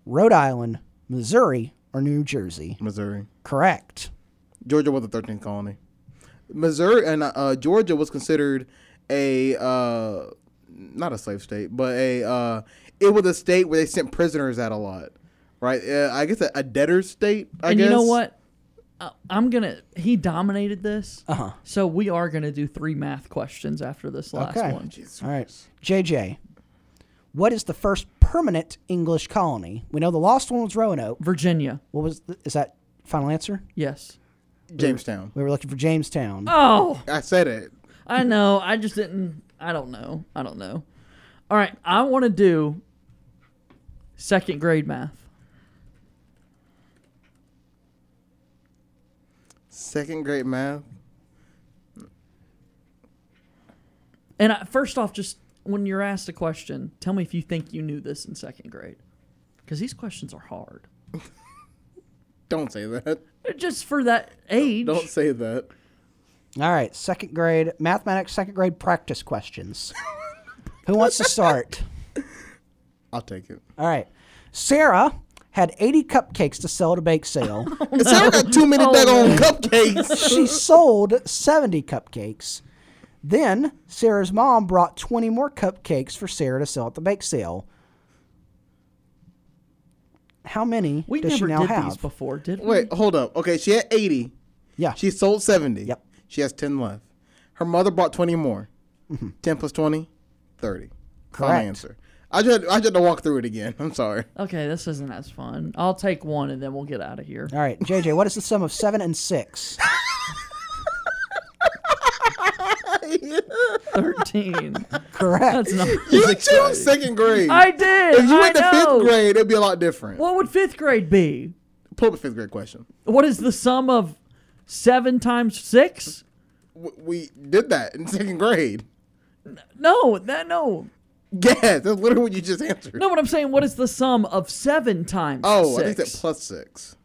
Speaker 3: Rhode Island, Missouri, or New Jersey?
Speaker 2: Missouri.
Speaker 3: Correct.
Speaker 2: Georgia was the 13th colony. Missouri and uh, Georgia was considered a uh, not a slave state, but a uh, it was a state where they sent prisoners out a lot, right? Uh, I guess a, a debtor state. I
Speaker 1: and
Speaker 2: guess
Speaker 1: you know what? Uh, I'm gonna. He dominated this,
Speaker 3: Uh-huh.
Speaker 1: so we are gonna do three math questions after this last
Speaker 3: okay.
Speaker 1: one.
Speaker 3: All right. JJ, what is the first permanent English colony? We know the lost one was Roanoke.
Speaker 1: Virginia.
Speaker 3: What was the, is that final answer?
Speaker 1: Yes.
Speaker 2: Jamestown.
Speaker 3: We were looking for Jamestown.
Speaker 1: Oh,
Speaker 2: I said it.
Speaker 1: I know. I just didn't. I don't know. I don't know. All right, I want to do second grade math.
Speaker 2: Second grade math.
Speaker 1: And I, first off, just when you're asked a question, tell me if you think you knew this in second grade, because these questions are hard.
Speaker 2: Don't say that.
Speaker 1: Just for that age.
Speaker 2: Don't say that.
Speaker 3: All right, second grade mathematics, second grade practice questions. Who wants to start?
Speaker 2: I'll take it.
Speaker 3: All right, Sarah had 80 cupcakes to sell at a bake sale.
Speaker 2: Sarah got too many daggone cupcakes.
Speaker 3: she sold 70 cupcakes. Then Sarah's mom brought 20 more cupcakes for Sarah to sell at the bake sale. How many
Speaker 1: We
Speaker 3: does
Speaker 1: never
Speaker 3: she now
Speaker 1: did
Speaker 3: have?
Speaker 1: these before, did we?
Speaker 2: Wait, hold up. Okay, she had 80.
Speaker 3: Yeah.
Speaker 2: She sold 70.
Speaker 3: Yep.
Speaker 2: She has 10 left. Her mother bought 20 more. 10 plus 20, 30. Final
Speaker 3: Correct.
Speaker 2: answer. I just, I just had to walk through it again. I'm sorry.
Speaker 1: Okay, this isn't as fun. I'll take one and then we'll get out of here.
Speaker 3: All right, JJ, what is the sum of 7 and 6?
Speaker 1: 13.
Speaker 3: Correct.
Speaker 1: That's not.
Speaker 2: You chose second grade.
Speaker 1: I did.
Speaker 2: If you
Speaker 1: I
Speaker 2: went to
Speaker 1: know.
Speaker 2: fifth grade, it'd be a lot different.
Speaker 1: What would fifth grade be?
Speaker 2: Pull up a fifth grade question.
Speaker 1: What is the sum of seven times six?
Speaker 2: W- We did that in second grade.
Speaker 1: No, that no.
Speaker 2: Yes, that's literally what you just answered.
Speaker 1: No, but I'm saying, what is the sum of seven times
Speaker 2: oh, I
Speaker 1: six?
Speaker 2: think that plus six.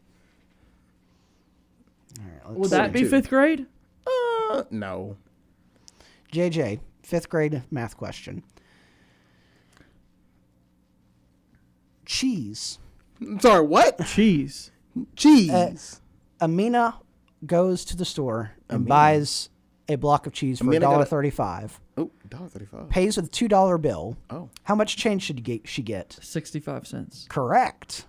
Speaker 1: Would that be
Speaker 2: two.
Speaker 1: fifth grade?
Speaker 2: Uh, no.
Speaker 3: JJ, fifth grade math question. Cheese.
Speaker 2: I'm sorry, what?
Speaker 1: Cheese.
Speaker 2: Cheese.
Speaker 3: Amina goes to the store and buys a block of cheese for
Speaker 2: Amina got a-
Speaker 3: $1.35,
Speaker 2: oh, $1.35.
Speaker 3: pays with a $2 bill.
Speaker 2: Oh.
Speaker 3: How much change should get, she get?
Speaker 1: 65 cents.
Speaker 3: Correct.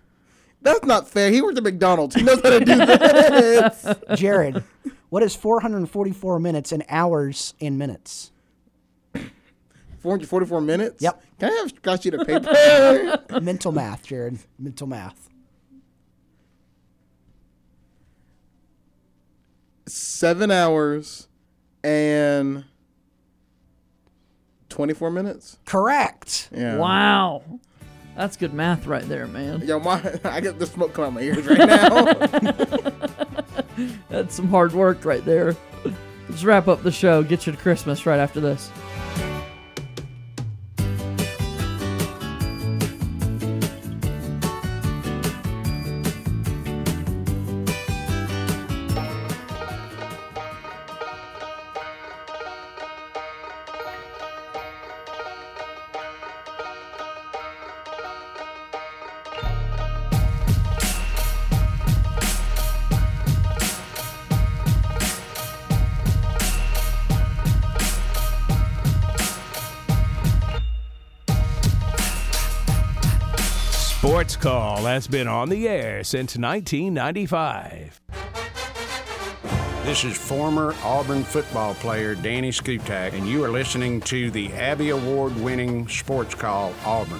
Speaker 2: That's not fair. He worked at McDonald's. He knows how to do this.
Speaker 3: Jared, what is 444 minutes in hours in minutes?
Speaker 2: 444 minutes?
Speaker 3: Yep.
Speaker 2: Can I have a scratch sheet of paper?
Speaker 3: Mental math, Jared. Mental math.
Speaker 2: 7 hours and 24 minutes?
Speaker 3: Correct.
Speaker 2: Yeah.
Speaker 1: Wow. That's good math right there, man.
Speaker 2: Yo, my, I get the smoke coming out my ears right now.
Speaker 1: That's some hard work right there. Let's wrap up the show. Get you to Christmas right after this.
Speaker 4: Sports Call has been on the air since 1995.
Speaker 10: This is former Auburn football player Danny Skutak, and you are listening to the Abby Award winning Sports Call Auburn.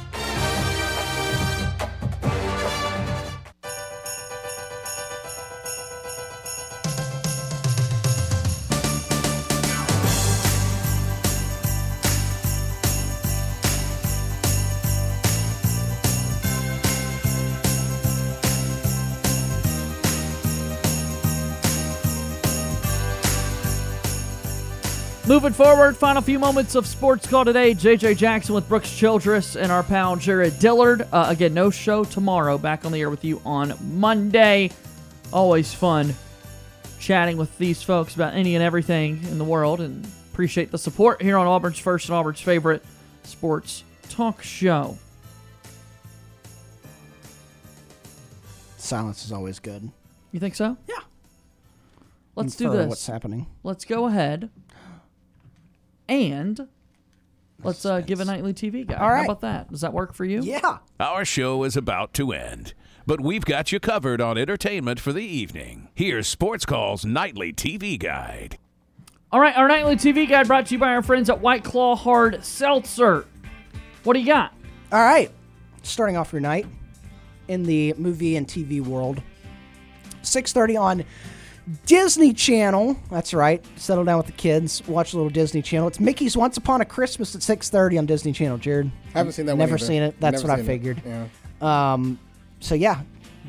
Speaker 1: Moving forward, final few moments of sports call today. JJ Jackson with Brooks Childress and our pal Jared Dillard. Uh, again, no show tomorrow. Back on the air with you on Monday. Always fun chatting with these folks about any and everything in the world, and appreciate the support here on Auburn's first and Auburn's favorite sports talk show.
Speaker 3: Silence is always good.
Speaker 1: You think so? Yeah. Let's do
Speaker 3: Infer
Speaker 1: this.
Speaker 3: what's happening.
Speaker 1: Let's go ahead and let's uh, give a nightly TV guide.
Speaker 3: All
Speaker 1: How
Speaker 3: right.
Speaker 1: about that? Does that work for you?
Speaker 3: Yeah.
Speaker 4: Our show is about to end, but we've got you covered on entertainment for the evening. Here's Sports Call's Nightly TV Guide.
Speaker 1: All right, our nightly TV guide brought to you by our friends at White Claw Hard Seltzer. What do you got?
Speaker 3: All right. Starting off your night in the movie and TV world. 6:30 on Disney Channel. That's right. Settle down with the kids. Watch a little Disney Channel. It's Mickey's Once Upon a Christmas at 6:30 on Disney Channel. Jared,
Speaker 2: Haven't seen that one
Speaker 3: Never
Speaker 2: either.
Speaker 3: seen it. That's
Speaker 2: Never
Speaker 3: what I
Speaker 2: seen it.
Speaker 3: figured.
Speaker 2: Yeah.
Speaker 3: Um, so yeah,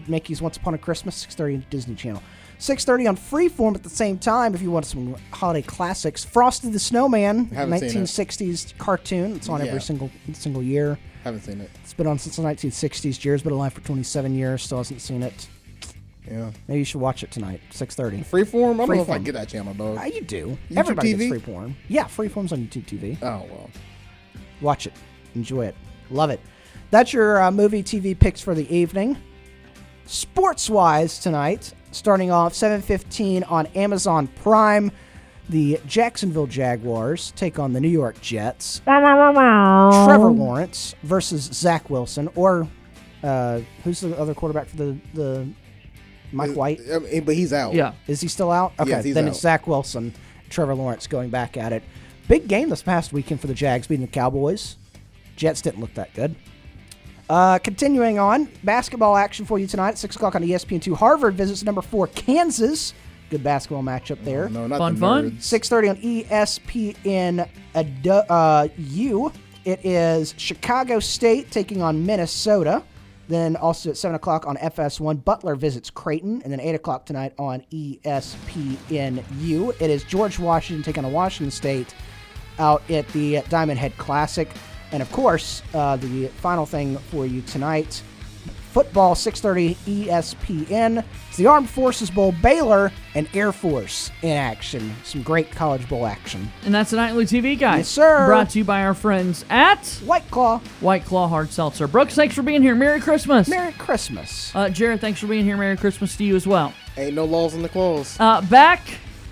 Speaker 3: Mickey's Once Upon a Christmas, 6:30 on Disney Channel. 6:30 on Freeform at the same time. If you want some holiday classics, Frosty the Snowman,
Speaker 2: Haven't seen it.
Speaker 3: 1960s cartoon. It's on
Speaker 2: Yeah.
Speaker 3: every single single year.
Speaker 2: Haven't seen it.
Speaker 3: It's been on since the 1960s. Jared's been alive for 27 years. Still hasn't seen it.
Speaker 2: Yeah.
Speaker 3: Maybe you should watch it tonight, 6:30.
Speaker 2: Freeform? I don't know if I
Speaker 3: Freeform.
Speaker 2: get that channel, dog.
Speaker 3: Ah, you do.
Speaker 2: YouTube
Speaker 3: Everybody
Speaker 2: TV?
Speaker 3: gets Freeform. Yeah, Freeform's on YouTube TV.
Speaker 2: Oh well.
Speaker 3: Watch it. Enjoy it. Love it. That's your uh, movie TV picks for the evening. Sports wise tonight, starting off 7:15 on Amazon Prime, the Jacksonville Jaguars take on the New York Jets. Trevor Lawrence versus Zach Wilson, or uh, who's the other quarterback for the the Mike White?
Speaker 2: but he's out. Yeah.
Speaker 3: is he still out? Okay,
Speaker 2: Yes, he's
Speaker 3: then
Speaker 2: out.
Speaker 3: it's Zach Wilson, Trevor Lawrence going back at it. Big game this past weekend for the Jags beating the Cowboys. Jets didn't look that good. Uh, continuing on, basketball action for you tonight at 6 o'clock on E ESPN2. Harvard visits number four, Kansas. Good basketball matchup there.
Speaker 2: Oh, no, not Fun, the fun. nerds.
Speaker 3: 6.30 on E ESPN ad- uh, U. It is Chicago State taking on Minnesota. Then also at 7 o'clock on FS1, Butler visits Creighton. And then 8 o'clock tonight on E ESPNU. It is George Washington taking on Washington State out at the Diamond Head Classic. And of course, uh, the final thing for you tonight football E 6:30 ESPN. It's the Armed Forces Bowl, Baylor and Air Force in action. Some great college bowl action.
Speaker 1: And that's the nightly TV guide.
Speaker 3: Yes, sir.
Speaker 1: Brought to you by our friends at
Speaker 3: White Claw.
Speaker 1: White Claw Hard Seltzer. Brooks, thanks for being here. Merry Christmas.
Speaker 3: Merry Christmas.
Speaker 1: Uh, Jared, thanks for being here. Merry Christmas to you as well.
Speaker 2: Ain't no laws in the claws.
Speaker 1: Uh, back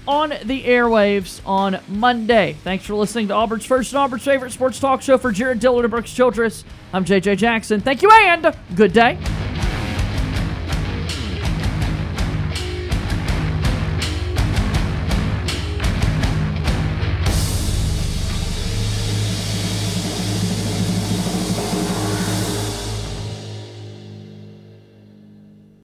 Speaker 1: on the airwaves on Monday. Thanks for listening to Auburn's first and Auburn's favorite sports talk show for Jared Dillard and Brooks Childress. I'm JJ Jackson. Thank you and good day.